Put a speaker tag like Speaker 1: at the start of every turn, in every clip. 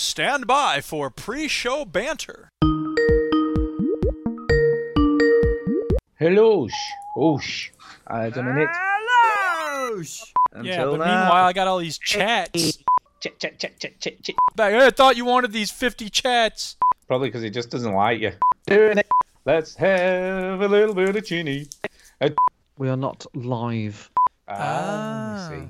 Speaker 1: Stand by for pre show banter.
Speaker 2: Hello. Oosh. Uh, Dominic.
Speaker 1: yeah,
Speaker 2: Until
Speaker 1: but
Speaker 2: now.
Speaker 1: meanwhile, I got all these chats.
Speaker 2: Ch- ch- ch- ch- ch- ch-
Speaker 1: Back, I thought you wanted these 50 chats.
Speaker 2: Probably because he just doesn't like you. Doing it. Let's have a little bit of chini.
Speaker 3: We are not live.
Speaker 2: Ah, I see.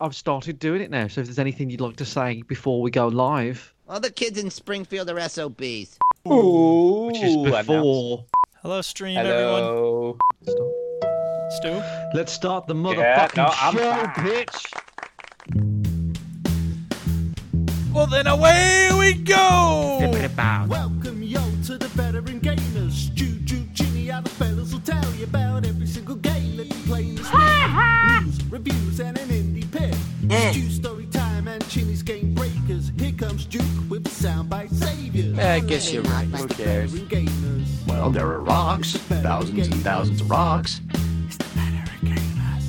Speaker 3: I've started doing it now, so if there's anything you'd like to say before we go live,
Speaker 4: All the kids in Springfield are SOBs.
Speaker 2: Ooh,
Speaker 3: which is before.
Speaker 1: Hello, stream, everyone.
Speaker 2: Hello.
Speaker 3: Stop.
Speaker 1: Stu?
Speaker 3: Let's start the motherfucking
Speaker 2: Yeah, no, I'm
Speaker 3: show,
Speaker 2: back.
Speaker 3: bitch!
Speaker 1: Well, then away we go!
Speaker 5: Welcome, yo, to the veteran gamers. Juju, Ginny, and the fellas will tell you about every single game that you play in this week. News, reviews, and an indie pick.
Speaker 6: Mm.
Speaker 5: Stu story time and Ginny's game breakers. Here comes Duke with the soundbite savior.
Speaker 4: I guess you're right.
Speaker 5: Who cares? Gamers.
Speaker 6: Well, there are rocks, thousands and thousands of rocks.
Speaker 5: It's the veteran gamers.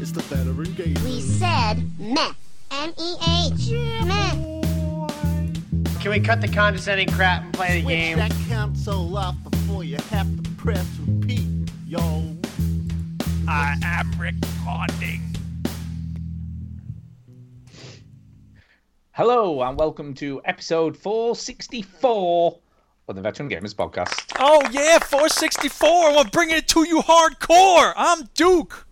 Speaker 5: It's the veteran gamers.
Speaker 7: We said meh. M-E-H. Meh.
Speaker 8: Can we cut the condescending crap and play the
Speaker 5: Switch
Speaker 8: game?
Speaker 5: that console off before you have to press repeat, yo.
Speaker 1: I am recording.
Speaker 2: Hello, and welcome to episode 464 of the Veteran Gamers Podcast.
Speaker 1: Oh, yeah, 464. I'm bringing it to you hardcore. I'm Duke.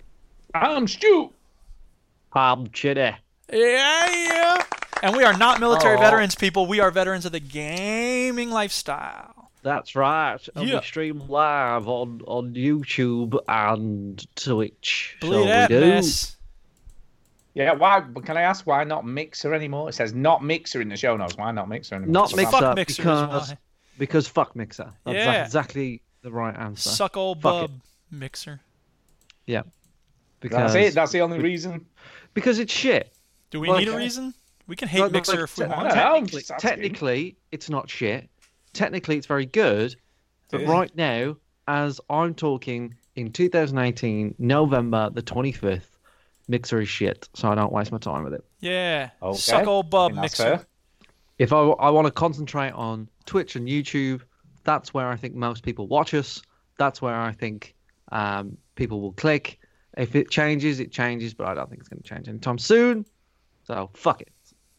Speaker 2: I'm Stu.
Speaker 3: I'm Chitty.
Speaker 1: Yeah, yeah. And we are not military
Speaker 3: Oh.
Speaker 1: veterans, people. We are veterans of the gaming lifestyle.
Speaker 3: That's right. And
Speaker 1: Yeah.
Speaker 3: we stream live on, on YouTube and Twitch.
Speaker 1: Bleed
Speaker 3: so
Speaker 1: that
Speaker 3: we do.
Speaker 1: mess.
Speaker 2: Yeah, why? But can I ask why not Mixer anymore? It says not Mixer in the show notes. Why not Mixer anymore?
Speaker 3: Not
Speaker 2: So
Speaker 3: Mixer,
Speaker 2: that's-
Speaker 1: Fuck Mixer is
Speaker 3: because,
Speaker 1: why.
Speaker 3: because fuck Mixer. That's
Speaker 1: Yeah.
Speaker 3: exactly the right answer.
Speaker 1: Suck old
Speaker 3: Fuck it.
Speaker 1: bub mixer.
Speaker 3: yeah. Because,
Speaker 2: That's it. That's the only reason.
Speaker 3: because it's shit.
Speaker 1: Do we
Speaker 3: Well,
Speaker 1: need a
Speaker 3: okay.
Speaker 1: reason? We can hate
Speaker 3: No, no,
Speaker 1: mixer
Speaker 3: like,
Speaker 1: if we
Speaker 3: te-
Speaker 1: want.
Speaker 2: no, no. I'm
Speaker 3: Technically,
Speaker 2: just asking.
Speaker 3: technically, it's not shit. Technically, it's very good. But
Speaker 2: Yeah.
Speaker 3: right now, as I'm talking in 2018, November the 25th, Mixer is shit. So I don't waste my time with it.
Speaker 1: Yeah.
Speaker 2: Okay.
Speaker 1: Suck old
Speaker 2: I
Speaker 1: bub
Speaker 2: mean, that's
Speaker 1: mixer.
Speaker 2: fair.
Speaker 3: If I, want to concentrate on Twitch and YouTube, that's where I think most people watch us. That's where I think um, people will click. If it changes, it changes, but I don't think it's going to change anytime soon. So fuck it.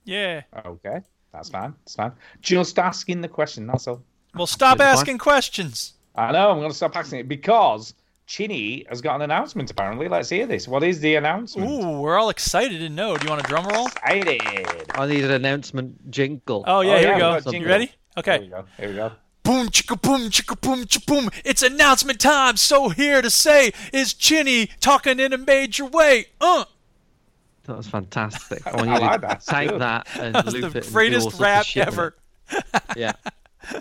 Speaker 1: Yeah.
Speaker 2: Okay, that's fine. That's fine. Just asking the question. That's all.
Speaker 1: Well, stop
Speaker 3: Good point.
Speaker 1: asking questions.
Speaker 2: I know. I'm going to stop asking it because Chinny has got an announcement. Apparently, let's hear this. What is the announcement?
Speaker 1: Ooh, we're all excited to know. Do you want a drum roll?
Speaker 2: Excited.
Speaker 3: I need an announcement jingle.
Speaker 1: Oh yeah,
Speaker 2: Oh,
Speaker 1: here
Speaker 2: yeah,
Speaker 1: you
Speaker 2: we've
Speaker 1: go.
Speaker 2: got
Speaker 1: You
Speaker 2: jingle.
Speaker 1: ready?
Speaker 2: Here we
Speaker 1: Okay.
Speaker 2: go. Here we go.
Speaker 1: Boom chicka boom chicka boom chicka boom. It's announcement time. So here to say is Chinny talking in a major way. Uh,
Speaker 3: That was fantastic. I want
Speaker 2: I
Speaker 3: you
Speaker 2: like
Speaker 3: to
Speaker 2: that.
Speaker 3: take
Speaker 2: Good.
Speaker 3: that and
Speaker 1: that's
Speaker 3: loop
Speaker 1: the
Speaker 3: it. and do all
Speaker 1: greatest
Speaker 3: sorts of
Speaker 1: rap
Speaker 3: shit with
Speaker 1: ever.
Speaker 3: it. Yeah.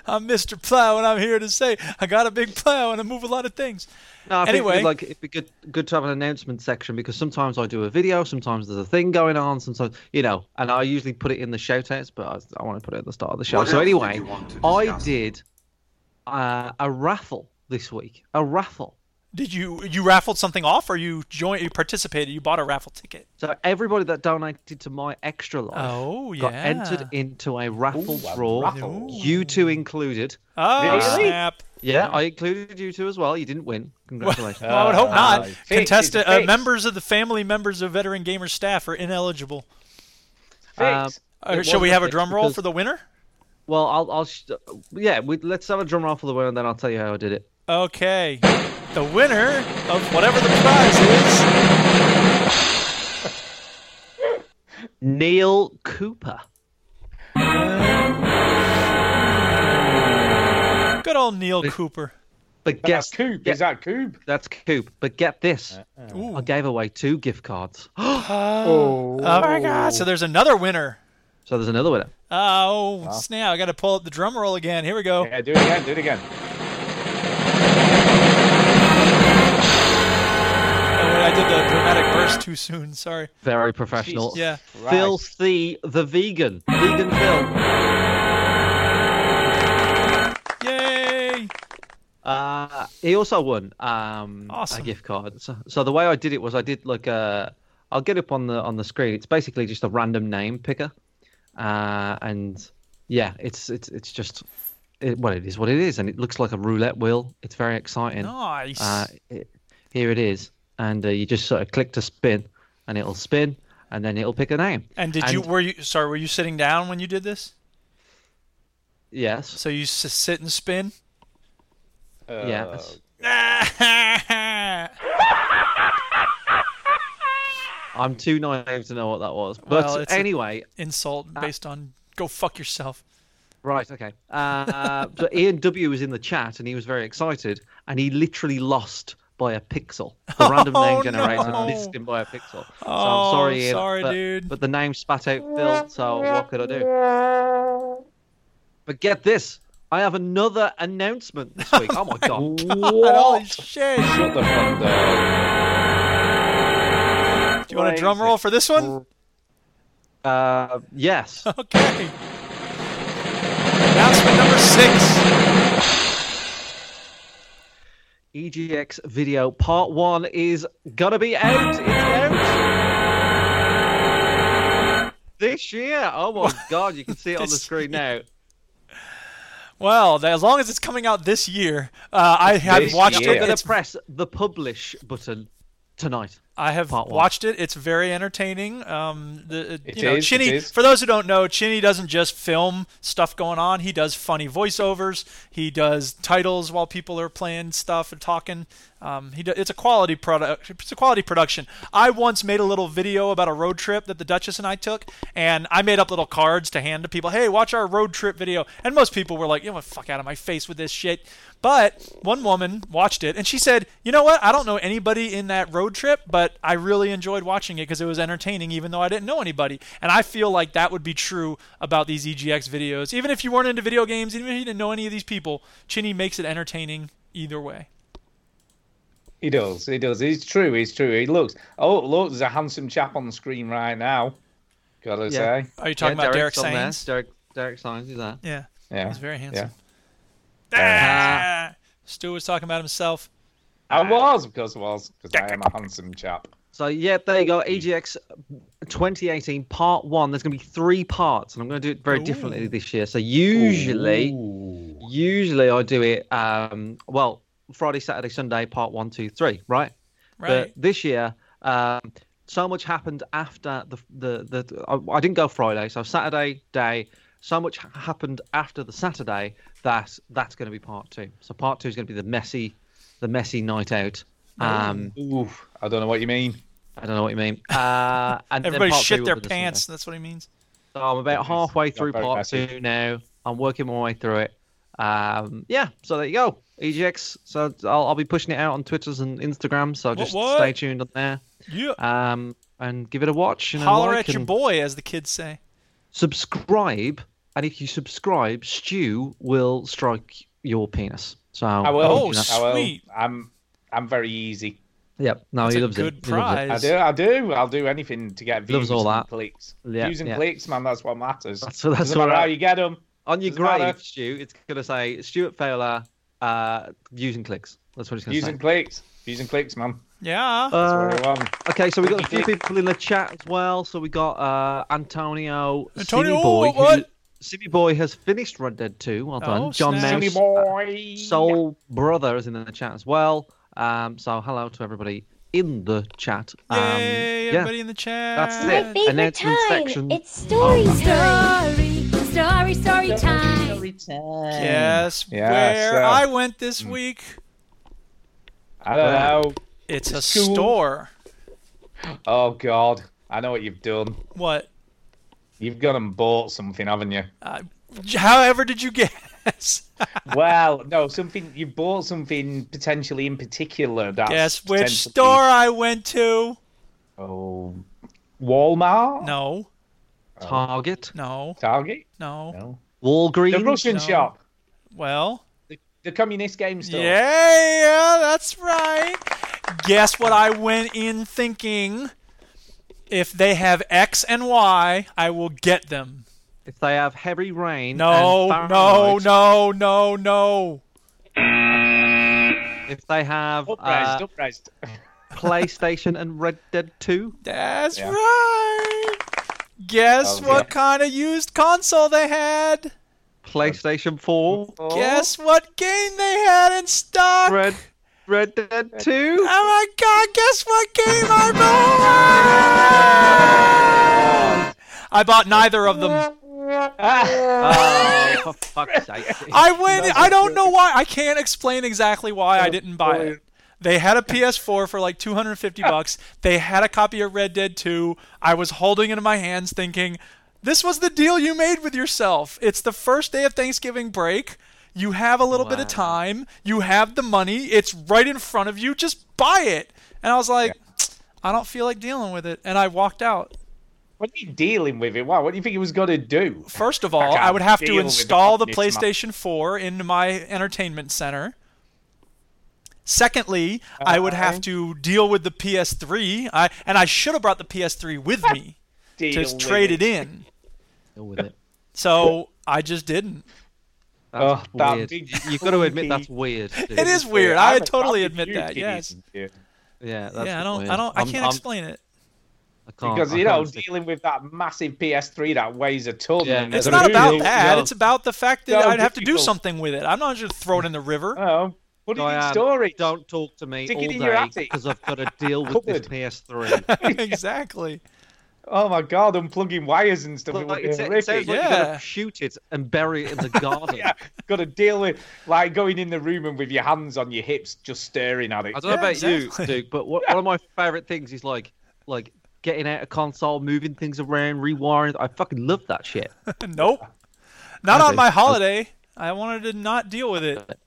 Speaker 1: I'm Mr. Plow, and I'm here to say I got a big plow and I move a lot of things.
Speaker 3: No, I think it'd be
Speaker 1: Anyway.
Speaker 3: like it'd be good good to have an announcement section because sometimes I do a video, sometimes there's a thing going on, sometimes you know, and I usually put it in the shout outs, but I, I want to put it at the start of the show. so anyway, I did uh, a raffle this week. A raffle.
Speaker 1: Did you you raffled something off, or you joined? You participated. You bought a raffle ticket.
Speaker 3: So everybody that donated to my extra life
Speaker 1: Oh,
Speaker 3: got
Speaker 1: yeah.
Speaker 3: entered into a raffle
Speaker 2: Ooh, a
Speaker 3: draw,
Speaker 2: raffle.
Speaker 3: you two included.
Speaker 1: Oh
Speaker 2: Really?
Speaker 1: snap!
Speaker 3: Yeah, I included you two as well. You didn't win. Congratulations.
Speaker 1: Well, I would hope
Speaker 2: Uh,
Speaker 1: not.
Speaker 2: fix,
Speaker 1: Contestant
Speaker 2: it's
Speaker 1: uh,
Speaker 2: fixed.
Speaker 1: members of the family members of veteran gamer staff are ineligible.
Speaker 3: Um,
Speaker 2: Fix.
Speaker 1: Uh,
Speaker 3: It
Speaker 1: shall we
Speaker 3: wasn't
Speaker 1: have a
Speaker 3: fixed
Speaker 1: drum roll
Speaker 3: because-
Speaker 1: for the winner?
Speaker 3: well, I'll, I'll sh- yeah, we, let's have a drum roll for the winner, and then I'll tell you how I did it.
Speaker 1: Okay, the winner of whatever the prize is.
Speaker 3: Neil Cooper.
Speaker 1: Good old Neil Cooper.
Speaker 3: But
Speaker 2: That's
Speaker 3: guess
Speaker 2: Coop.
Speaker 3: get-
Speaker 2: Is that Uh, Coop?
Speaker 3: that's Coop. But get this,
Speaker 1: Ooh.
Speaker 3: I gave away two gift cards.
Speaker 2: Oh.
Speaker 1: Oh my God! So there's another winner.
Speaker 3: So there's another winner.
Speaker 1: Oh snap! I got to pull up the drum roll again. Here we go.
Speaker 2: Yeah, do it again. Do it again.
Speaker 1: Oh, wait, I did the dramatic burst too soon. Sorry.
Speaker 3: Very professional.
Speaker 1: Yeah.
Speaker 3: Phil
Speaker 2: Christ.
Speaker 3: C, the vegan, vegan Phil.
Speaker 1: Yay!
Speaker 3: Uh, he also won um,
Speaker 1: Awesome.
Speaker 3: a gift card. So, so the way I uh, did it was I did like a. I'll get up on the on the screen. It's basically just a random name picker, uh, and yeah, it's it's it's just it, well, it is what it is, and it looks like a roulette wheel. It's very exciting.
Speaker 1: Nice.
Speaker 3: Uh, it, here it is, and uh, you just sort of click to spin, and it'll spin, and then it'll pick a name.
Speaker 1: and did you were you sorry? Were you sitting down when you did this?
Speaker 3: Yes.
Speaker 1: So you s- sit and spin.
Speaker 3: yes.
Speaker 1: well,
Speaker 3: I'm too naive to know what that was. But
Speaker 1: Well, it's a-
Speaker 3: anyway,
Speaker 1: insult based on go fuck yourself.
Speaker 3: Right. Okay. Uh, so Ian W was in the chat and he was very excited and he literally lost by a pixel. The random name generator
Speaker 1: Oh, no.
Speaker 3: missed him by a pixel. So
Speaker 1: Oh,
Speaker 3: I'm sorry, Ian.
Speaker 1: sorry,
Speaker 3: but,
Speaker 1: dude.
Speaker 3: But the name spat out Phil, so what could I do? But get this. I have another announcement this week. Oh my god.
Speaker 1: Holy
Speaker 2: What?
Speaker 1: shit! Do
Speaker 2: Shut the front door.
Speaker 1: you want a drum roll for this one?
Speaker 3: Uh, yes.
Speaker 1: Okay. Announcement number six.
Speaker 3: EGX E video part one is gonna be out. It's out. This year. Oh my god, you can see it on the
Speaker 1: This
Speaker 3: screen now.
Speaker 1: Well, th- as long as it's coming out this year, uh, I have
Speaker 2: This
Speaker 1: watched
Speaker 2: year.
Speaker 1: it.
Speaker 3: You're gonna
Speaker 1: It's,
Speaker 3: press the publish button tonight.
Speaker 1: I have
Speaker 3: part one.
Speaker 1: watched it. It's very entertaining. Um, the,
Speaker 2: It
Speaker 1: you know,
Speaker 2: is, it
Speaker 1: Chinny.
Speaker 2: is.
Speaker 1: For those who don't know, Chinny doesn't just film stuff going on. He does funny voiceovers. He does titles while people are playing stuff and talking. Um, he do, it's a quality product. It's a quality production. I once made a little video about a road trip that the Duchess and I took, and I made up little cards to hand to people. Hey, watch our road trip video. And most people were like, "You know what? Fuck out of my face with this shit." But one woman watched it and she said, "You know what? I don't know anybody in that road trip, but I really enjoyed watching it because it was entertaining, even though I didn't know anybody." And I feel like that would be true about these EGX videos. Even if you weren't into video games, even if you didn't know any of these people, Chinny makes it entertaining either way.
Speaker 2: He does. He does. He's true. He's true. He looks. Oh, look, there's a handsome chap on the screen right now. Gotta
Speaker 3: Yeah.
Speaker 2: say.
Speaker 1: Are you talking
Speaker 3: Yeah,
Speaker 1: about Derek
Speaker 3: Derek's on there.
Speaker 1: Sainz?
Speaker 3: Derek, Derek Sainz is there.
Speaker 1: Yeah,
Speaker 2: Yeah.
Speaker 1: he's very
Speaker 2: Yeah. Uh,
Speaker 1: handsome.
Speaker 3: Ah.
Speaker 1: Ah! Stu was talking about himself.
Speaker 2: I was, of course, I was, because I am a handsome chap.
Speaker 3: So yeah, there you go. E EGX 2018 part one. There's gonna be three parts, and I'm gonna do it very differently this year. So usually, usually I do it. Um, well, Friday, Saturday, Sunday, part one, two, three, right?
Speaker 1: Right.
Speaker 3: But this year, um, so much happened after the the the. I, I didn't go Friday, so Saturday day. So much ha- happened after the Saturday that that's going to be part two. So part two is going to be the messy, the messy night out. Um,
Speaker 2: Ooh, I don't know what you mean.
Speaker 3: I don't know what you mean. Uh, and then
Speaker 1: Everybody
Speaker 3: part
Speaker 1: shit
Speaker 3: three
Speaker 1: their
Speaker 3: will be the Sunday.
Speaker 1: pants. That's what he means.
Speaker 3: So I'm about halfway through
Speaker 2: very
Speaker 3: part
Speaker 2: messy.
Speaker 3: two now. I'm working my way through it. Um, yeah, so there you go. EGX. So I'll, I'll be pushing it out on Twitters and Instagram. So just
Speaker 1: what?
Speaker 3: stay tuned on there.
Speaker 1: Yeah.
Speaker 3: Um, and give it a watch. And a
Speaker 1: Holler at
Speaker 3: like
Speaker 1: your
Speaker 3: and
Speaker 1: boy, as the kids say.
Speaker 3: Subscribe. And if you subscribe, Stu will strike your penis. So
Speaker 2: I will.
Speaker 1: Oh,
Speaker 2: I will.
Speaker 1: sweet.
Speaker 2: I'm, I'm very easy.
Speaker 3: Yep. No,
Speaker 1: That's
Speaker 3: he
Speaker 1: a
Speaker 3: loves it.
Speaker 1: good
Speaker 3: He loves it.
Speaker 2: I
Speaker 1: prize.
Speaker 2: do. I do. I'll do anything to get views
Speaker 3: Loves all
Speaker 2: and
Speaker 3: that.
Speaker 2: clicks.
Speaker 3: Yeah,
Speaker 2: views and
Speaker 3: yeah.
Speaker 2: clicks, man. That's what matters.
Speaker 3: That's- that's
Speaker 2: Doesn't
Speaker 3: what
Speaker 2: matter
Speaker 3: I-
Speaker 2: how you get them.
Speaker 3: On your
Speaker 2: Doesn't
Speaker 3: grave,
Speaker 2: matter.
Speaker 3: Stu, it's gonna say Stuart Fowler, uh, views and clicks. That's what it's gonna
Speaker 2: Views
Speaker 3: say.
Speaker 2: and clicks. Views and clicks, man.
Speaker 1: Yeah.
Speaker 2: That's
Speaker 3: Uh,
Speaker 2: what I want.
Speaker 3: Okay, so we got a few people in the chat as well. So we got uh, Antonio,
Speaker 1: Antonio,
Speaker 3: Simi Boy, who-
Speaker 1: what?
Speaker 3: Simi Boy has finished Red Dead 2. Well done,
Speaker 1: Oh,
Speaker 3: John
Speaker 1: snap.
Speaker 2: Sonny
Speaker 3: Mouse, uh,
Speaker 2: boy.
Speaker 3: Soul Brother is in the chat as well. Um, so hello to everybody in the chat. Um,
Speaker 1: Yay,
Speaker 3: yeah,
Speaker 1: everybody in the chat.
Speaker 3: that's
Speaker 7: My
Speaker 3: it.
Speaker 7: favorite
Speaker 3: Announcement
Speaker 7: time.
Speaker 3: section.
Speaker 7: It's story time.
Speaker 9: Story, story time.
Speaker 1: Yes,
Speaker 2: Yeah,
Speaker 1: where
Speaker 2: so-
Speaker 1: I went
Speaker 3: Mm.
Speaker 1: this week.
Speaker 2: I don't know.
Speaker 1: It's a
Speaker 2: School.
Speaker 1: store.
Speaker 2: Oh God, I know what you've done.
Speaker 1: What? uh,
Speaker 2: You've gone and bought something, haven't you?
Speaker 1: However, did you guess?
Speaker 2: well, no, something you bought something potentially in particular. That's
Speaker 1: guess which
Speaker 2: potentially-
Speaker 1: store I went to?
Speaker 2: Oh, Walmart.
Speaker 1: No,
Speaker 3: Target,
Speaker 1: no,
Speaker 2: Target.
Speaker 1: no.
Speaker 2: No.
Speaker 3: Walgreens.
Speaker 2: The Russian
Speaker 1: No.
Speaker 2: shop.
Speaker 1: Well,
Speaker 2: The communist game store.
Speaker 1: yeah, that's right. Guess what I went in thinking? If they have X and Y, I will get them.
Speaker 3: If they have heavy rain,
Speaker 1: No,
Speaker 3: and
Speaker 1: no,
Speaker 3: Fahrenheit,
Speaker 1: no, no, no.
Speaker 3: If they have uh,
Speaker 2: Upraised, upraised.
Speaker 3: PlayStation and Red Dead 2,
Speaker 1: That's
Speaker 2: Yeah.
Speaker 1: right. Guess
Speaker 2: Okay.
Speaker 1: what kind of used console they had?
Speaker 3: PlayStation 4,
Speaker 1: Guess what game they had in stock?
Speaker 3: Red, Red Dead 2.
Speaker 1: Oh my god, guess what game I bought? I bought neither of them.
Speaker 3: Oh, for fuck's sake.
Speaker 1: I went I don't know why. I can't explain exactly why I didn't buy it. They had a PS4 for like 250 bucks. They had a copy of Red Dead 2. I was holding it in my hands thinking, this was the deal you made with yourself. It's the first day of Thanksgiving break. You have a little bit of
Speaker 3: Wow.
Speaker 1: time. You have the money. It's right in front of you. Just buy it. And I was like, I don't feel like dealing with it. And I walked out.
Speaker 2: What are you dealing with it? Wow, what do you think it was going to do?
Speaker 1: First of all,
Speaker 2: I
Speaker 1: I would have
Speaker 2: deal
Speaker 1: to
Speaker 2: with
Speaker 1: install the
Speaker 2: this much.
Speaker 1: PlayStation 4 into my entertainment center. Secondly, I would have to deal with the PS3. I and I should have brought the PS3 with me to
Speaker 2: Deal with
Speaker 1: trade it in.
Speaker 3: Deal with it.
Speaker 1: So I just didn't.
Speaker 3: That's
Speaker 2: Oh, that
Speaker 3: weird.
Speaker 2: big
Speaker 3: You've got to admit
Speaker 2: clunky-
Speaker 3: that's weird. dude.
Speaker 1: It is weird. I
Speaker 2: haven't
Speaker 1: totally
Speaker 2: got the
Speaker 1: admit
Speaker 2: huge
Speaker 1: that.
Speaker 2: kiddies
Speaker 1: Yes.
Speaker 2: in here.
Speaker 3: Yeah, that's
Speaker 1: Yeah, I don't.
Speaker 3: weird.
Speaker 1: I don't. I
Speaker 3: I'm-
Speaker 1: can't
Speaker 3: I'm-
Speaker 1: explain it.
Speaker 3: I can't-
Speaker 2: Because
Speaker 3: I
Speaker 2: you
Speaker 3: can't
Speaker 2: know,
Speaker 3: stick-
Speaker 2: dealing with that massive PS3 that weighs a ton.
Speaker 3: Yeah.
Speaker 2: and
Speaker 1: It's
Speaker 2: there's
Speaker 1: not
Speaker 2: a
Speaker 1: about
Speaker 2: huge-
Speaker 1: that.
Speaker 3: yeah.
Speaker 1: It's about the fact that
Speaker 2: No,
Speaker 1: I'd have to do
Speaker 2: difficult.
Speaker 1: something with it. I'm not just throw it in the river.
Speaker 2: Oh, put it in
Speaker 3: Diane,
Speaker 2: storage.
Speaker 3: Don't talk to me
Speaker 2: Stick it
Speaker 3: all
Speaker 2: in your
Speaker 3: day
Speaker 2: attic.
Speaker 3: because I've got to deal with this
Speaker 2: Cupboard.
Speaker 3: PS3.
Speaker 1: exactly.
Speaker 2: Oh my god, unplugging wires and stuff.
Speaker 3: Look,
Speaker 2: It would
Speaker 3: like,
Speaker 2: be
Speaker 3: it, sa- it
Speaker 2: horrific.
Speaker 3: sounds like you're
Speaker 1: Yeah.
Speaker 3: gonna shoot it and bury it in the garden.
Speaker 2: yeah, got to deal with like going in the room and with your hands on your hips, just staring at it.
Speaker 3: I don't know
Speaker 1: Yeah,
Speaker 3: about
Speaker 1: exactly.
Speaker 3: you, Duke, but what, one of my favorite things is like like getting out a console, moving things around, rewiring. I fucking love that shit.
Speaker 1: Nope. Not
Speaker 3: I
Speaker 1: on
Speaker 3: do.
Speaker 1: my holiday. I wanted to not deal with it.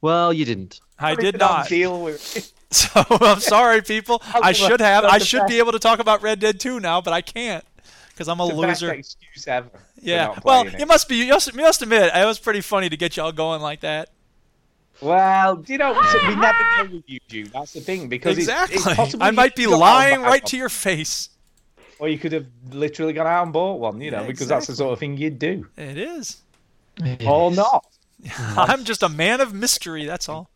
Speaker 3: Well, you didn't.
Speaker 1: I
Speaker 2: How
Speaker 1: did
Speaker 2: did
Speaker 1: not.
Speaker 2: deal with. It.
Speaker 1: So I'm sorry, people. I
Speaker 2: That's the-
Speaker 1: should have.
Speaker 2: that's
Speaker 1: I
Speaker 2: the
Speaker 1: should be
Speaker 2: best-
Speaker 1: able to talk about Red Dead 2 now, but I can't because I'm a
Speaker 2: The best
Speaker 1: loser.
Speaker 2: excuse ever. for
Speaker 1: Yeah.
Speaker 2: not
Speaker 1: Well,
Speaker 2: playing
Speaker 1: it
Speaker 2: it.
Speaker 1: must be. You must, you must admit, it was pretty funny to get y'all going like that.
Speaker 2: well, do you know, so we never know with you, Jude. That's the thing because it's-
Speaker 1: Exactly.
Speaker 2: it's, possible
Speaker 1: I
Speaker 2: you
Speaker 1: might be
Speaker 2: could have
Speaker 1: lying
Speaker 2: gone
Speaker 1: right
Speaker 2: back
Speaker 1: to your face.
Speaker 2: on- or you could have literally gone out and bought one, you know,
Speaker 1: Yeah,
Speaker 2: because that's the sort of thing you'd do,
Speaker 1: It is. Oh,
Speaker 2: or not.
Speaker 1: I'm just a man of mystery. That's all.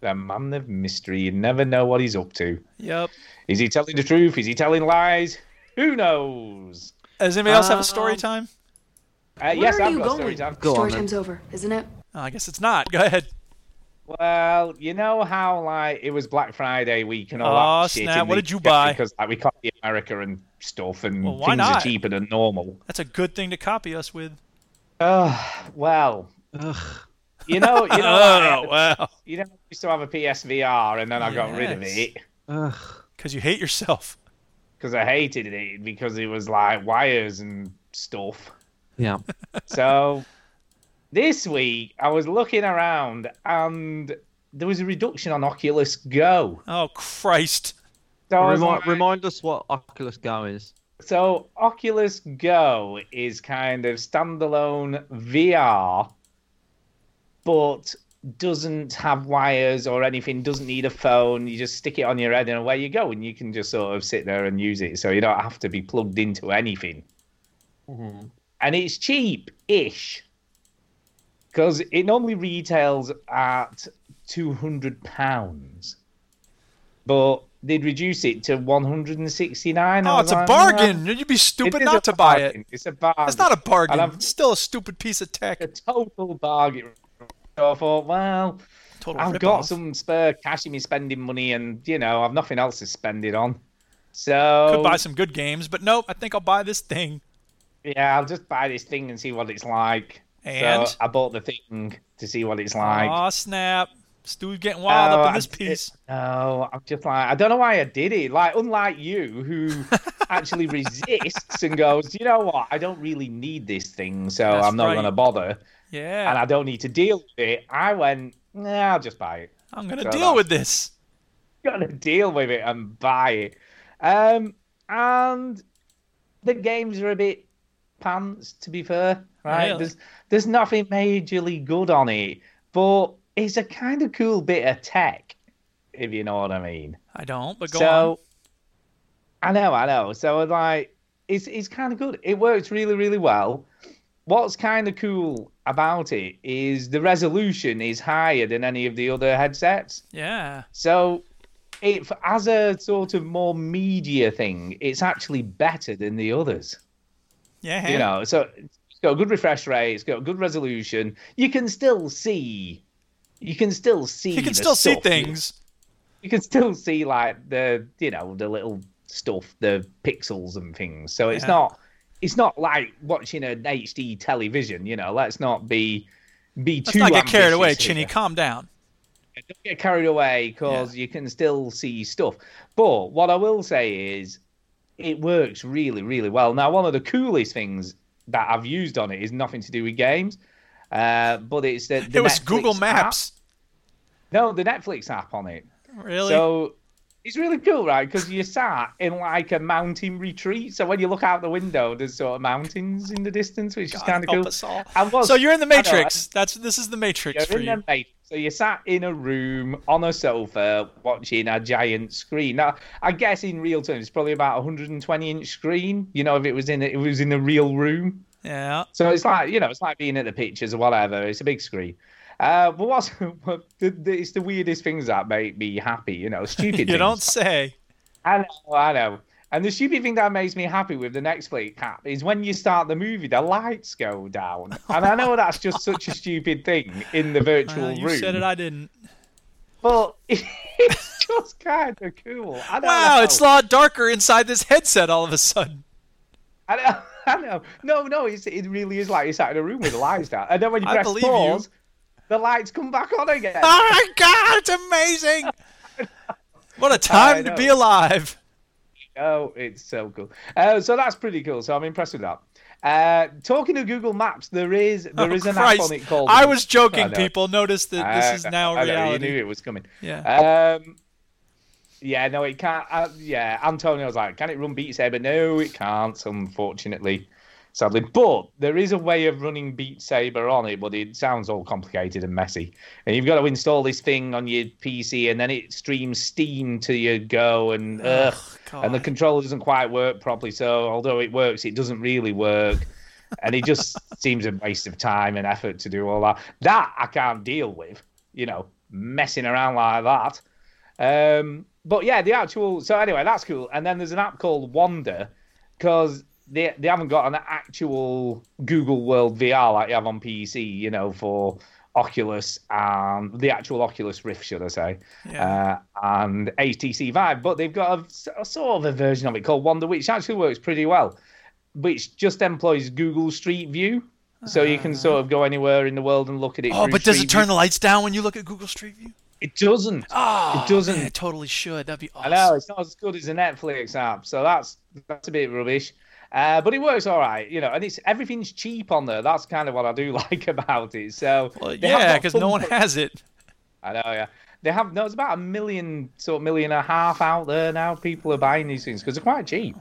Speaker 2: The man of mystery. You never know what he's up to.
Speaker 1: Yep.
Speaker 2: Is he telling the truth? Is he telling lies? Who knows?
Speaker 1: Does anybody else have a story
Speaker 3: Um,
Speaker 1: time?
Speaker 2: Uh, yes,
Speaker 7: are
Speaker 2: I've
Speaker 7: you
Speaker 2: got story
Speaker 7: going?
Speaker 2: time.
Speaker 3: Go on.
Speaker 7: Story
Speaker 3: Then.
Speaker 7: time's over, isn't it?
Speaker 1: Oh, I guess it's not. Go ahead.
Speaker 2: Well, you know how like it was Black Friday week and all
Speaker 1: Aw,
Speaker 2: that shit.
Speaker 1: Oh, snap.
Speaker 2: in
Speaker 1: What
Speaker 2: the
Speaker 1: did you
Speaker 2: US
Speaker 1: buy?
Speaker 2: Because like we copy America and stuff, and
Speaker 1: Well, why
Speaker 2: things
Speaker 1: not?
Speaker 2: are cheaper than normal.
Speaker 1: That's a good thing to copy us with.
Speaker 2: Oh, well,
Speaker 3: Ugh.
Speaker 2: you know, you know,
Speaker 1: Oh,
Speaker 2: like,
Speaker 1: wow.
Speaker 2: you know, I used to have a PSVR, and then I got rid of
Speaker 1: Yes.
Speaker 2: it
Speaker 3: Ugh.
Speaker 1: Because you hate yourself.
Speaker 2: because I hated it because it was like wires and stuff.
Speaker 3: Yeah.
Speaker 2: So this week I was looking around, and there was a reduction on Oculus Go.
Speaker 1: Oh, Christ.
Speaker 2: So
Speaker 1: Oh,
Speaker 2: I was
Speaker 3: Remind,
Speaker 2: like-
Speaker 3: remind us what Oculus Go is.
Speaker 2: So Oculus Go is kind of standalone VR, but doesn't have wires or anything, doesn't need a phone. You just stick it on your head and away you go, and you can just sort of sit there and use it. So you don't have to be plugged into anything.
Speaker 1: Mm-hmm.
Speaker 2: And it's cheap ish because it normally retails at £200, but they'd reduce it to 169 I
Speaker 1: Oh,
Speaker 2: was
Speaker 1: it's a
Speaker 2: like, "Nah."
Speaker 1: bargain. You'd be stupid
Speaker 2: is
Speaker 1: not to
Speaker 2: a
Speaker 1: buy
Speaker 2: bargain.
Speaker 1: it.
Speaker 2: It's a bargain.
Speaker 1: It's not a bargain.
Speaker 2: And I've-
Speaker 1: It's still a stupid piece of tech.
Speaker 2: a total bargain. So I thought, well,
Speaker 1: Total
Speaker 2: I've
Speaker 1: rip
Speaker 2: got
Speaker 1: off.
Speaker 2: some spare cash in me spending money, and you know, I've nothing else to spend it on. So
Speaker 1: Could buy some good games, but nope. I think I'll buy this thing.
Speaker 2: yeah, I'll just buy this thing and see what it's like.
Speaker 1: And?
Speaker 2: so I bought the thing to see what it's like.
Speaker 1: Aw, snap. Stu's getting wild
Speaker 2: No,
Speaker 1: up in
Speaker 2: I
Speaker 1: this
Speaker 2: did-
Speaker 1: piece.
Speaker 2: No, I'm just like I don't know why I did it. Like unlike you, who actually resists and goes, you know what? I don't really need this thing, so
Speaker 1: That's
Speaker 2: I'm not
Speaker 1: right.
Speaker 2: going to bother, and
Speaker 1: Yeah.
Speaker 2: I don't need to deal with it. I went, nah, I'll just buy it.
Speaker 1: I'm going to
Speaker 2: so
Speaker 1: deal
Speaker 2: that's-
Speaker 1: with this.
Speaker 2: gotta deal with it and buy it. Um, and the games are a bit pants, to be fair. Right?
Speaker 1: Really?
Speaker 2: There's there's nothing majorly good on it, but it's a kind of cool bit of tech, if you know what I mean.
Speaker 1: I don't, but go
Speaker 2: so I know, I know. So like, it's it's kind of good. It works really, really well. What's kind of cool about it is the resolution is higher than any of the other headsets.
Speaker 1: on. Yeah.
Speaker 2: So it as a sort of more media thing, it's actually better than the others.
Speaker 1: Yeah,
Speaker 2: You know, so it's got a good refresh rate, it's got a good resolution. You can still see, you can still see.
Speaker 1: you can
Speaker 2: the
Speaker 1: still see
Speaker 2: stuff.
Speaker 1: things.
Speaker 2: You can still see like the you know the little stuff, the pixels and things. So it's
Speaker 1: Yeah.
Speaker 2: not, it's not like watching an HD television. You know, let's not be be
Speaker 1: Let's
Speaker 2: too.
Speaker 1: not get carried away,
Speaker 2: ambitious here
Speaker 1: Chinny. Calm down.
Speaker 2: don't get carried away because you can still see stuff. But what I will say is, it works really, really well. Now, one of the coolest things that I've used on it is nothing to do with games, uh, but it's the, the
Speaker 1: it was
Speaker 2: Netflix
Speaker 1: Google
Speaker 2: app.
Speaker 1: Maps.
Speaker 2: No, the Netflix app on it.
Speaker 1: Really?
Speaker 2: So it's really cool, right? Because you sat in like a mountain retreat. So when you look out the window, there's sort of mountains in the distance, which is
Speaker 1: God,
Speaker 2: kind of
Speaker 1: help
Speaker 2: cool.
Speaker 1: us all.
Speaker 2: I was-
Speaker 1: so you're in the
Speaker 2: I know, I-
Speaker 1: Matrix. That's this is the Matrix for
Speaker 2: You're in
Speaker 1: you.
Speaker 2: the ma- So you sat in a room on a sofa watching a giant screen. Now, I guess in real terms, it's probably about a 120 inch screen. You know, if it was in a, if it was in a real room.
Speaker 1: yeah.
Speaker 2: So it's like you know, it's like being at the pictures or whatever. It's a big screen. Uh, but what's but the, the, it's the weirdest things that make me happy. You know, stupid.
Speaker 1: You don't
Speaker 2: things.
Speaker 1: say.
Speaker 2: I know, I know. And the stupid thing that makes me happy with the next plate cap is when you start the movie, the lights go down. And I know that's just such a stupid thing in the virtual
Speaker 1: Uh, you
Speaker 2: room.
Speaker 1: said it. I didn't.
Speaker 2: But it's just kind of cool. I don't
Speaker 1: Wow,
Speaker 2: know.
Speaker 1: it's a lot darker inside this headset all of a sudden.
Speaker 2: I know. I know. No, no, it's, it really is like you're sat in a room with the lights down. And then when you
Speaker 1: I
Speaker 2: press
Speaker 1: believe you.
Speaker 2: pause, the lights come back on again.
Speaker 1: Oh my God, it's amazing. What a time to
Speaker 2: know.
Speaker 1: be alive.
Speaker 2: Oh, it's so cool. Uh, so that's pretty cool. So I'm impressed with that. Uh, talking of Google Maps, there is there
Speaker 1: Oh,
Speaker 2: is an app
Speaker 1: Christ.
Speaker 2: on it called.
Speaker 1: I was joking,
Speaker 2: I know.
Speaker 1: people. Notice that this
Speaker 2: I
Speaker 1: is
Speaker 2: know,
Speaker 1: now
Speaker 2: I know, You
Speaker 1: reality.
Speaker 2: knew it was coming.
Speaker 1: Yeah.
Speaker 2: Um, yeah, no, it can't. Uh, yeah, Antonio was like, can it run Beat Saber? No, it can't, unfortunately, sadly. But there is a way of running Beat Saber on it, but it sounds all complicated and messy. And you've got to install this thing on your PC, and then it streams Steam to your Go, and ugh,
Speaker 1: God.
Speaker 2: and the controller doesn't quite work properly. So although it works, it doesn't really work. And it just seems a waste of time and effort to do all that. That I can't deal with, you know, messing around like that. Um, but yeah, the actual. So anyway, that's cool. And then there's an app called Wander because they they haven't got an actual Google World VR like you have on PC, you know, for Oculus and the actual Oculus Rift, should I say,
Speaker 1: Yeah.
Speaker 2: uh, and HTC Vive. But they've got a, s- a sort of a version of it called Wander, which actually works pretty well, which just employs Google Street View. So you can sort of go anywhere in the world and look at it.
Speaker 1: Ah. Oh,
Speaker 2: through
Speaker 1: but does
Speaker 2: Street
Speaker 1: it turn
Speaker 2: View.
Speaker 1: the lights down when you look at Google Street View?
Speaker 2: It doesn't.
Speaker 1: Oh,
Speaker 2: it doesn't.
Speaker 1: man, it totally should. That'd be
Speaker 2: I
Speaker 1: awesome.
Speaker 2: know it's not as good as a Netflix app, so that's that's a bit rubbish. Uh, but it works all right, you know, and it's everything's cheap on there. That's kind of what I do like about it. So
Speaker 1: Well,
Speaker 2: they have
Speaker 1: yeah,
Speaker 2: not
Speaker 1: because no one
Speaker 2: done-
Speaker 1: has it.
Speaker 2: I know, yeah. They have no. It's about a million, sort of million and a half out there now. People are buying these things because they're quite cheap.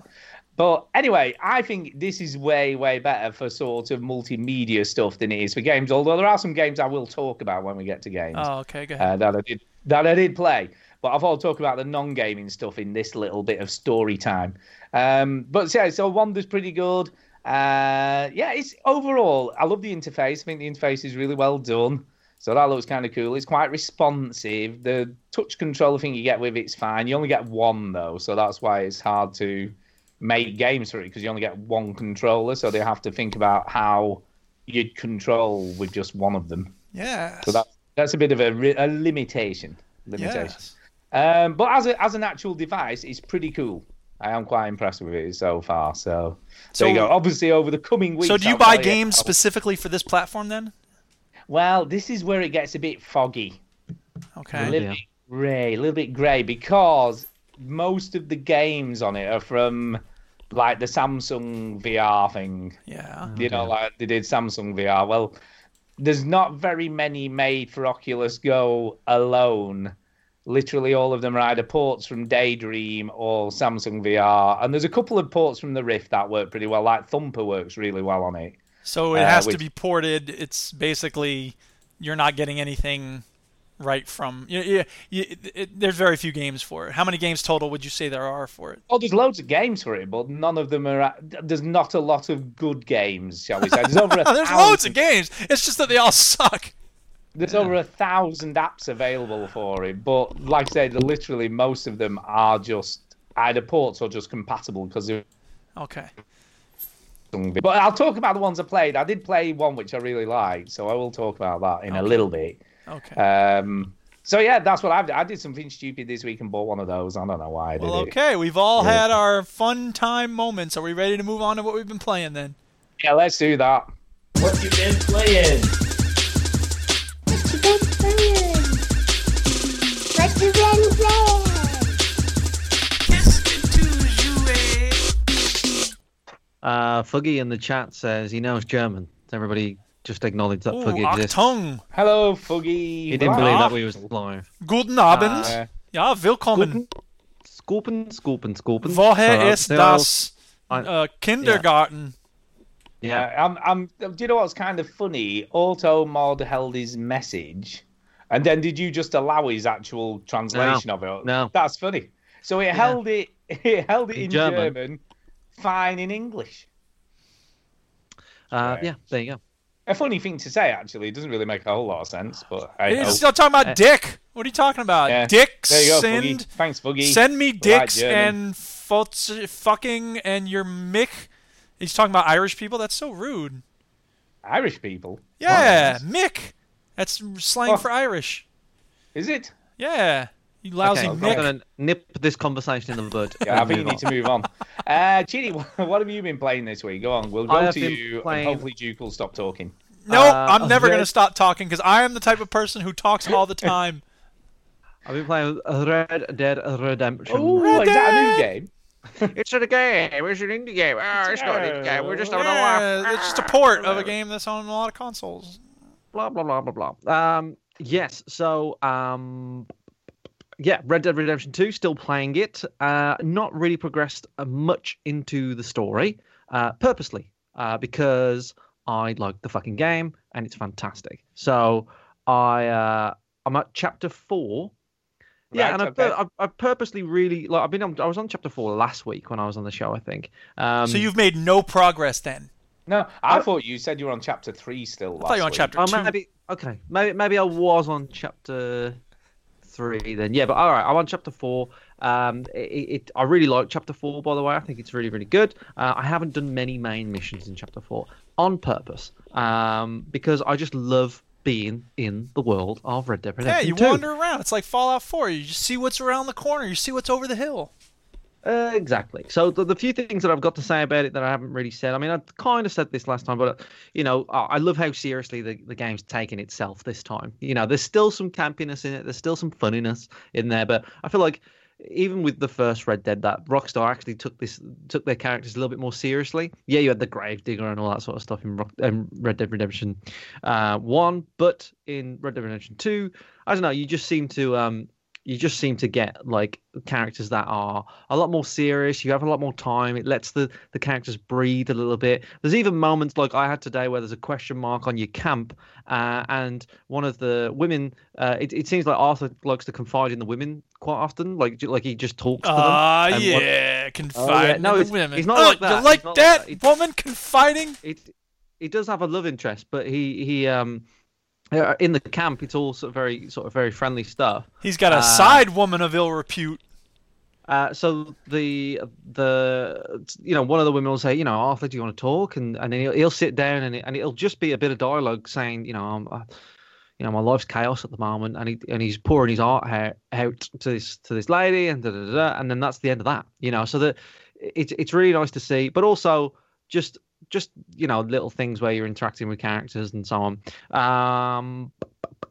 Speaker 2: But anyway, I think this is way, way better for sort of multimedia stuff than it is for games. Although there are some games I will talk about when we get to games
Speaker 1: Oh, okay, go ahead.
Speaker 2: uh, that I did that I did play. But I've all talked about the non-gaming stuff in this little bit of story time. Um, but yeah, so Wanda's pretty good. Uh, yeah, it's overall I love the interface. I think the interface is really well done. So that looks kind of cool. It's quite responsive. The touch controller thing you get with it's fine. You only get one though, so that's why it's hard to make games for it because you only get one controller. So they have to think about how you'd control with just one of them.
Speaker 1: yeah.
Speaker 2: So that, that's a bit of a, re- a limitation. Limitation.
Speaker 1: yes.
Speaker 2: Um, but as a, as an actual device, it's pretty cool. I am quite impressed with it so far. So,
Speaker 1: So-
Speaker 2: there you go. Obviously, over the coming weeks.
Speaker 1: So do you
Speaker 2: I'll
Speaker 1: buy
Speaker 2: tell
Speaker 1: games
Speaker 2: how-
Speaker 1: specifically for this platform then?
Speaker 2: well, this is where it gets a bit foggy, a
Speaker 1: Okay.
Speaker 2: little bit grey, a little bit grey, because most of the games on it are from like the Samsung VR thing.
Speaker 1: Yeah.
Speaker 2: you know, like they did Samsung VR. Well, there's not very many made for Oculus Go alone. Literally, all of them are either ports from Daydream or Samsung VR, and there's a couple of ports from the Rift that work pretty well. Like Thumper works really well on it.
Speaker 1: So it
Speaker 2: Uh,
Speaker 1: has to
Speaker 2: which-
Speaker 1: be ported. It's basically you're not getting anything right from. You, you, you, it, it, there's very few games for it. How many games total would you say there are for it?
Speaker 2: Oh, there's loads of games for it, but none of them are. There's not a lot of good games, shall we say? There's over a
Speaker 1: Oh, there's loads
Speaker 2: thousand-
Speaker 1: of games. It's just that they all suck.
Speaker 2: There's over a thousand apps available for it, but like I said, literally most of them are just either ports or just compatible because they're
Speaker 1: Okay.
Speaker 2: but I'll talk about the ones I played. I did play one which I really liked, so I will talk about that in a little bit.
Speaker 1: Okay.
Speaker 2: Um, so yeah, that's what I've I did something stupid this week and bought one of those. I don't know why I did
Speaker 1: well,
Speaker 2: it.
Speaker 1: okay. We've all had our fun time moments. Are we ready to move on to what we've been playing then?
Speaker 2: Yeah, let's do that.
Speaker 8: What you been playing?
Speaker 7: What you been playing? What you been playing?
Speaker 3: Uh, Fuggy in the chat says he knows German. So everybody just acknowledge that
Speaker 1: Ooh,
Speaker 3: Fuggy exists.
Speaker 1: Achtung.
Speaker 2: Hello, Fuggy.
Speaker 3: He didn't
Speaker 2: Blah.
Speaker 3: believe that we was live.
Speaker 1: Guten Abend.
Speaker 2: Uh,
Speaker 1: ja, willkommen.
Speaker 3: Scorpion, Scorpion, Scorpion.
Speaker 1: Woher
Speaker 3: So,
Speaker 1: ist
Speaker 3: they're
Speaker 1: das
Speaker 3: all-
Speaker 1: uh, Kindergarten?
Speaker 3: all- Yeah.
Speaker 2: Yeah, I'm, I'm. Do you know what's kind of funny? Auto mod held his message, and then did you just allow his actual translation of it?
Speaker 3: no.
Speaker 2: that's funny. So it held it. It held it
Speaker 3: In
Speaker 2: in German.
Speaker 3: German.
Speaker 2: fine in English.
Speaker 3: Uh,
Speaker 2: Right.
Speaker 3: yeah, there you go.
Speaker 2: A funny thing to say, actually. It doesn't really make a whole lot of sense, but I,
Speaker 1: It's
Speaker 2: oh,
Speaker 1: still talking about dick. What are you talking about?
Speaker 2: yeah.
Speaker 1: Dick
Speaker 2: There you go,
Speaker 1: send
Speaker 2: Fuggy. Thanks, Fuggy.
Speaker 1: send me dicks
Speaker 2: German.
Speaker 1: and fots, fucking and your mick. He's talking about Irish people. That's so rude.
Speaker 2: Irish people.
Speaker 1: Yeah, mick. That's slang
Speaker 2: Oh.
Speaker 1: for Irish.
Speaker 2: Is it?
Speaker 1: Yeah, you
Speaker 3: Okay,
Speaker 1: lousy
Speaker 3: I'm
Speaker 1: mick.
Speaker 3: going to nip this conversation in the bud.
Speaker 2: Yeah, I
Speaker 3: and
Speaker 2: think you
Speaker 3: move
Speaker 2: need to move on. Uh, Chidi, what have you been playing this week? Go on. We'll
Speaker 3: I
Speaker 2: go
Speaker 3: have
Speaker 2: to
Speaker 3: been
Speaker 2: you,
Speaker 3: playing-
Speaker 2: and hopefully Duke will stop talking.
Speaker 1: No,
Speaker 3: Uh,
Speaker 1: I'm never
Speaker 3: okay.
Speaker 1: going to stop talking because I am the type of person who talks all the time.
Speaker 3: I've been playing Red Dead Redemption.
Speaker 2: Ooh, is that a new game?
Speaker 3: It's a game. It's an indie game. Oh, it's not an indie game. We're just on a
Speaker 1: Yeah, it's just a port of a game that's on a lot of consoles.
Speaker 3: blah blah blah blah blah. Um, yes. So um, yeah, Red Dead Redemption Two. Still playing it. Uh, not really progressed uh, much into the story, uh, purposely, uh, because I like the fucking game and it's fantastic. So I uh, I'm at chapter four. Yeah,
Speaker 2: Right,
Speaker 3: and I,
Speaker 2: okay.
Speaker 3: pur- I, I purposely really like. I've been on. I was on chapter four last week when I was on the show. I think. Um,
Speaker 1: so you've made no progress then.
Speaker 2: No, I thought you said you were on chapter three still.
Speaker 1: I thought you were on chapter
Speaker 3: Oh,
Speaker 1: two.
Speaker 3: maybe okay. Maybe maybe I was on chapter three then. Yeah, but all right, I'm on chapter four. Um, it, it I really like chapter four. By the way, I think it's really really good. Uh, I haven't done many main missions in chapter four on purpose um, because I just love being in the world of Red Dead
Speaker 1: Yeah,
Speaker 3: Redemption
Speaker 1: you
Speaker 3: 2.
Speaker 1: wander around. It's like Fallout 4. You just see what's around the corner. You see what's over the hill.
Speaker 3: Uh, exactly. So the, the few things that I've got to say about it that I haven't really said. I mean, I kind of said this last time, but uh, you know, I, I love how seriously the, the game's taken itself this time. You know, there's still some campiness in it. There's still some funniness in there, but I feel like even with the first Red Dead, that Rockstar actually took this took their characters a little bit more seriously. Yeah, you had the Gravedigger and all that sort of stuff in Rock, um, Red Dead Redemption uh, One, but in Red Dead Redemption Two, I don't know. You just seem to um, you just seem to get like characters that are a lot more serious. You have a lot more time. It lets the the characters breathe a little bit. There's even moments like I had today where there's a question mark on your camp, uh, and one of the women. Uh, it, it seems like Arthur likes to confide in the women quite often. Like like he just talks to them.
Speaker 1: Ah,
Speaker 3: and one-
Speaker 1: yeah. confiding
Speaker 3: Oh, yeah.
Speaker 1: in
Speaker 3: No,
Speaker 1: the
Speaker 3: it's-
Speaker 1: women.
Speaker 3: it's not
Speaker 1: Oh,
Speaker 3: like that.
Speaker 1: You
Speaker 3: It's
Speaker 1: like
Speaker 3: not like
Speaker 1: that,
Speaker 3: that. It's-
Speaker 1: woman confiding?
Speaker 3: it he does have a love interest, but he he um uh, in the camp it's all sort of very sort of very friendly stuff.
Speaker 1: He's got a
Speaker 3: Uh,
Speaker 1: side woman of ill repute.
Speaker 3: Uh, so the the you know one of the women will say you know Arthur do you want to talk and and then he'll, he'll sit down and it, and it'll just be a bit of dialogue saying you know I'm, uh, you know my life's chaos at the moment and he and he's pouring his heart out, out to this to this lady and da, da, da, da, and then that's the end of that you know so that it's it's really nice to see but also just just you know little things where you're interacting with characters and so on um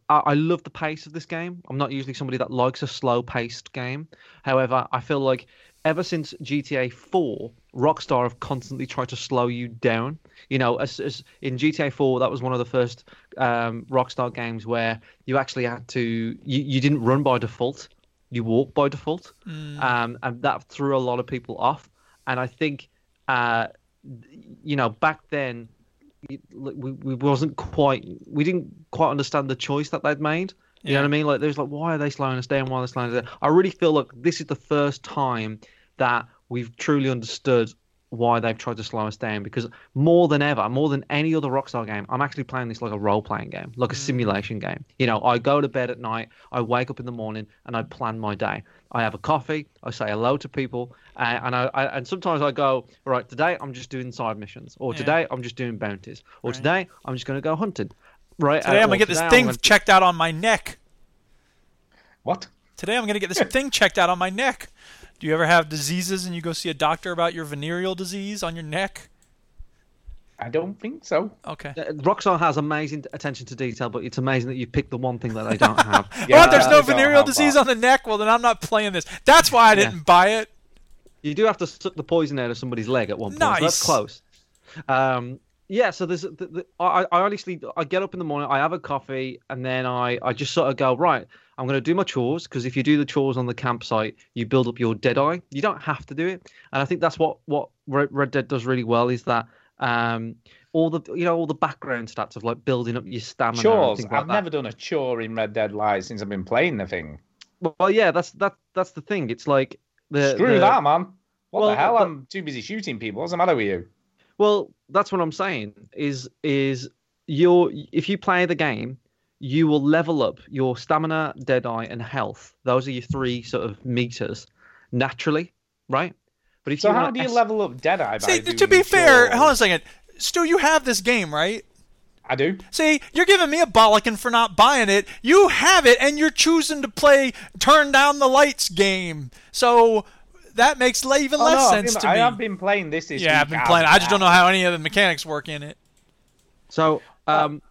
Speaker 3: I, I love the pace of this game i'm not usually somebody that likes a slow paced game However, I feel like ever since GTA 4, Rockstar have constantly tried to slow you down. You know, as, as in GTA 4, that was one of the first um, Rockstar games where you actually had to you, you didn't run by default, you walked by default, um, and that threw a lot of people off. And I think, uh, you know, back then. you- like, We, we wasn't quite we didn't quite understand the choice that they'd made you know what I mean? Like, there's like, why are they slowing us down? Why are they slowing us down? I really feel like this is the first time that we've truly understood why they've tried to slow us down because more than ever, more than any other Rockstar game, I'm actually playing this like a role playing game, like a
Speaker 1: Mm.
Speaker 3: simulation game. You know, I go to bed at night, I wake up in the morning, and I plan my day. I have a coffee, I say hello to people, and, and I, I and sometimes I go right today. I'm just doing side missions, or
Speaker 1: Yeah.
Speaker 3: today I'm just doing bounties, or today I'm just going to go hunting. Right
Speaker 1: Today
Speaker 3: uh,
Speaker 1: I'm
Speaker 3: or
Speaker 1: gonna get this
Speaker 3: today I'm
Speaker 1: thing
Speaker 3: gonna-
Speaker 1: checked out on my neck.
Speaker 2: What?
Speaker 1: Today I'm gonna get this thing checked out on my neck. Do you ever have diseases and you go see a doctor about your venereal disease on your neck?
Speaker 2: I don't think so.
Speaker 1: Okay.
Speaker 3: Uh, Rockstar has amazing attention to detail, but it's amazing that you picked the one thing that they don't have.
Speaker 1: oh, there's
Speaker 2: I
Speaker 1: no
Speaker 2: don't
Speaker 1: venereal
Speaker 2: have
Speaker 1: disease
Speaker 2: that.
Speaker 1: on the neck. Well, then I'm not playing this. That's why I didn't buy it.
Speaker 3: you do have to suck the poison out of somebody's leg at one point. so
Speaker 1: Nice.
Speaker 3: that's close. Um, yeah, so there's. The, the, I, I honestly, I get up in the morning, I have a coffee, and then I, I just sort of go right. I'm going to do my chores because if you do the chores on the campsite, you build up your dead eye. You don't have to do it, and I think that's what what Red Red Dead does really well is that um, all the you know all the background stats of like building up your stamina. and
Speaker 2: Chores.
Speaker 3: things like
Speaker 2: I've
Speaker 3: that.
Speaker 2: never done a chore in Red Dead Live since I've been playing the thing.
Speaker 3: Well, yeah, that's that that's the thing. It's like the
Speaker 2: Screw
Speaker 3: the-
Speaker 2: that, man. What
Speaker 3: Well,
Speaker 2: the hell?
Speaker 3: but-
Speaker 2: I'm too busy shooting people. What's the matter with you?
Speaker 3: Well, that's what I'm saying. Is is your if you play the game, you will level up your stamina, deadeye, and health. Those are your three sort of meters naturally, right? But if
Speaker 2: So how
Speaker 3: wanna
Speaker 2: do you
Speaker 3: es-
Speaker 2: level up Deadeye? By
Speaker 1: See,
Speaker 2: doing
Speaker 1: to be fair,
Speaker 2: chores?
Speaker 1: hold on a second. Stu, you have this game, right?
Speaker 2: I do.
Speaker 1: See, you're giving me a bollocking for not buying it. You have it, and you're choosing to play turn down the lights game. So that makes le- even
Speaker 2: Oh,
Speaker 1: less
Speaker 2: no, I've
Speaker 1: sense
Speaker 2: been-
Speaker 1: to
Speaker 2: I
Speaker 1: me.
Speaker 2: have been playing this. this
Speaker 1: yeah, I've
Speaker 2: week
Speaker 1: been
Speaker 2: out
Speaker 1: playing. it. I just don't know
Speaker 2: loud.
Speaker 1: how any of the mechanics work in it.
Speaker 3: So, um,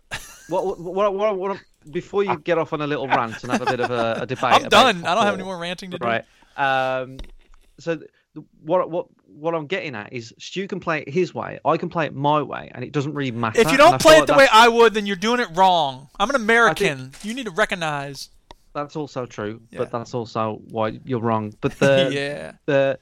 Speaker 3: what what what, what, what before you get off on a little rant and have a bit of a, a debate,
Speaker 1: I'm
Speaker 3: about
Speaker 1: done. I don't have
Speaker 3: football,
Speaker 1: any more ranting to do.
Speaker 3: Right. Um, so th- what what what I'm getting at is Stu can play it his way, I can play it my way, and it doesn't really matter.
Speaker 1: If you
Speaker 3: and I
Speaker 1: don't
Speaker 3: feel
Speaker 1: play it
Speaker 3: like
Speaker 1: the
Speaker 3: that's-
Speaker 1: way I would, then you're doing it wrong. I'm an American.
Speaker 3: I
Speaker 1: You need to recognize.
Speaker 3: that's also true,
Speaker 1: Yeah.
Speaker 3: but that's also why you're wrong. But the
Speaker 1: yeah.
Speaker 3: the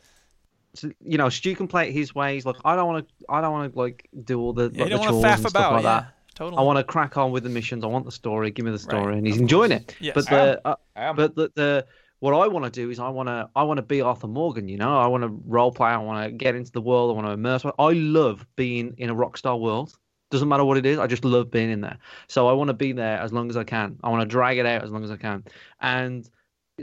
Speaker 3: so, you know Stu can play it his ways. Like I don't want to, I don't want to like do all the
Speaker 1: yeah you
Speaker 3: like, the
Speaker 1: don't want
Speaker 3: chores
Speaker 1: to faff
Speaker 3: and stuff
Speaker 1: about.
Speaker 3: like
Speaker 1: yeah.
Speaker 3: that.
Speaker 1: Totally.
Speaker 3: I want to crack on with the missions. I want the story. Give me the story,
Speaker 1: Right,
Speaker 3: and he's enjoying it.
Speaker 1: Yes.
Speaker 3: But
Speaker 2: I am.
Speaker 3: the uh,
Speaker 2: I am.
Speaker 3: but the, the what I want to do is I want to I want to be Arthur Morgan. You know, I want to role play. I want to get into the world. I want to immerse. my- I love being in a rock star world. Doesn't matter what it is. I just love being in there. So I want to be there as long as I can. I want to drag it out as long as I can. And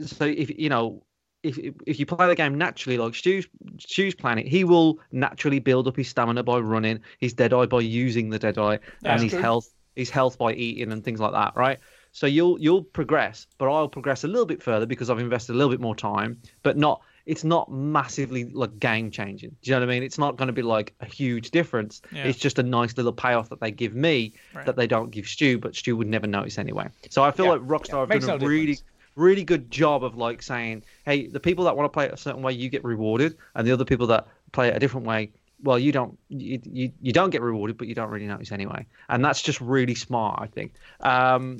Speaker 3: so if you know. If, if- if you play the game naturally, like Stu's, Stu's playing it, he will naturally build up his stamina by running, his dead eye by using the dead eye,
Speaker 2: That's
Speaker 3: and his
Speaker 2: true.
Speaker 3: health his health by eating and things like that, right? So you'll you'll progress, but I'll progress a little bit further because I've invested a little bit more time, but not it's not massively like game changing. Do you know what I mean? It's not going to be like a huge difference.
Speaker 1: Yeah.
Speaker 3: It's just a nice little payoff that they give me
Speaker 1: Right.
Speaker 3: that they don't give Stu, but Stu would never notice anyway. So I feel
Speaker 2: Yeah.
Speaker 3: like Rockstar have
Speaker 2: Makes
Speaker 3: done
Speaker 2: no
Speaker 3: a really
Speaker 2: difference.
Speaker 3: really good job of like saying, hey, the people that want to play it a certain way, you get rewarded, and the other people that play it a different way, well, you don't you, you, you don't get rewarded, but you don't really notice anyway, and that's just really smart, I think. Um,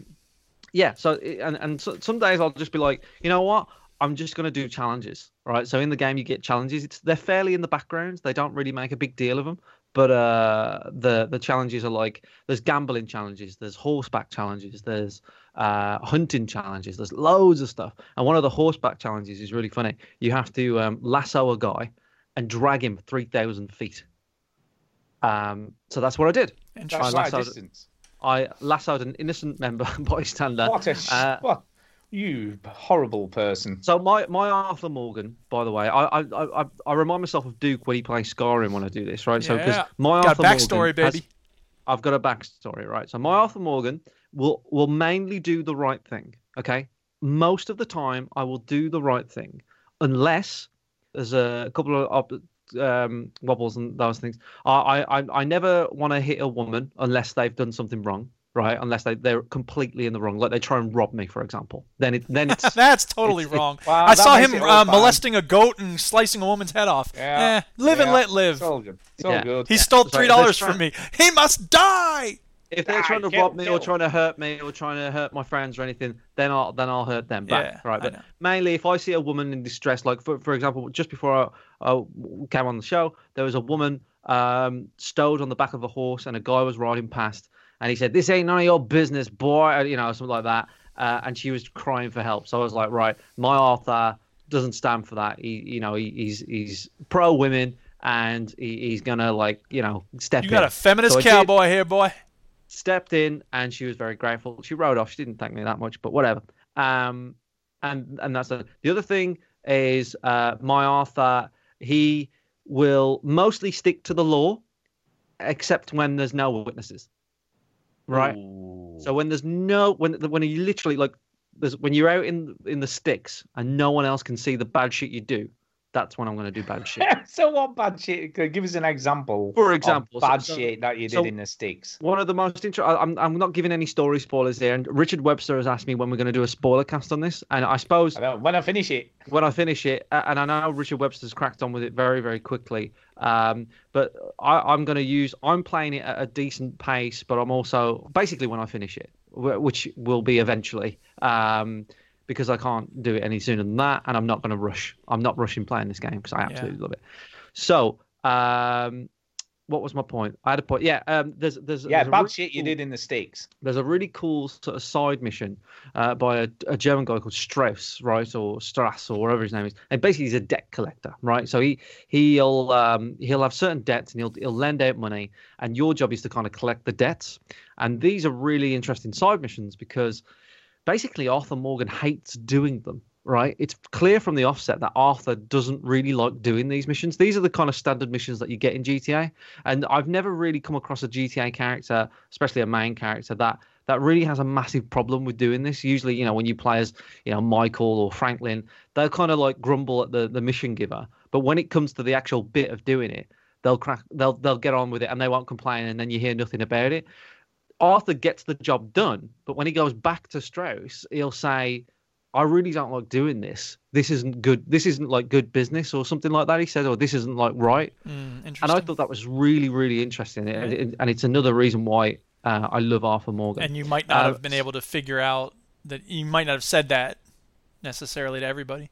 Speaker 3: yeah. So it- and and so, some days I'll just be like, you know what? I'm just gonna do challenges, right? So in the game you get challenges. It's they're fairly in the background. They don't really make a big deal of them. But uh, the the challenges are like there's gambling challenges, there's horseback challenges, there's uh, hunting challenges, there's loads of stuff. And one of the horseback challenges is really funny. You have to um, lasso a guy and drag him three thousand feet. Um, so that's what I did.
Speaker 1: Interesting.
Speaker 3: I
Speaker 2: That's my
Speaker 3: lassoed,
Speaker 2: distance.
Speaker 3: I lassoed an innocent member bystander.
Speaker 2: What a sh-
Speaker 3: uh,
Speaker 2: what you horrible person.
Speaker 3: So my, my Arthur Morgan, by the way, I, I I I- I remind myself of Duke when he plays Skyrim when I do this, right? So because
Speaker 1: Yeah.
Speaker 3: my
Speaker 1: Got
Speaker 3: Arthur
Speaker 1: backstory,
Speaker 3: Morgan has-
Speaker 1: baby.
Speaker 3: I've got a backstory, right? So my Arthur Morgan will will mainly do the right thing. Okay, most of the time I will do the right thing, unless there's a couple of op- um, wobbles and those things. I I I- I never want to hit a woman unless they've done something wrong, right? Unless they they're completely in the wrong, like they try and rob me, for example. Then it then it's
Speaker 1: That's totally
Speaker 3: it's-
Speaker 1: wrong.
Speaker 2: Wow,
Speaker 1: I
Speaker 2: that
Speaker 1: saw
Speaker 2: makes
Speaker 1: him
Speaker 2: it all
Speaker 1: uh,
Speaker 2: fine.
Speaker 1: molesting a goat and slicing a woman's head off.
Speaker 2: Yeah.
Speaker 1: Eh, live and
Speaker 2: Yeah.
Speaker 1: let live.
Speaker 2: It's all good. It's all
Speaker 3: Yeah.
Speaker 2: good.
Speaker 1: He stole
Speaker 3: That's right.
Speaker 1: three dollars
Speaker 3: That's
Speaker 1: from
Speaker 3: right.
Speaker 1: me. He must die.
Speaker 3: if they're
Speaker 2: Die,
Speaker 3: trying to
Speaker 2: kill,
Speaker 3: rob me or
Speaker 2: kill.
Speaker 3: trying to hurt me or trying to hurt my friends or anything, then I'll then I'll hurt them back.
Speaker 1: Yeah,
Speaker 3: right,
Speaker 1: I
Speaker 3: but
Speaker 1: know.
Speaker 3: mainly if I see a woman in distress, like for for example, just before I, I came on the show, there was a woman um, stowed on the back of a horse, and a guy was riding past, and he said, "This ain't none of your business, boy," you know, something like that. Uh, and she was crying for help. So I was like, right, my Arthur doesn't stand for that. He, you know, he, he's he's pro women and he, he's gonna like you know step
Speaker 1: You
Speaker 3: in.
Speaker 1: got a feminist
Speaker 3: So I did-
Speaker 1: cowboy here, boy.
Speaker 3: stepped in and she was very grateful. She rode off. She didn't thank me that much, but whatever. Um, and and that's it. the other thing is uh, my Arthur. He will mostly stick to the law, except when there's no witnesses. Right. So when there's no when when you literally like there's when you're out in in the sticks and no one else can see the bad shit you do, that's when I'm going to do bad shit.
Speaker 2: so what bad shit? Give us an example.
Speaker 3: For
Speaker 2: of
Speaker 3: example, so-
Speaker 2: bad
Speaker 3: so-
Speaker 2: shit that you did
Speaker 3: so-
Speaker 2: in the sticks.
Speaker 3: One of the most interesting. I'm, I'm not giving any story spoilers here. And Richard Webster has asked me when we're going to do a spoiler cast on this. And I suppose
Speaker 2: I don't- When I finish it,
Speaker 3: when I finish it, a- and I know Richard Webster's cracked on with it very, very quickly. Um, but I, I'm going to use. I'm playing it at a decent pace, but I'm also basically when I finish it, wh- which will be eventually, um, because I can't do it any sooner than that, and I'm not going to rush. I'm not rushing playing this game because I absolutely love it. So. Um, what was my point? I had a point. Yeah, um, there's there's
Speaker 2: yeah,
Speaker 3: there's a
Speaker 2: bad
Speaker 3: really
Speaker 2: shit you
Speaker 3: cool-
Speaker 2: did in the sticks.
Speaker 3: there's a really cool sort of side mission uh, by a, a German guy called Strauss, right, or Strass, or whatever his name is. And basically, he's a debt collector, right? So he he'll um, he'll have certain debts and he'll he'll lend out money, and your job is to kind of collect the debts. And these are really interesting side missions because basically Arthur Morgan hates doing them. Right, it's clear from the offset that Arthur doesn't really like doing these missions. These are the kind of standard missions that you get in GTA, and I've never really come across a GTA character, especially a main character, that that really has a massive problem with doing this. Usually, you know, when you play as you know Michael or Franklin, they'll kind of like grumble at the the mission giver, but when it comes to the actual bit of doing it, they'll crack, they'll they'll get on with it and they won't complain, and then you hear nothing about it. Arthur gets the job done, but when he goes back to Strauss, he'll say, I really don't like doing this. This isn't good. This isn't like good business or something like that. He said, or this isn't like right.
Speaker 1: Mm,
Speaker 3: And I
Speaker 1: interesting.
Speaker 3: thought that was really, really interesting. And, it- and it's another reason why uh, I love Arthur Morgan.
Speaker 1: And you might not
Speaker 3: Uh,
Speaker 1: have been able to figure out that you might not have said that necessarily to everybody.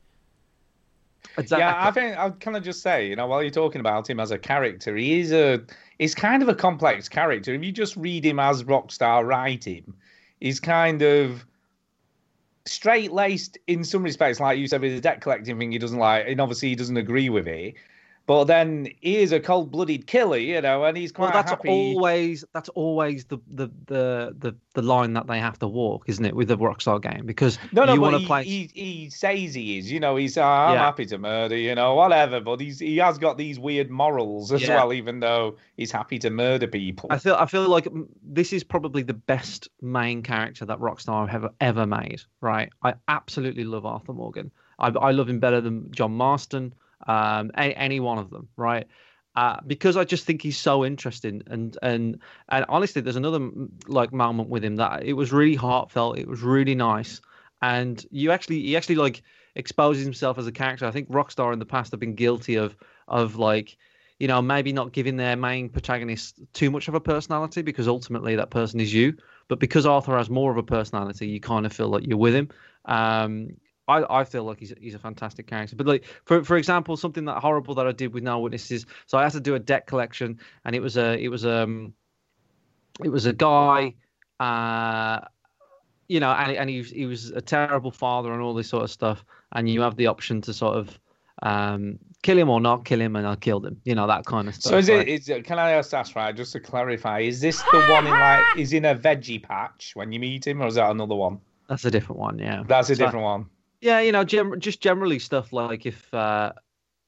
Speaker 3: Exactly.
Speaker 2: Yeah, I think I'll kind of just say, you know, while you're talking about him as a character, he is a he's kind of a complex character. If you just read him as Rockstar write him, he's kind of straight laced in some respects, like you said with the debt collecting thing he doesn't like, and obviously he doesn't agree with it. But then he is a cold blooded killer, you know, and he's quite
Speaker 3: well, that's
Speaker 2: happy.
Speaker 3: always that's always the, the the the the line that they have to walk, isn't it, with the Rockstar game? Because
Speaker 2: No, no,
Speaker 3: you
Speaker 2: but
Speaker 3: want
Speaker 2: he,
Speaker 3: to play.
Speaker 2: he, he says he is. You know, he's uh, I'm
Speaker 3: Yeah.
Speaker 2: happy to murder. You know, whatever. But he's he has got these weird morals as
Speaker 3: Yeah.
Speaker 2: well, even though he's happy to murder people.
Speaker 3: I feel I feel like mm, this is probably the best main character that Rockstar have ever made. Right, I absolutely love Arthur Morgan. I, I love him better than John Marston, um, a, any one of them. Right, uh, because I just think he's so interesting. And and and honestly, there's another mm, like moment with him that it was really heartfelt. It was really nice, and you actually he actually like exposes himself as a character. I think Rockstar in the past have been guilty of of like you know, maybe not giving their main protagonist too much of a personality because ultimately that person is you. But because Arthur has more of a personality, you kind of feel like you're with him. Um, I, I feel like he's, he's a fantastic character. But like for for example, something that horrible that I did with No Witnesses. So I had to do a debt collection, and it was a it was um it was a guy. Uh, you know, and, and he, was- he was a terrible father and all this sort of stuff. And you have the option to sort of um, kill him or not kill him, and I killed him. You know that kind of stuff.
Speaker 2: so is
Speaker 3: right?
Speaker 2: it? Is it? Can I ask that's right? Just to clarify, is this the one in like? Is in a veggie patch when you meet him, or is that another one?
Speaker 3: That's a different one. Yeah.
Speaker 2: That's a
Speaker 3: So-
Speaker 2: different one.
Speaker 3: Yeah, you know, gen- just generally stuff like if uh,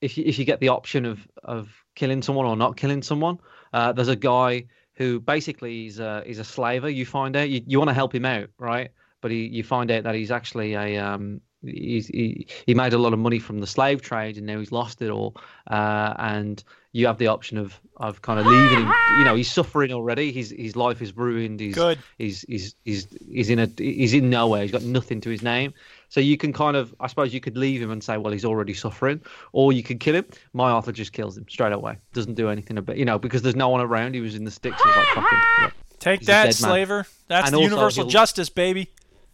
Speaker 3: if you, if you get the option of of killing someone or not killing someone, uh, there's a guy who basically is a, is a slaver. You find out you, you want to help him out, right? But he, you find out that he's actually a um, he's, he he made a lot of money from the slave trade and now he's lost it all. Uh, and you have the option of of kind of leaving him. You know, he's suffering already. His his life is ruined. He's
Speaker 1: Good.
Speaker 3: he's he's he's he's in a he's in nowhere. He's got nothing to his name. So you can kind of, I suppose, you could leave him and say, well, he's already suffering, or you could kill him. My Arthur just kills him straight away. Doesn't do anything about, you know, because there's no one around. He was in the sticks. He's like, fucking.
Speaker 1: Take
Speaker 3: He's a
Speaker 1: that,
Speaker 3: dead man.
Speaker 1: slaver. That's
Speaker 3: And
Speaker 1: the
Speaker 3: also
Speaker 1: universal
Speaker 3: he'll-
Speaker 1: justice, baby.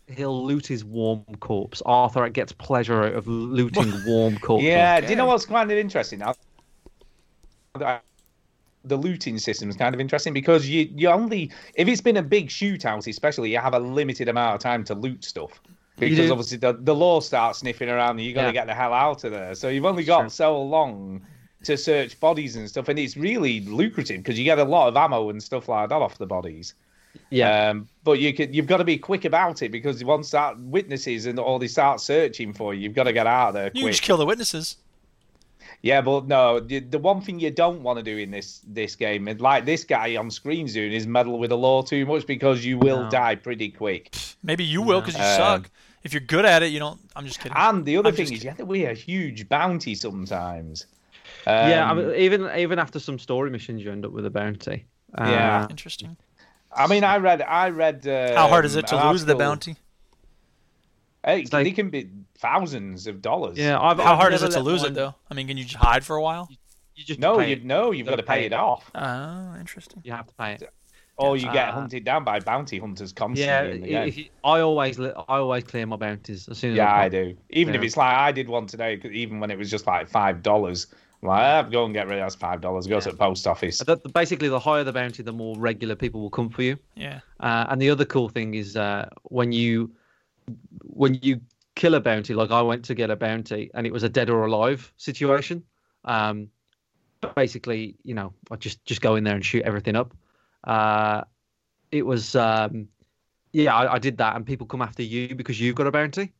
Speaker 3: He'll loot his warm corpse. Arthur gets pleasure out of looting warm corpses.
Speaker 2: Yeah. Do you know what's kind of interesting? I- I- The looting system is kind of interesting because you you only if it's been a big shootout, especially you have a limited amount of time to loot stuff because
Speaker 3: do.
Speaker 2: obviously the, the law starts sniffing around and you got to
Speaker 3: Yeah.
Speaker 2: get the hell out of there. So you've only got so long to search bodies and stuff, and it's really lucrative because you get a lot of ammo and stuff like that off the bodies.
Speaker 3: Yeah.
Speaker 2: Um, but you could, you've got to be quick about it because once that witnesses and all they start searching for you, you've got to get out of there
Speaker 1: You can
Speaker 2: quick.
Speaker 1: just kill the witnesses.
Speaker 2: Yeah, but no, the, the one thing you don't want to do in this this game, and like this guy on screen soon, is meddle with the law too much because you will die pretty quick.
Speaker 1: Maybe you will because you
Speaker 3: Uh,
Speaker 2: Um,
Speaker 1: suck. If you're good at it, you don't. I'm just kidding.
Speaker 3: Ah.
Speaker 2: And the other
Speaker 1: I'm
Speaker 2: thing
Speaker 1: just
Speaker 2: is, you have to weigh a huge bounty sometimes.
Speaker 3: yeah, I
Speaker 2: Um,
Speaker 3: mean, even even after some story missions, you end up with a bounty. Uh,
Speaker 2: Yeah.
Speaker 1: Interesting.
Speaker 2: I mean, I read, I read. Uh,
Speaker 1: How hard is it to
Speaker 2: an
Speaker 1: lose the
Speaker 2: article-
Speaker 1: bounty?
Speaker 2: Hey,
Speaker 3: like-
Speaker 2: they can be thousands of dollars.
Speaker 3: Yeah, I've,
Speaker 1: How
Speaker 3: I've
Speaker 1: hard is
Speaker 3: never
Speaker 1: it to
Speaker 3: let
Speaker 1: lose it
Speaker 3: mine-
Speaker 1: though? I mean, can you just hide for a while?
Speaker 3: You just
Speaker 2: No,
Speaker 3: pay
Speaker 2: you
Speaker 3: it.
Speaker 2: no, you've got to pay it off,
Speaker 1: Oh, interesting.
Speaker 3: You have to pay it.
Speaker 2: or you get
Speaker 3: Ah.
Speaker 2: hunted down by bounty hunters
Speaker 3: Yeah,
Speaker 2: constantly. in the
Speaker 3: i-
Speaker 2: game.
Speaker 3: if you- I always li- I always clear my bounties as soon as
Speaker 2: Yeah,
Speaker 3: I,
Speaker 2: I do. Even if
Speaker 3: Yeah.
Speaker 2: it's like I did one today, 'cause even when it was just like five dollars, like I've go and get rid of that five dollars. Go to the post office.
Speaker 3: The, the- basically, the higher the bounty, the more regular people will come for you.
Speaker 1: Yeah.
Speaker 3: Uh, and the other cool thing is uh, when you when you kill a bounty, like I went to get a bounty, and it was a dead or alive situation. Um, but basically, you know, I just just go in there and shoot everything up. Uh, it was um, yeah, I, I did that, and people come after you because you've got a bounty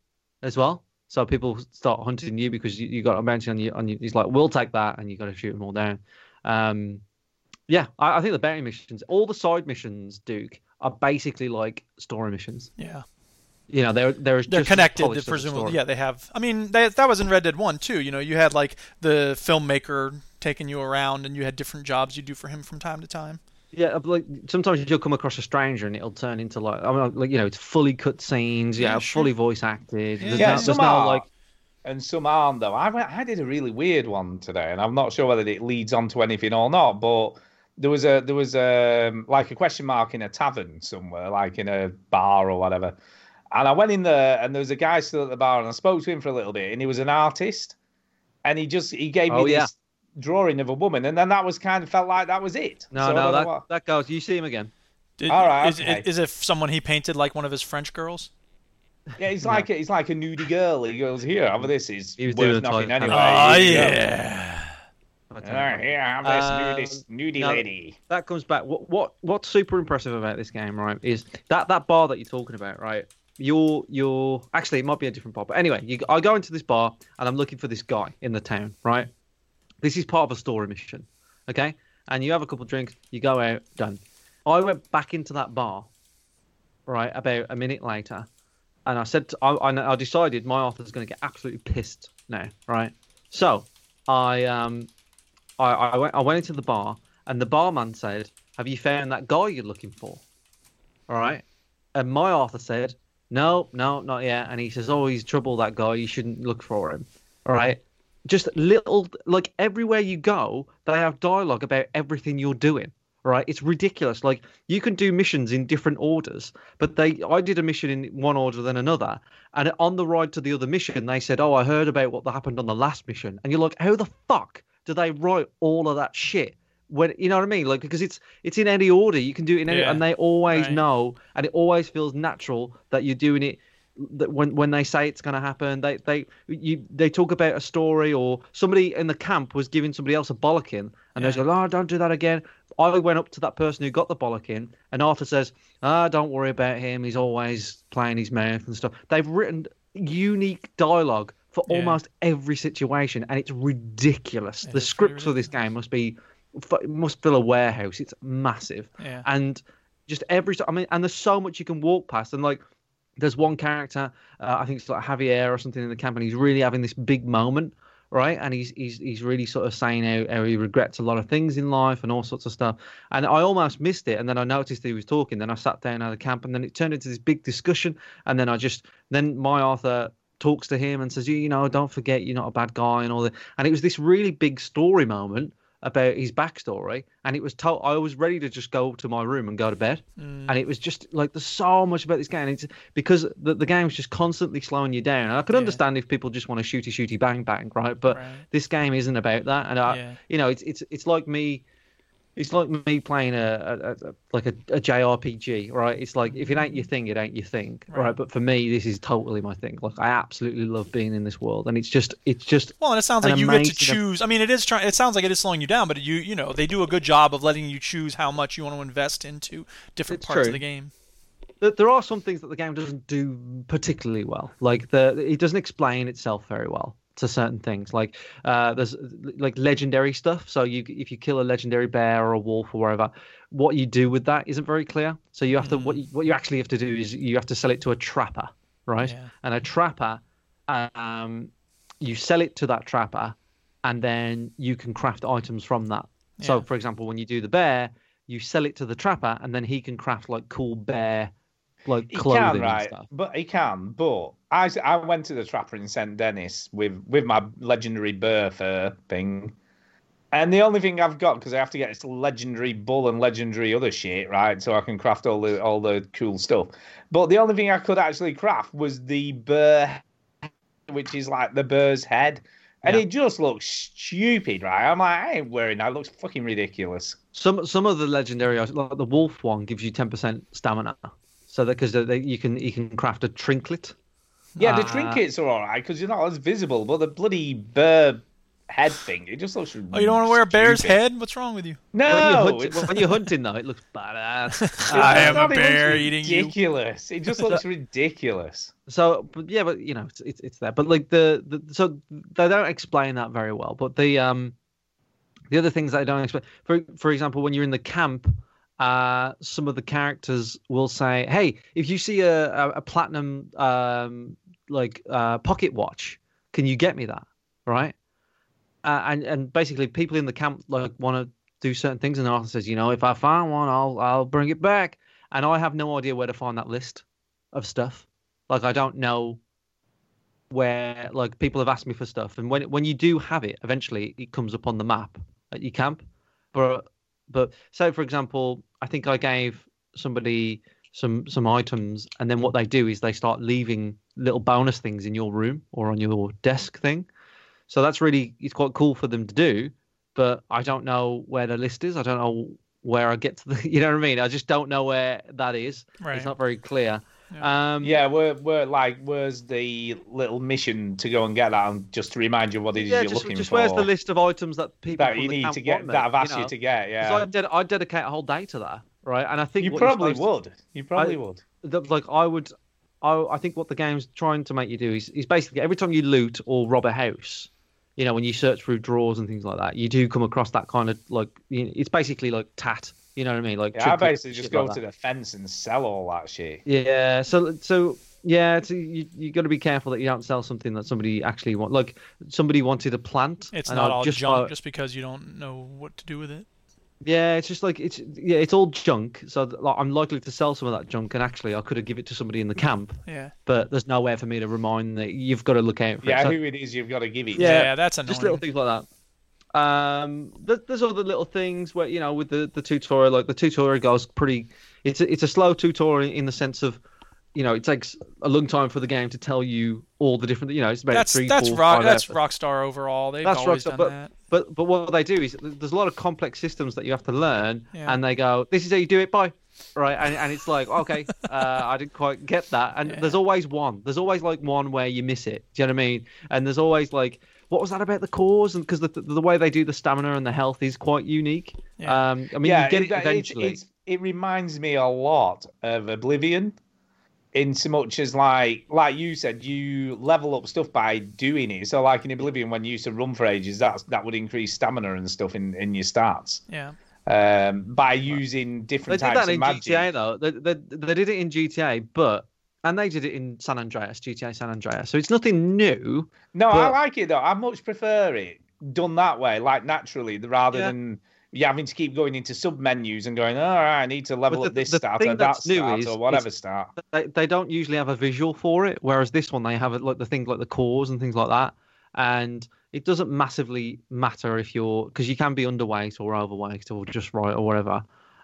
Speaker 3: as well. So people start hunting you because you, you got a bounty on you. On you, he's like, we'll take that, and you got to shoot them all down. Um, yeah, I, I think the bounty missions, all the side missions, Duke, are basically like story missions.
Speaker 1: Yeah.
Speaker 3: You know, they're they're,
Speaker 1: They're
Speaker 3: just
Speaker 1: connected,
Speaker 3: polished up the
Speaker 1: presumably.
Speaker 3: story.
Speaker 1: Yeah, they have. I mean, that that was in Red Dead One too. You know, you had like the filmmaker taking you around, and you had different jobs you do for him from time to time.
Speaker 3: yeah. but, Like sometimes you'll come across a stranger and it'll turn into like, I mean, like you know, it's fully cut scenes. Yeah,
Speaker 1: Yeah, sure.
Speaker 3: fully voice acted. There's
Speaker 2: Yeah,
Speaker 3: no, there's
Speaker 2: some
Speaker 3: no
Speaker 2: are,
Speaker 3: like,
Speaker 2: and some aren't though. I went, I did a really weird one today, and I'm not sure whether it leads on to anything or not. But there was a there was a like a question mark in a tavern somewhere, like in a bar or whatever. And I went in there, and there was a guy still at the bar, and I spoke to him for a little bit, and he was an artist, and he just he gave me
Speaker 3: Oh,
Speaker 2: this
Speaker 3: yeah.
Speaker 2: drawing of a woman, and then that was kind of felt like that was it. So
Speaker 3: no,
Speaker 2: I
Speaker 3: no,
Speaker 2: don't know
Speaker 3: that
Speaker 2: what-
Speaker 3: that goes. You see him again?
Speaker 1: Did-
Speaker 2: All right,
Speaker 1: Is,
Speaker 2: okay.
Speaker 1: is it someone he painted like one of his French girls?
Speaker 2: Yeah, it's like it's like a nudie girl. He goes here, have this is
Speaker 3: He was
Speaker 2: worth
Speaker 3: doing a
Speaker 2: nothing
Speaker 3: toilet
Speaker 2: anyway.
Speaker 1: Oh
Speaker 2: Here you go."
Speaker 1: yeah.
Speaker 3: I don't
Speaker 2: Ah,
Speaker 3: know.
Speaker 2: here, have this
Speaker 3: Um,
Speaker 2: nudie, nudie
Speaker 3: no.
Speaker 2: lady.
Speaker 3: that comes back. What what what's super impressive about this game, right? Is that that bar that you're talking about, right? You're you're actually it might be a different bar, but anyway, you, I go into this bar and I'm looking for this guy in the town, right? This is part of a story mission, okay? And you have a couple drinks, you go out, done. I went back into that bar, right? About a minute later, and I said, to, I, I I decided my author's going to get absolutely pissed now, right? So I um I, I went I went into the bar and the barman said, Have you found that guy you're looking for? All right. And my Arthur said, No, no, not yet. And he says, Oh, he's trouble that guy, you shouldn't look for him. All right. Just little like everywhere you go, they have dialogue about everything you're doing. Right, it's ridiculous. Like you can do missions in different orders, but they I did a mission in one order then another, and on the ride to the other mission, they said, "Oh, I heard about what happened on the last mission," and you're like, "How the fuck do they write all of that shit?" When you know what I mean, like because it's it's in any order, you can do it in any,
Speaker 1: Yeah.
Speaker 3: and they always
Speaker 1: Right.
Speaker 3: know, and it always feels natural that you're doing it. That when when they say it's going to happen, they they you they talk about a story or somebody in the camp was giving somebody else a bollocking, and they they go, "Oh, don't do that again." I went up to that person who got the bollocking, and Arthur says, "Ah, don't worry about him. He's always playing his mouth and stuff." They've written unique dialogue for
Speaker 1: Yeah.
Speaker 3: almost every situation, and it's ridiculous.
Speaker 1: It
Speaker 3: the
Speaker 1: is pretty
Speaker 3: scripts for this game must be f- must fill a warehouse. It's massive,
Speaker 1: Yeah.
Speaker 3: and just every so- I mean, and there's so much you can walk past, and like there's one character, uh, I think it's like Javier or something in the camp, and he's really having this big moment, right? And he's he's he's really sort of saying how, how he regrets a lot of things in life and all sorts of stuff. And I almost missed it, and then I noticed he was talking. Then I sat down at the camp, and then it turned into this big discussion. And then I just then my Arthur talks to him and says, you, you know, don't forget you're not a bad guy and all that. And it was this really big story moment about his backstory and it was told i was ready to just go to my room and go to bed and it was just like there's so much about this game it's because the, the game's just constantly slowing you down and i could understand if people just want to shooty shooty bang bang right but
Speaker 1: Right.
Speaker 3: this game isn't about that and I,
Speaker 1: Yeah.
Speaker 3: you know it's it's it's like me It's like me playing a, a, a like a, a JRPG, right? It's like if it ain't your thing, it ain't your thing, right. But for me, this is totally my thing. Like I absolutely love being in this world, and it's just it's just
Speaker 1: Well, and it sounds
Speaker 3: an
Speaker 1: like you get to
Speaker 3: amazing-
Speaker 1: choose. I mean, it is trying. It sounds like it is slowing you down, but you you know they do a good job of letting you choose how much you want to invest into different
Speaker 3: It's
Speaker 1: parts
Speaker 3: true.
Speaker 1: of the game.
Speaker 3: There- there are some things that the game doesn't do particularly well. Like the it doesn't explain itself very well to certain things. Like uh, there's like legendary stuff. So you if you kill a legendary bear or a wolf or whatever, what you do with that isn't very clear. So you have to what you, what you actually have to do is you have to sell it to a trapper, right?
Speaker 1: Yeah.
Speaker 3: And a trapper, um, you sell it to that trapper, and then you can craft items from that. So
Speaker 1: Yeah.
Speaker 3: for example, when you do the bear, you sell it to the trapper, and then he can craft like cool bear, like
Speaker 2: He
Speaker 3: clothing
Speaker 2: can,
Speaker 3: and
Speaker 2: right?
Speaker 3: stuff.
Speaker 2: But he can. But I, s- I went to the trapper in St Denis with with my legendary bear fur thing, and the only thing I've got because I have to get this legendary bull and legendary other shit, right? So I can craft all the all the cool stuff. But the only thing I could actually craft was the bear, which is like the bear's head. And
Speaker 3: Yeah.
Speaker 2: it just looks stupid, right? I'm like, I ain't wearing that. It looks fucking ridiculous.
Speaker 3: Some some of the legendary items, like the wolf one, gives you ten percent stamina. So that because you can you can craft a trinket.
Speaker 2: Yeah, the
Speaker 3: Ah.
Speaker 2: trinkets are all right because you're not as visible, but the bloody bear head thing, it just looks.
Speaker 1: Oh, you don't want to wear a bear's
Speaker 2: stupid.
Speaker 1: head? What's wrong with you?
Speaker 3: When, you're
Speaker 2: No,
Speaker 3: hunt-
Speaker 2: it's,
Speaker 3: when you're hunting though, it looks badass.
Speaker 1: I
Speaker 2: it's
Speaker 1: am a
Speaker 2: not, it looks
Speaker 1: bear eating you.
Speaker 2: Ridiculous! It just looks ridiculous.
Speaker 3: so but yeah but you know it's, it's it's there but like the, the so they don't explain that very well but the um the other things that i don't explain for for example when you're in the camp uh some of the characters will say hey if you see a a, a platinum um like uh pocket watch can you get me that right uh, and and basically people in the camp like want to do certain things and arthur says you know if i find one i'll i'll bring it back and i have no idea where to find that list of stuff like i don't know where like people have asked me for stuff and when when you do have it eventually it comes up on the map at your camp but but say for example i think i gave somebody some some items and then what they do is they start leaving little bonus things in your room or on your desk thing so that's really it's quite cool for them to do but i don't know where the list is i don't know where i get to the you know what i mean i just don't know where that is
Speaker 1: Right.
Speaker 3: it's not very clear um
Speaker 2: Yeah, we're we're like, where's the little mission to go and get that, and just to remind you what it is
Speaker 3: yeah,
Speaker 2: you're
Speaker 3: just,
Speaker 2: looking
Speaker 3: just
Speaker 2: for
Speaker 3: where's the list of items that people
Speaker 2: that
Speaker 3: from
Speaker 2: you
Speaker 3: the
Speaker 2: need
Speaker 3: camp
Speaker 2: to get
Speaker 3: want me,
Speaker 2: that I've asked
Speaker 3: know?
Speaker 2: you to get?
Speaker 3: 'Cause
Speaker 2: Yeah,
Speaker 3: I'd, ded- I'd dedicate a whole day to that, right? And I think
Speaker 2: you
Speaker 3: what you're
Speaker 2: probably
Speaker 3: supposed to-
Speaker 2: would. You probably would.
Speaker 3: that like I would, I, I think what the game's trying to make you do is, is basically every time you loot or rob a house, you know, when you search through drawers and things like that, you do come across that kind of like you know, it's basically like tat. You know what I mean? Like
Speaker 2: Yeah, I
Speaker 3: trinkets
Speaker 2: basically
Speaker 3: and
Speaker 2: just
Speaker 3: shit
Speaker 2: go
Speaker 3: like
Speaker 2: to
Speaker 3: that.
Speaker 2: the fence and sell all that shit.
Speaker 3: Yeah. So so yeah, so you you got to be careful that you don't sell something that somebody actually want. Like somebody wanted a plant.
Speaker 1: It's
Speaker 3: and
Speaker 1: not
Speaker 3: I
Speaker 1: all
Speaker 3: just
Speaker 1: junk
Speaker 3: buy-
Speaker 1: just because you don't know what to do with it.
Speaker 3: Yeah, it's just like it's yeah, it's all junk. So th- like, I'm likely to sell some of that junk, and actually, I could have give it to somebody in the camp,
Speaker 1: Yeah.
Speaker 3: but there's nowhere for me to remind that you've got to look out for it.
Speaker 2: Yeah,
Speaker 3: So
Speaker 2: who it is you've got to give it.
Speaker 1: Yeah,
Speaker 3: Yeah,
Speaker 1: that's annoying.
Speaker 3: just little things like that. Um, th- there's other little things where you know with the the tutorial, like the tutorial goes pretty. It's a, it's a slow tutorial in the sense of, you know, it takes a long time for the game to tell you all the different. You know, it's about
Speaker 1: that's
Speaker 3: three,
Speaker 1: that's
Speaker 3: four,
Speaker 1: rock
Speaker 3: five
Speaker 1: that's
Speaker 3: hours.
Speaker 1: Rockstar overall. They've
Speaker 3: That's
Speaker 1: always
Speaker 3: Rockstar,
Speaker 1: done
Speaker 3: but-
Speaker 1: that.
Speaker 3: But but what they do is th- there's a lot of complex systems that you have to learn,
Speaker 1: Yeah.
Speaker 3: and they go, "This is how you do it." Bye. Right, and, and it's like, okay, uh, I didn't quite get that. And there's always one. There's always like one where you miss it. Do you know what I mean? And there's always like, what was that about the cause? And because the, the the way they do the stamina and the health is quite unique.
Speaker 1: Yeah.
Speaker 3: Um, I mean, you get it, eventually.
Speaker 2: It's, it's, it reminds me a lot of Oblivion, in so much as like like you said, you level up stuff by doing it. So like in Oblivion, when you used to run for ages, that's that would increase stamina and stuff in in your stats
Speaker 1: Yeah.
Speaker 2: um, by using
Speaker 3: they
Speaker 2: different
Speaker 3: did
Speaker 2: types
Speaker 3: that in
Speaker 2: of magic.
Speaker 3: GTA though. They, they, they did it in GTA, but and they did it in San Andreas, GTA San Andreas. So it's nothing new.
Speaker 2: No, I
Speaker 3: But-
Speaker 2: like it though. I much prefer it done that way, like naturally, rather
Speaker 3: Yeah.
Speaker 2: than you having to keep going into sub menus and going, all right, I need to level
Speaker 3: But the-
Speaker 2: up this
Speaker 3: the
Speaker 2: stat
Speaker 3: thing
Speaker 2: or that
Speaker 3: that's new
Speaker 2: stat
Speaker 3: is-
Speaker 2: or
Speaker 3: is-
Speaker 2: whatever stat.
Speaker 3: they, they don't usually have a visual for it whereas this one they have it like the things like the cores and things like that and it doesn't massively matter if you're because you can be underweight or overweight or just right or whatever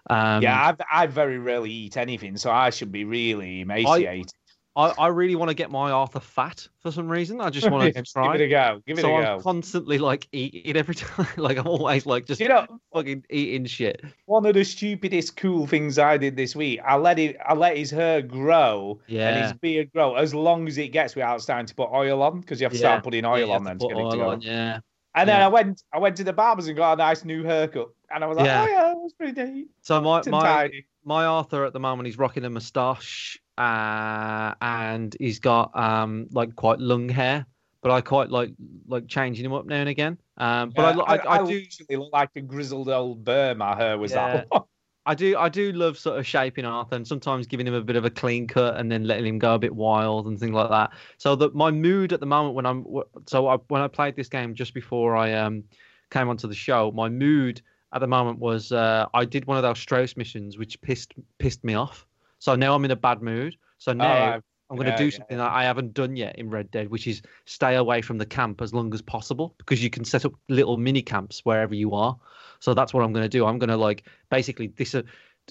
Speaker 3: um
Speaker 2: yeah, I, I very rarely eat anything, so I should be really emaciated.
Speaker 3: I, I really want to get my Arthur fat for some reason. I just want to
Speaker 2: Give
Speaker 3: try.
Speaker 2: it a go. Give it a
Speaker 3: so I'm
Speaker 2: go.
Speaker 3: constantly like eating every time. like I'm always like just
Speaker 2: Do you know,
Speaker 3: fucking eating shit.
Speaker 2: one of the stupidest cool things I did this week. I let it, I let his hair grow and
Speaker 3: Yeah.
Speaker 2: his beard grow as long as it gets without starting to put oil on because you have to
Speaker 3: Yeah.
Speaker 2: start putting oil
Speaker 3: Yeah,
Speaker 2: on
Speaker 3: to
Speaker 2: then to
Speaker 3: put
Speaker 2: get it to
Speaker 3: oil
Speaker 2: go.
Speaker 3: on, Yeah.
Speaker 2: And then
Speaker 3: yeah.
Speaker 2: I went, I went to the barbers and got a nice new haircut, and I was like,
Speaker 3: Yeah.
Speaker 2: oh yeah, that's pretty neat,
Speaker 3: So my
Speaker 2: it's
Speaker 3: my
Speaker 2: tidy.
Speaker 3: my Arthur at the moment he's rocking a moustache uh, and he's got um like quite long hair, but I quite like like changing him up now and again. Um, but
Speaker 2: Yeah,
Speaker 3: I, I, I, do
Speaker 2: literally look like a grizzled old bear. My hair was that long.
Speaker 3: I do I do love sort of shaping Arthur and sometimes giving him a bit of a clean cut and then letting him go a bit wild and things like that. So that my mood at the moment when I'm wh- so I, when I played this game just before I um came onto the show, my mood at the moment was uh, I did one of those Strauss missions which pissed pissed me off. So now I'm in a bad mood. So now
Speaker 2: Alright,
Speaker 3: I'm going to
Speaker 2: Yeah,
Speaker 3: do
Speaker 2: yeah,
Speaker 3: something that I haven't done yet in Red Dead, which is stay away from the camp as long as possible because you can set up little mini camps wherever you are. So that's what I'm going to do. I'm going to like basically dis,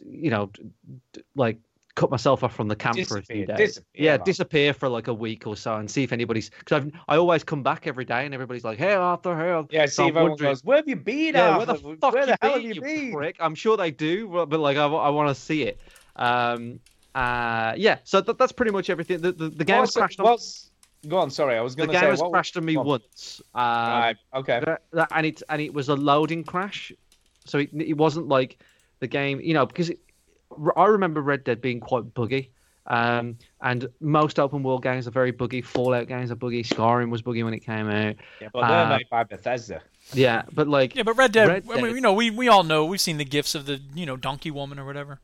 Speaker 3: you know, d- d- like cut myself off from the camp for a few
Speaker 2: Disappear,
Speaker 3: days.
Speaker 2: disappear,
Speaker 3: yeah,
Speaker 2: man.
Speaker 3: disappear for like a week or so and see if anybody's because I've I always come back every day and everybody's like, hey Arthur, hey. Arthur."
Speaker 2: Yeah,
Speaker 3: So
Speaker 2: see
Speaker 3: I'm
Speaker 2: if everyone
Speaker 3: wondering-
Speaker 2: goes, where have you been?
Speaker 3: yeah, where the
Speaker 2: Arthur?
Speaker 3: fuck
Speaker 2: where
Speaker 3: you
Speaker 2: the hell
Speaker 3: been,
Speaker 2: have you
Speaker 3: you
Speaker 2: been?
Speaker 3: prick? I'm sure they do, but, but like I, want to see it. Um, uh, yeah, so that, that's pretty much everything. The, the, the game has
Speaker 2: What's-
Speaker 3: crashed on,
Speaker 2: what's- Go on, sorry, I was
Speaker 3: the
Speaker 2: going to
Speaker 3: game
Speaker 2: say.
Speaker 3: has
Speaker 2: what-
Speaker 3: crashed on me
Speaker 2: go on.
Speaker 3: once. Um,
Speaker 2: Right, okay.
Speaker 3: that- that- and it and it was a loading crash, so it, it wasn't like the game, you know, because it, I remember Red Dead being quite buggy, um, and most open world games are very buggy. Fallout games are buggy. Skyrim was buggy when it came out.
Speaker 2: Yeah, but they're
Speaker 3: uh,
Speaker 2: made by Bethesda.
Speaker 3: Yeah, but like
Speaker 1: Yeah, but Red Dead,
Speaker 3: Red
Speaker 1: I mean,
Speaker 3: Dead-
Speaker 1: you know, we, we all know we've seen the gifs of the you know Donkey Woman or whatever.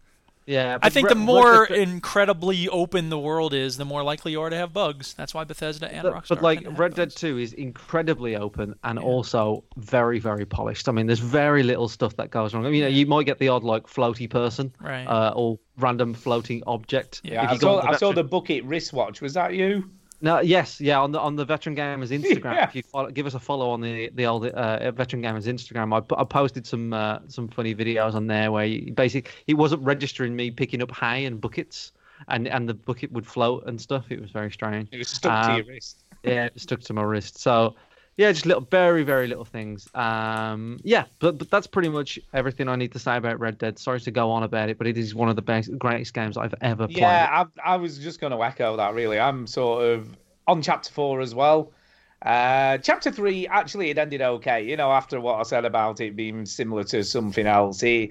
Speaker 3: yeah,
Speaker 1: I
Speaker 3: but
Speaker 1: think
Speaker 3: Red-
Speaker 1: the
Speaker 3: Red
Speaker 1: more
Speaker 3: Dead-
Speaker 1: incredibly open the world is, the more likely you are to have bugs. That's why Bethesda and
Speaker 3: But,
Speaker 1: Rockstar.
Speaker 3: but like
Speaker 1: tend to have
Speaker 3: Red Dead
Speaker 1: bugs.
Speaker 3: 2 is incredibly open and also very very polished. I mean, there's very little stuff that goes wrong. I mean, you know, you might get the odd like floaty person,
Speaker 1: Right.
Speaker 3: uh, or random floating object.
Speaker 1: Yeah,
Speaker 2: Yeah,
Speaker 3: If
Speaker 2: I
Speaker 3: you go
Speaker 2: saw,
Speaker 3: on
Speaker 2: I saw
Speaker 3: veteran-
Speaker 2: the bucket wristwatch. Was that you?
Speaker 3: No, yes, yeah, on the on the Veteran Gamers Instagram.
Speaker 2: Yeah.
Speaker 3: If you follow, give us a follow on the the old uh, Veteran Gamers Instagram, I, pu- I posted some uh, some funny videos on there where you, basically he wasn't registering me picking up hay and buckets, and and the bucket would float and stuff. It was very strange.
Speaker 2: It was stuck
Speaker 3: Um,
Speaker 2: to your wrist.
Speaker 3: yeah, it stuck to my wrist. So yeah, just little, very, very little things. Um, yeah, but, but that's pretty much everything I need to say about Red Dead. Sorry to go on about it, but it is one of the best, greatest games I've ever played.
Speaker 2: Yeah, I, I was just going to echo that. Really, I'm sort of on chapter four as well. Uh, chapter three actually it ended okay. You know, after what I said about it being similar to something else, it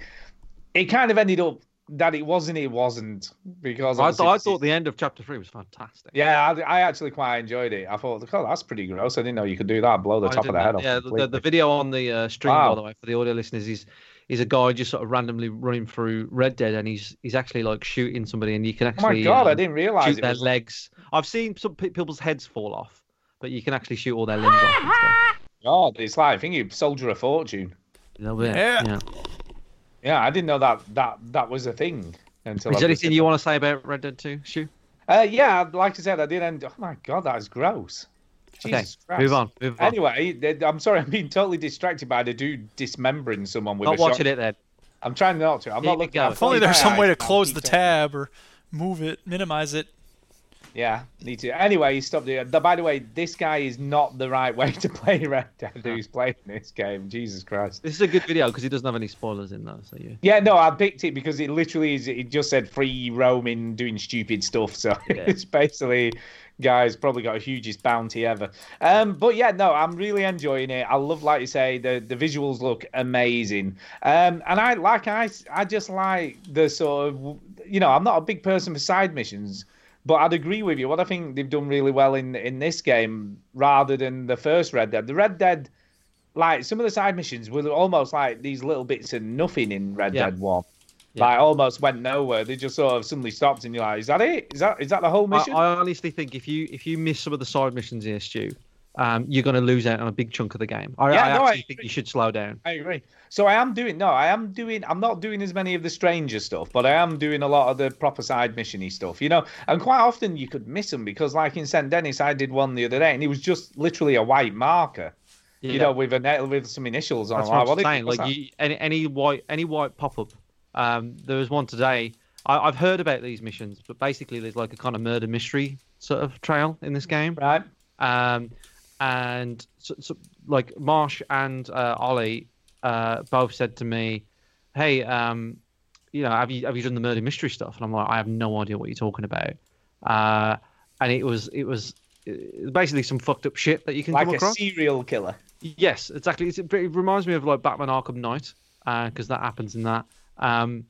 Speaker 2: it kind of ended up that it wasn't. It wasn't because
Speaker 3: I,
Speaker 2: obviously-
Speaker 3: th- I thought the end of chapter three was fantastic.
Speaker 2: Yeah, I, I actually quite enjoyed it. I thought, oh, that's pretty gross. I didn't know you could do that. Blow the
Speaker 3: I
Speaker 2: top of
Speaker 3: didn't
Speaker 2: the head
Speaker 3: know-
Speaker 2: off.
Speaker 3: Yeah, the,
Speaker 2: completely.
Speaker 3: the video on the uh, stream, by
Speaker 2: Wow.
Speaker 3: the way, for the audio listeners, is is a guy just sort of randomly running through Red Dead, and he's he's actually like shooting somebody, and you can
Speaker 2: oh my
Speaker 3: actually
Speaker 2: god, I
Speaker 3: um,
Speaker 2: didn't realize
Speaker 3: shoot
Speaker 2: it.
Speaker 3: their
Speaker 2: Was,
Speaker 3: legs. I've seen some pe- people's heads fall off, but you can actually shoot all their limbs off. And stuff.
Speaker 2: god, it's like I think you soldier of fortune.
Speaker 3: A little bit,
Speaker 1: Yeah.
Speaker 3: yeah.
Speaker 2: Yeah, I didn't know that that that was a thing until.
Speaker 3: Is
Speaker 2: I
Speaker 3: there
Speaker 2: was-
Speaker 3: anything you want to say about Red Dead 2, Shu?
Speaker 2: Uh, yeah, like I said, I did end. Oh my god, that is gross.
Speaker 3: Okay,
Speaker 2: Jesus Christ.
Speaker 3: move on. Move on.
Speaker 2: Anyway, th- I'm sorry, I'm being totally distracted by the dude dismembering someone with
Speaker 3: not
Speaker 2: a shot.
Speaker 3: watching it then.
Speaker 2: I'm trying not to. I'm
Speaker 3: Keep
Speaker 2: not
Speaker 3: it
Speaker 2: looking.
Speaker 3: going.
Speaker 2: at
Speaker 3: If
Speaker 1: If only there was some way to
Speaker 2: I'll
Speaker 1: close
Speaker 2: keep
Speaker 1: the
Speaker 2: going.
Speaker 1: tab or move it, minimize it.
Speaker 2: Yeah, need to. Anyway, he stopped it. Th- By the way, this guy is not the right way to play Red Dead. Who's playing this game? Jesus Christ.
Speaker 3: This is a good video because he doesn't have any spoilers in though. So you.
Speaker 2: Yeah, no, I picked it because it literally is. It just said free roaming, doing stupid stuff. So it's basically, guys, probably got a hugest bounty ever. Um, but yeah, no, I'm really enjoying it. I love, like you say, the the visuals look amazing. Um, and I like I s- I just like the sort of you know I'm not a big person for side missions. But I'd agree with you. What I think they've done really well in in this game, rather than the first Red Dead, the Red Dead like some of the side missions were almost like these little bits of nothing in Red
Speaker 3: Yeah.
Speaker 2: Dead One.
Speaker 3: Yeah.
Speaker 2: Like almost went nowhere. They just sort of suddenly stopped, and you're like, "Is that it? Is that is that the whole
Speaker 3: I,
Speaker 2: mission?"
Speaker 3: I honestly think if you if you miss some of the side missions here, Stu, um, you're going to lose out on a big chunk of the game. I,
Speaker 2: Yeah,
Speaker 3: I
Speaker 2: no, I
Speaker 3: actually think
Speaker 2: agree.
Speaker 3: you should slow down.
Speaker 2: I agree. So I am doing no, I am doing. I'm not doing as many of the stranger stuff, but I am doing a lot of the proper side missiony stuff, you know. And quite often you could miss them because, like in St Denis, I did one the other day, and it was just literally a white marker,
Speaker 3: Yeah,
Speaker 2: you know, with a with some initials on.
Speaker 3: that's
Speaker 2: like,
Speaker 3: what I'm
Speaker 2: what is-
Speaker 3: saying.
Speaker 2: what's
Speaker 3: Like
Speaker 2: that?
Speaker 3: you, any, any white any white pop up. Um, there was one today I, I've heard about these missions, but basically there's like a kind of murder mystery sort of trail in this game.
Speaker 2: right?
Speaker 3: Um, and so, so, like Marsh and uh, Ollie uh, both said to me, "Hey, um, you know, have you have you done the murder mystery stuff?" And I'm like, "I have no idea what you're talking about." Uh, and it was it was uh, basically some fucked up shit that you can
Speaker 2: Like
Speaker 3: come
Speaker 2: a
Speaker 3: across.
Speaker 2: serial killer.
Speaker 3: Yes, exactly. It's, it reminds me of like Batman Arkham Knight because that happens in that. Um,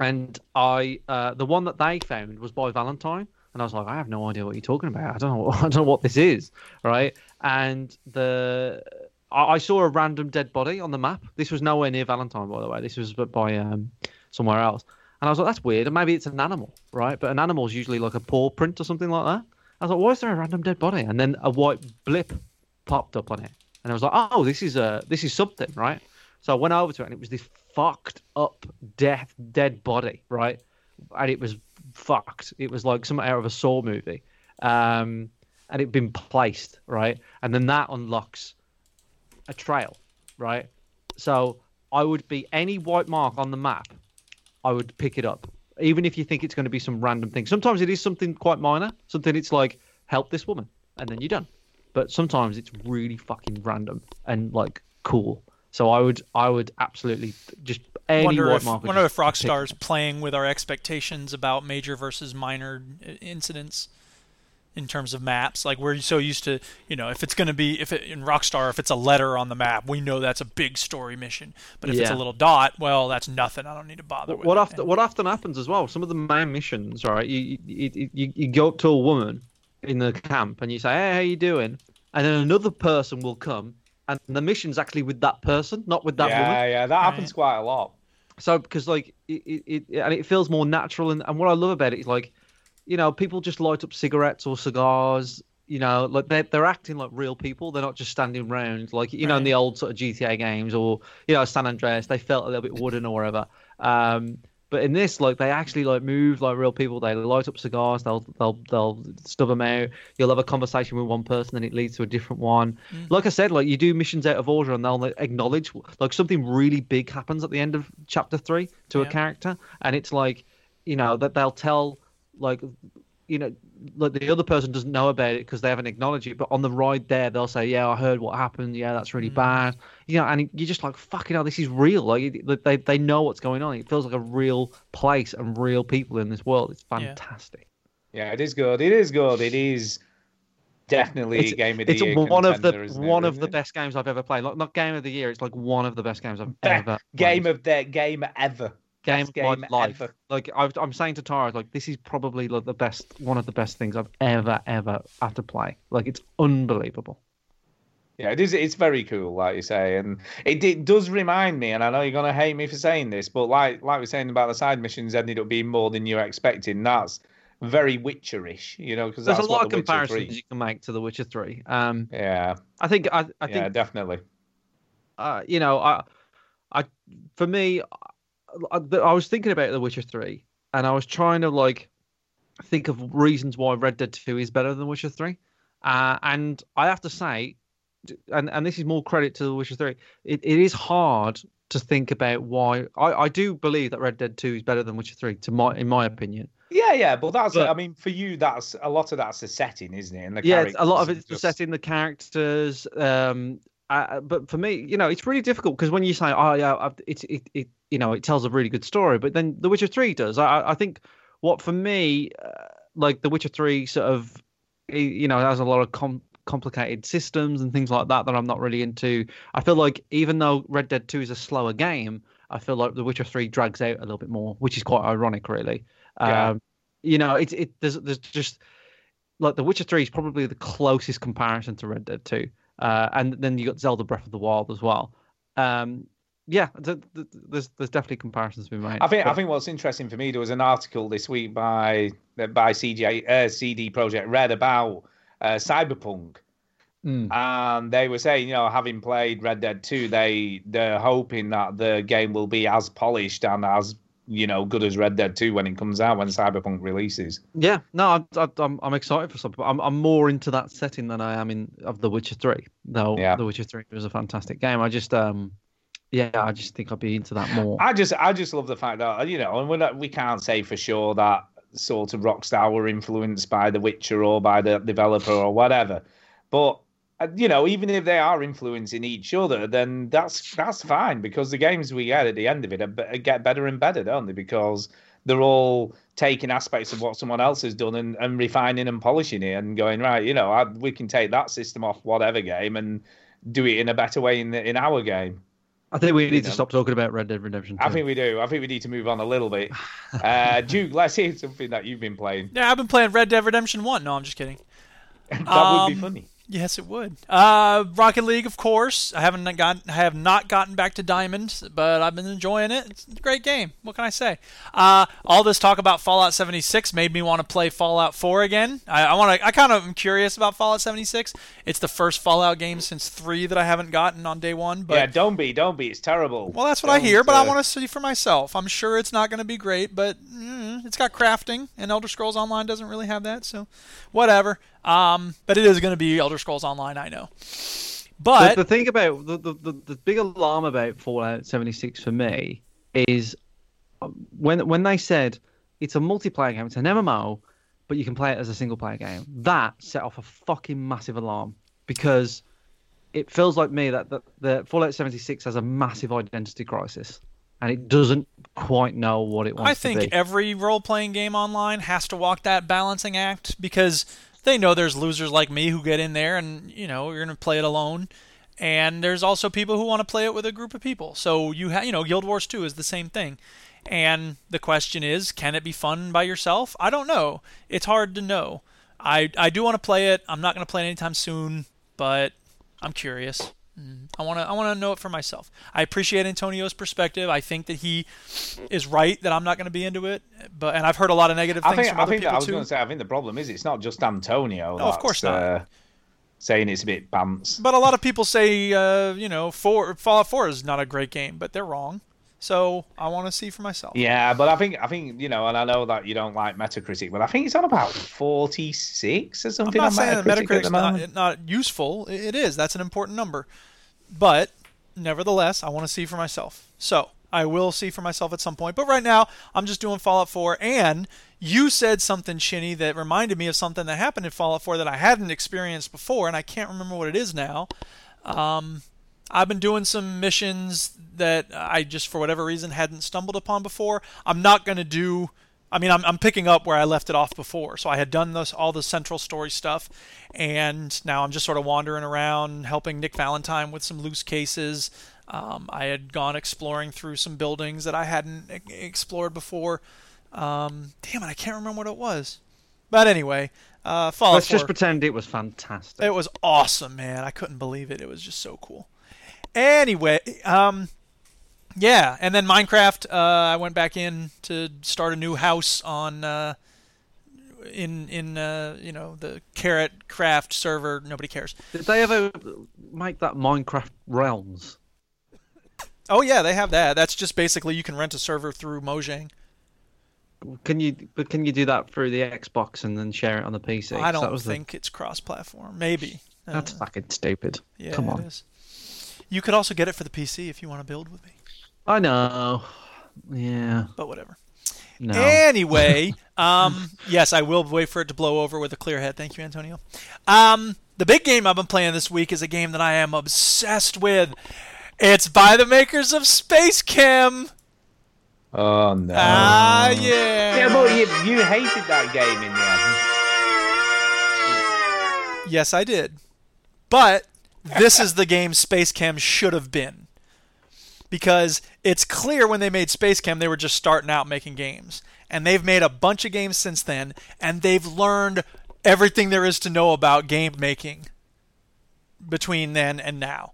Speaker 3: and I, uh, the one that they found was by Valentine, and I was like, I have no idea what you're talking about. I don't know. I don't know what this is, right? And the I, I saw a random dead body on the map. This was nowhere near Valentine, by the way. This was but by um, somewhere else. And I was like, that's weird. And maybe it's an animal, right? But an animal's usually like a paw print or something like that. I was like, why is there a random dead body? And then a white blip popped up on it, and I was like, oh, this is a this is something, right? So I went over to it, and it was this fucked up death dead body, right? And it was fucked. It was like something out of a Saw movie, um, and it'd been placed, right? And then that unlocks a trail, right? So I would be any white mark on the map, I would pick it up, even if you think it's going to be some random thing. Sometimes it is something quite minor, something it's like help this woman, and then you're done. But sometimes it's really fucking random and like cool. So I would, I would absolutely just any
Speaker 1: wonder
Speaker 3: white
Speaker 1: if,
Speaker 3: mark. would
Speaker 1: wonder if
Speaker 3: just pick-
Speaker 1: Rockstar's playing with our expectations about major versus minor uh, incidents in terms of maps. Like we're so used to, you know, if it's going to be if it, in Rockstar, if it's a letter on the map, we know that's a big story mission. But if it's a
Speaker 3: Yeah.
Speaker 1: little dot, well, that's nothing. I don't need to bother with.
Speaker 3: what
Speaker 1: it.
Speaker 3: often what often happens as well some of the main missions right you you, you- you you go up to a woman in the camp and you say hey how you doing and then another person will come and the mission's actually with that person not with that
Speaker 2: yeah,
Speaker 3: woman
Speaker 2: yeah, that happens quite a lot.
Speaker 3: so because like it, it, it and it feels more natural and, and what i love about it is like you know people just light up cigarettes or cigars you know like they're, they're acting like real people they're not just standing around like you know in the old sort of gta games or you know san andreas they felt a little bit wooden or whatever um but in this like they actually like move like real people they light up cigars they'll they'll they'll stub them out you'll have a conversation with one person and it leads to a different one like i said like you do missions out of order and they'll like, acknowledge like something really big happens at the end of chapter three to a character and it's like you know that they'll tell like you know like the other person doesn't know about it because they haven't acknowledged it but on the ride there they'll say yeah i heard what happened yeah that's really bad you know and it- you're just like fucking hell this is real like it- like, they, they know what's going on it feels like a real place and real people in this world it's fantastic
Speaker 2: Yeah, it is good. It is good. It is definitely a game of the
Speaker 3: it's
Speaker 2: year.
Speaker 3: one of the
Speaker 2: contender, isn't it,
Speaker 3: one of
Speaker 2: isn't
Speaker 3: the
Speaker 2: it?
Speaker 3: best games I've ever played. Not, not game of the year. It's like one of the best games I've
Speaker 2: Be-
Speaker 3: ever
Speaker 2: game
Speaker 3: played.
Speaker 2: of their game ever.
Speaker 3: game
Speaker 2: best
Speaker 3: of my
Speaker 2: game
Speaker 3: life.
Speaker 2: ever.
Speaker 3: Like I've, I'm saying to Tara, like this is probably like the best one of the best things I've ever ever had to play. Like it's unbelievable.
Speaker 2: Yeah, it is. It's very cool, like you say, and it, it does remind me. And I know you're gonna hate me for saying this, but like like we're saying about the side missions ended up being more than you're expecting. That's very Witcherish, you know, because
Speaker 3: There's
Speaker 2: that's
Speaker 3: a lot
Speaker 2: what
Speaker 3: of
Speaker 2: The Witcher
Speaker 3: comparisons
Speaker 2: 3
Speaker 3: you can make to The Witcher Three. Um,
Speaker 2: Yeah,
Speaker 3: I think I, I think
Speaker 2: yeah, definitely.
Speaker 3: uh, you know, I, I, for me, I, I was thinking about The Witcher Three, and I was trying to like think of reasons why Red Dead Two is better than Witcher Three, uh, and I have to say, and and this is more credit to The Witcher Three, it, it is hard to think about why I, I do believe that Red Dead Two is better than Witcher Three, to my in my opinion.
Speaker 2: Yeah, yeah, but that's.
Speaker 3: But-
Speaker 2: I mean, for you, that's a lot of that's the setting, isn't it? And the
Speaker 3: yeah, it's- a lot of
Speaker 2: characters
Speaker 3: it's the
Speaker 2: and just-
Speaker 3: setting, the characters. Um, uh, but for me, you know, it's really difficult because when you say, "Oh, yeah," I've- it's it, it, you know, it tells a really good story. But then The Witcher Three does. I, I- I think what for me, uh, like The Witcher Three, sort of, i- e, you know, has a lot of com- complicated systems and things like that that I'm not really into. I feel like even though Red Dead Two is a slower game, I feel like The Witcher Three drags out a little bit more, which is quite ironic, really.
Speaker 2: Yeah.
Speaker 3: Um, you know, it's it there's there's just like The Witcher Three is probably the closest comparison to Red Dead Two, uh, and then you got Zelda Breath of the Wild as well. Um, yeah, th- th- there's there's definitely comparisons to be made.
Speaker 2: I think I
Speaker 3: but-
Speaker 2: think what's interesting for me there was an article this week by by CGI uh, CD Project Red about uh, Cyberpunk,
Speaker 3: Mm.
Speaker 2: and they were saying you know having played Red Dead Two, they they're hoping that the game will be as polished and as you know good as Red Dead Two when it comes out when Cyberpunk releases.
Speaker 3: yeah, no, I'm- I'm I'm, I'm excited for something. I'm I'm more into that setting than I am in of The Witcher Three, though.
Speaker 2: Yeah.
Speaker 3: The Witcher Three was a fantastic game. I just um, yeah, I just think I'd be into that more.
Speaker 2: I just I just love the fact that you know, and we're not, we can't say for sure that sort of Rockstar were influenced by The Witcher or by the developer or whatever, but uh, you know, even if they are influencing each other, then that's that's fine because the games we get at the end of it are, be- get better and better, don't they? Because they're all taking aspects of what someone else has done and, and refining and polishing it and going right. You know, I, we can take that system off whatever game and do it in a better way in the, in our game.
Speaker 3: I think we need to
Speaker 2: know.
Speaker 3: stop talking about Red Dead Redemption. 2.
Speaker 2: I think we do. I think we need to move on a little bit. Uh, Duke, let's hear something that you've been playing.
Speaker 1: Yeah, I've been playing Red Dead Redemption 1. No, I'm just kidding.
Speaker 2: That would be
Speaker 1: Um,
Speaker 2: funny.
Speaker 1: Yes, it would. Uh, Rocket League, of course. I haven't got, I have not gotten back to Diamond, but I've been enjoying it. It's a great game. What can I say? Uh, all this talk about Fallout 76 made me want to play Fallout 4 again. I, I want to. I kind of am curious about Fallout 76. It's the first Fallout game since three that I haven't gotten on day one. But
Speaker 2: yeah, don't be, don't be. It's terrible.
Speaker 1: well, that's what I
Speaker 2: Don't,
Speaker 1: hear, but I
Speaker 2: uh,
Speaker 1: want to see for myself. I'm sure it's not going to be great, but mm, it's got crafting, and Elder Scrolls Online doesn't really have that, so whatever. Um, but it is going to be Elder Scrolls Online, I know.
Speaker 3: The,
Speaker 1: But
Speaker 3: the thing about the, the, the, the big alarm about Fallout 76 for me is um, when when they said it's a multiplayer game, it's an MMO, but you can play it as a single player game. That set off a fucking massive alarm because it feels like me that that the Fallout 76 has a massive identity crisis and it doesn't quite know what it wants
Speaker 1: I think
Speaker 3: to be.
Speaker 1: every role playing game online has to walk that balancing act because they know there's losers like me who get in there and, you know, you're going to play it alone. And there's also people who want to play it with a group of people. So you ha- you know, Guild Wars 2 is the same thing. And the question is, can it be fun by yourself? I don't know. It's hard to know. I I do want to play it. I'm not going to play it anytime soon, but I'm curious. Mm. I want to I want to know it for myself. I appreciate Antonio's perspective. I think that he is right that I'm not going to be into it, but and I've heard a lot of negative
Speaker 2: I
Speaker 1: things
Speaker 2: think,
Speaker 1: from
Speaker 2: I
Speaker 1: other
Speaker 2: think that I
Speaker 1: people
Speaker 2: was
Speaker 1: too.
Speaker 2: going to say. I think the problem is it's not just Antonio.
Speaker 1: No, of course
Speaker 2: that's,
Speaker 1: not.
Speaker 2: Uh, saying it's a bit pants.
Speaker 1: But a lot of people say, uh, you know, four, Fallout 4 is not a great game, but they're wrong. So I want to see for myself.
Speaker 2: Yeah, but I think I think you know, and I know that you don't like Metacritic, but I think it's on about forty six or
Speaker 1: I'm
Speaker 2: something.
Speaker 1: not
Speaker 2: on
Speaker 1: saying that
Speaker 2: Metacritic at
Speaker 1: Metacritic's
Speaker 2: the
Speaker 1: not,
Speaker 2: moment.
Speaker 1: it- not useful. I- It is. That's an important number. But nevertheless, I want to see for myself. So I will see for myself at some point. But right now, I'm just doing Fallout 4. And you said something, Shinny, that reminded me of something that happened in Fallout 4 that I hadn't experienced before, and I can't remember what it is now. I've been doing some missions that I just for whatever reason hadn't stumbled upon before. I'm not going to do I mean I'm I'm picking up where I left it off before. So I had done this all the central story stuff and now I'm just sort of wandering around helping Nick Valentine with some loose cases. Um, I had gone exploring through some buildings that I hadn't e- explored before. Um, damn it, I can't remember what it was. But anyway, uh, Fallout
Speaker 3: Let's just
Speaker 1: 4.
Speaker 3: pretend it was fantastic.
Speaker 1: It was awesome, man. I couldn't believe it. It was just so cool. Anyway, um, yeah, and then Minecraft. Uh, I went back in to start a new house on uh, in in uh, you know the Carrot Craft server. Nobody cares.
Speaker 3: Did they ever make that Minecraft Realms?
Speaker 1: Oh yeah, they have that. That's just basically you can rent a server through Mojang.
Speaker 3: Can you but can you do that through the Xbox and then share it on the PC?
Speaker 1: I
Speaker 3: That
Speaker 1: don't
Speaker 3: was the-
Speaker 1: think it's cross-platform. Maybe. Uh,
Speaker 3: that's fucking stupid.
Speaker 1: yeah,
Speaker 3: Come
Speaker 1: it
Speaker 3: on.
Speaker 1: is. You could also get it for the PC if you want to build with me.
Speaker 3: I know. Yeah.
Speaker 1: But whatever.
Speaker 3: No.
Speaker 1: Anyway, um, yes, I will wait for it to blow over with a clear head. Thank you, Antonio. Um, the big game I've been playing this week is a game that I am obsessed with. It's by the makers of Space Chem.
Speaker 2: Oh no!
Speaker 1: Ah, yeah.
Speaker 2: yeah, but you, you hated that game in the end.
Speaker 1: Yes, I did. But this is the game Space Chem should have been. Because it's clear when they made Space Chem, they were just starting out making games. And they've made a bunch of games since then, and they've learned everything there is to know about game making between then and now.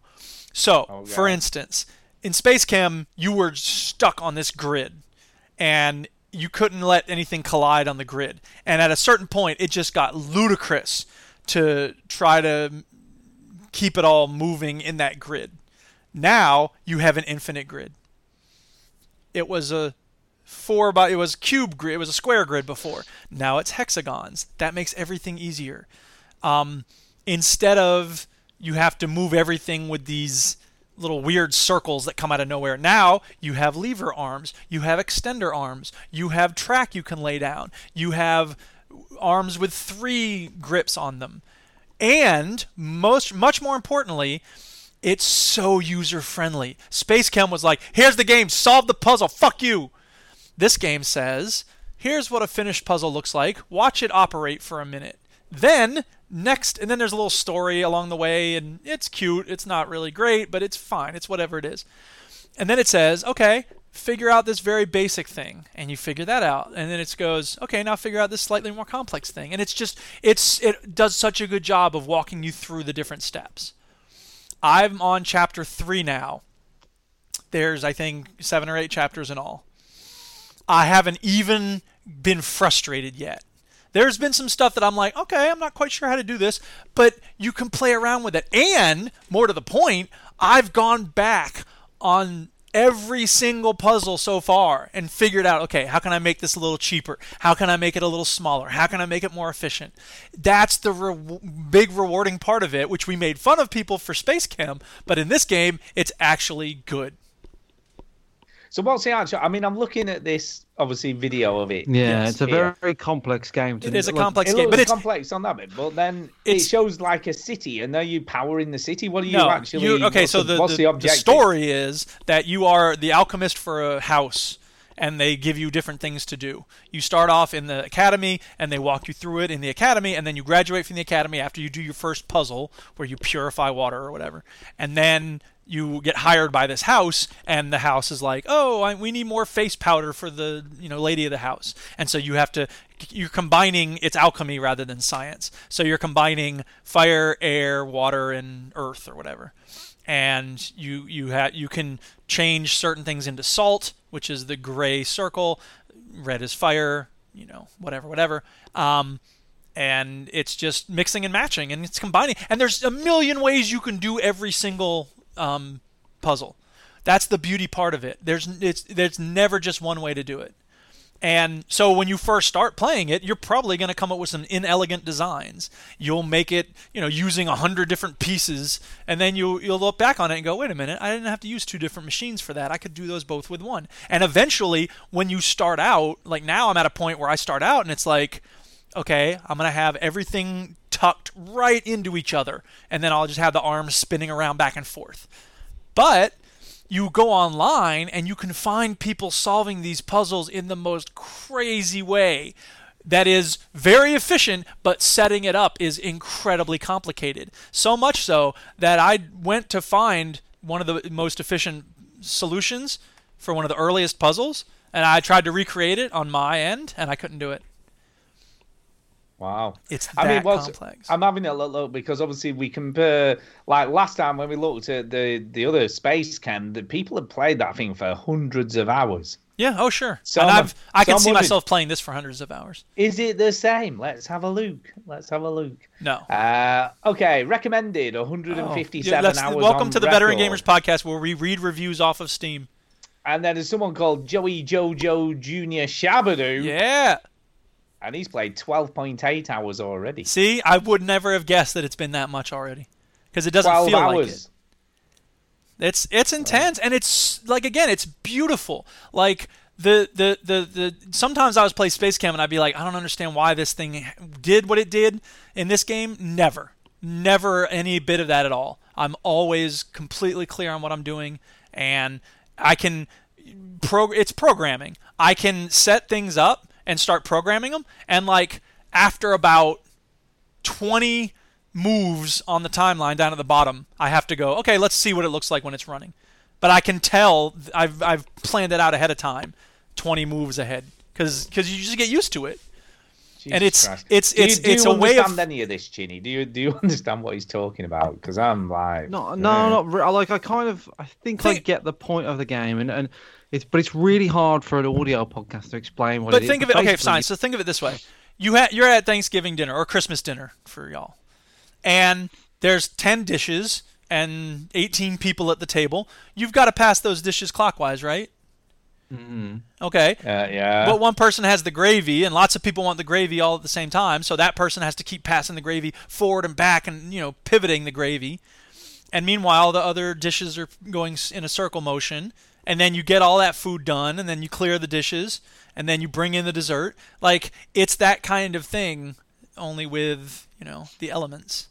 Speaker 1: So, for instance, in Space Chem, you were stuck on this grid and you couldn't let anything collide on the grid. And at a certain point, it just got ludicrous to try to keep it all moving in that grid. Now you have an infinite grid. It was a four by it was cube grid. It was a square grid before. Now it's hexagons. That makes everything easier. Um, instead of you have to move everything with these little weird circles that come out of nowhere. Now you have lever arms, you have extender arms, you have track you can lay down, you have arms with three grips on them. And most much more importantly, it's so user friendly. Space Chem was like, here's the game, solve the puzzle, fuck you. This game says, here's what a finished puzzle looks like, watch it operate for a minute. Then, next, and then there's a little story along the way, and it's cute, it's not really great, but it's fine, it's whatever it is. And then it says, okay, figure out this very basic thing, and you figure that out. And then it goes, okay, now figure out this slightly more complex thing. And it's just, it's it does such a good job of walking you through the different steps. I'm on chapter three now. There's, I think, seven or eight chapters in all. I haven't even been frustrated yet. There's been some stuff that I'm like, okay, I'm not quite sure how to do this, but you can play around with it. And more to the point, I've gone back on every single puzzle so far and figured out, okay, how can I make this a little cheaper? How can I make it a little smaller? How can I make it more efficient? That's the re- big rewarding part of it, which we made fun of people for Space Cam, but in this game, it's actually good.
Speaker 2: So what's the answer? I mean, I'm looking at this obviously video of it.
Speaker 3: Yeah,
Speaker 2: Yes,
Speaker 3: it's a
Speaker 2: here.
Speaker 3: very, very complex game. To
Speaker 1: It is a
Speaker 3: like,
Speaker 1: complex
Speaker 2: It
Speaker 1: game,
Speaker 2: looks
Speaker 1: but it's
Speaker 2: complex on that bit, but then it
Speaker 1: It's-
Speaker 2: shows like a city, and are you powering the city? What are you
Speaker 1: no,
Speaker 2: actually?
Speaker 1: you- okay,
Speaker 2: what's
Speaker 1: so
Speaker 2: the,
Speaker 1: the,
Speaker 2: what's
Speaker 1: the,
Speaker 2: the,
Speaker 1: the
Speaker 2: objective?
Speaker 1: story is that you are the alchemist for a house, and they give you different things to do. You start off in the academy, and they walk you through it in the academy, and then you graduate from the academy after you do your first puzzle, where you purify water or whatever, and then you get hired by this house and the house is like oh I, we need more face powder for the you know lady of the house and so you have to you're combining it's alchemy rather than science so you're combining fire air water and earth or whatever and you you ha- you can change certain things into salt, which is the gray circle. Red is fire, you know, whatever, whatever. Um, and it's just mixing and matching, and it's combining. And there's a million ways you can do every single um, puzzle. That's the beauty part of it. There's it's there's never just one way to do it. And so when you first start playing it, you're probably going to come up with some inelegant designs. You'll make it, you know, using a hundred different pieces, and then you you'll look back on it and go, wait a minute, I didn't have to use two different machines for that. I could do those both with one. And eventually, when you start out, like now, I'm at a point where I start out, and it's like, okay, I'm going to have everything tucked right into each other, and then I'll just have the arms spinning around back and forth. But you go online and you can find people solving these puzzles in the most crazy way that is very efficient but setting it up is incredibly complicated so much so that i went to find one of the most efficient solutions for one of the earliest puzzles and i tried to recreate it on my end and i couldn't do it
Speaker 2: Wow,
Speaker 1: It's
Speaker 2: I mean,
Speaker 1: that
Speaker 2: what's-
Speaker 1: complex.
Speaker 2: I'm having a look, look because obviously we compare. Like last time when we looked at the the other space cam, the people had played that thing for hundreds of hours.
Speaker 1: yeah oh sure
Speaker 2: So
Speaker 1: and
Speaker 2: I'm a-
Speaker 1: i've i can
Speaker 2: so I'm
Speaker 1: see
Speaker 2: wondering-
Speaker 1: myself playing this for hundreds of hours
Speaker 2: Is it the same? Let's have a look. Let's have a look.
Speaker 1: no
Speaker 2: Uh, okay, recommended
Speaker 1: Oh,
Speaker 2: 157
Speaker 1: yeah, that's-
Speaker 2: hours.
Speaker 1: welcome
Speaker 2: on
Speaker 1: to the veteran
Speaker 2: record.
Speaker 1: gamers podcast where we read reviews off of steam
Speaker 2: And then there's someone called Joey Jojo Junior Shabadoo,
Speaker 1: yeah
Speaker 2: and he's played 12.8 hours already.
Speaker 1: See, I would never have guessed that it's been that much already, because it doesn't
Speaker 2: 12
Speaker 1: feel like
Speaker 2: hours.
Speaker 1: it. It's it's intense, and it's like again, it's beautiful. Like the the the the. Sometimes I was play Space Cam, and I'd be like, I don't understand why this thing did what it did in this game. Never, never any bit of that at all. I'm always completely clear on what I'm doing, and I can pro it's programming. I can set things up and start programming them and like after about 20 moves on the timeline down at the bottom, I have to go, okay, let's see what it looks like when it's running. But I can tell th- I've I've planned it out ahead of time, 20 moves ahead cuz cuz you just get used to it. And it's-
Speaker 2: Jesus Christ.
Speaker 1: it's-
Speaker 2: do you,
Speaker 1: it's-
Speaker 2: do you
Speaker 1: it's a way of-
Speaker 2: understand any of this, Chinny? Do you do you understand what he's talking about? Because I'm like,
Speaker 3: No, no,
Speaker 2: yeah.
Speaker 3: not re- like I kind of I think I
Speaker 1: Think-
Speaker 3: get the point of the game, and, and it's but it's really hard for an audio podcast to explain what.
Speaker 1: But
Speaker 3: it is,
Speaker 1: think of it okay,
Speaker 3: basically-
Speaker 1: fine. So think of it this way. You ha- you're at Thanksgiving dinner or Christmas dinner for y'all. and there's 10 dishes and 18 people at the table. You've got to pass those dishes clockwise, right? Mm-hmm. Okay.
Speaker 2: Uh, yeah.
Speaker 1: But one person has the gravy, and lots of people want the gravy all at the same time. So that person has to keep passing the gravy forward and back, and you know, pivoting the gravy. And meanwhile, the other dishes are going s- in a circle motion. And then you get all that food done, and then you clear the dishes, and then you bring in the dessert. Like it's that kind of thing, only with you know the elements.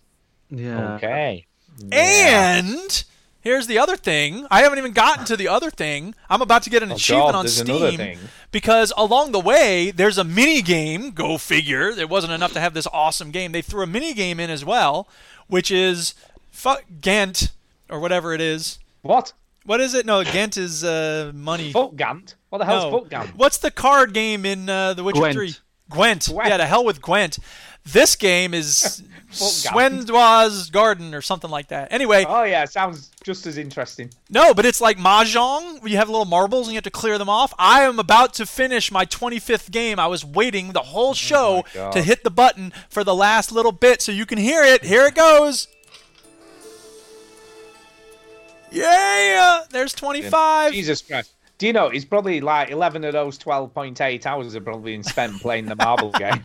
Speaker 3: Yeah.
Speaker 2: Okay.
Speaker 1: And here's the other thing. I haven't even gotten to the other thing. I'm about to get an
Speaker 2: Oh,
Speaker 1: achievement
Speaker 2: God,
Speaker 1: on
Speaker 2: there's
Speaker 1: Steam
Speaker 2: another thing.
Speaker 1: because along the way there's a mini game. Go figure. There wasn't enough to have this awesome game. They threw a mini game in as well, which is fuck Gant or whatever it is.
Speaker 2: What?
Speaker 1: What is it? No, Gant is uh, money.
Speaker 2: Foot Gant? What the hell's
Speaker 1: No.
Speaker 2: Foot Gant?
Speaker 1: What's the card game in uh, The Witcher
Speaker 3: Gwent.
Speaker 1: 3? Gwent.
Speaker 2: Gwent.
Speaker 1: Yeah, to hell with Gwent. This game is
Speaker 2: Gwent.
Speaker 1: Swendwa's Garden or something like that. Anyway,
Speaker 2: Oh yeah, sounds just as interesting.
Speaker 1: no, but it's like mahjong. where You have little marbles and you have to clear them off. I am about to finish my 25th game. I was waiting the
Speaker 3: Oh
Speaker 1: whole show
Speaker 2: God.
Speaker 1: to hit the button for the last little bit so you can hear it. Here it goes. Yeah, there's 25.
Speaker 2: Jesus Christ. Do you know it's probably like eleven of those twelve point eight hours have probably been spent playing the marble game.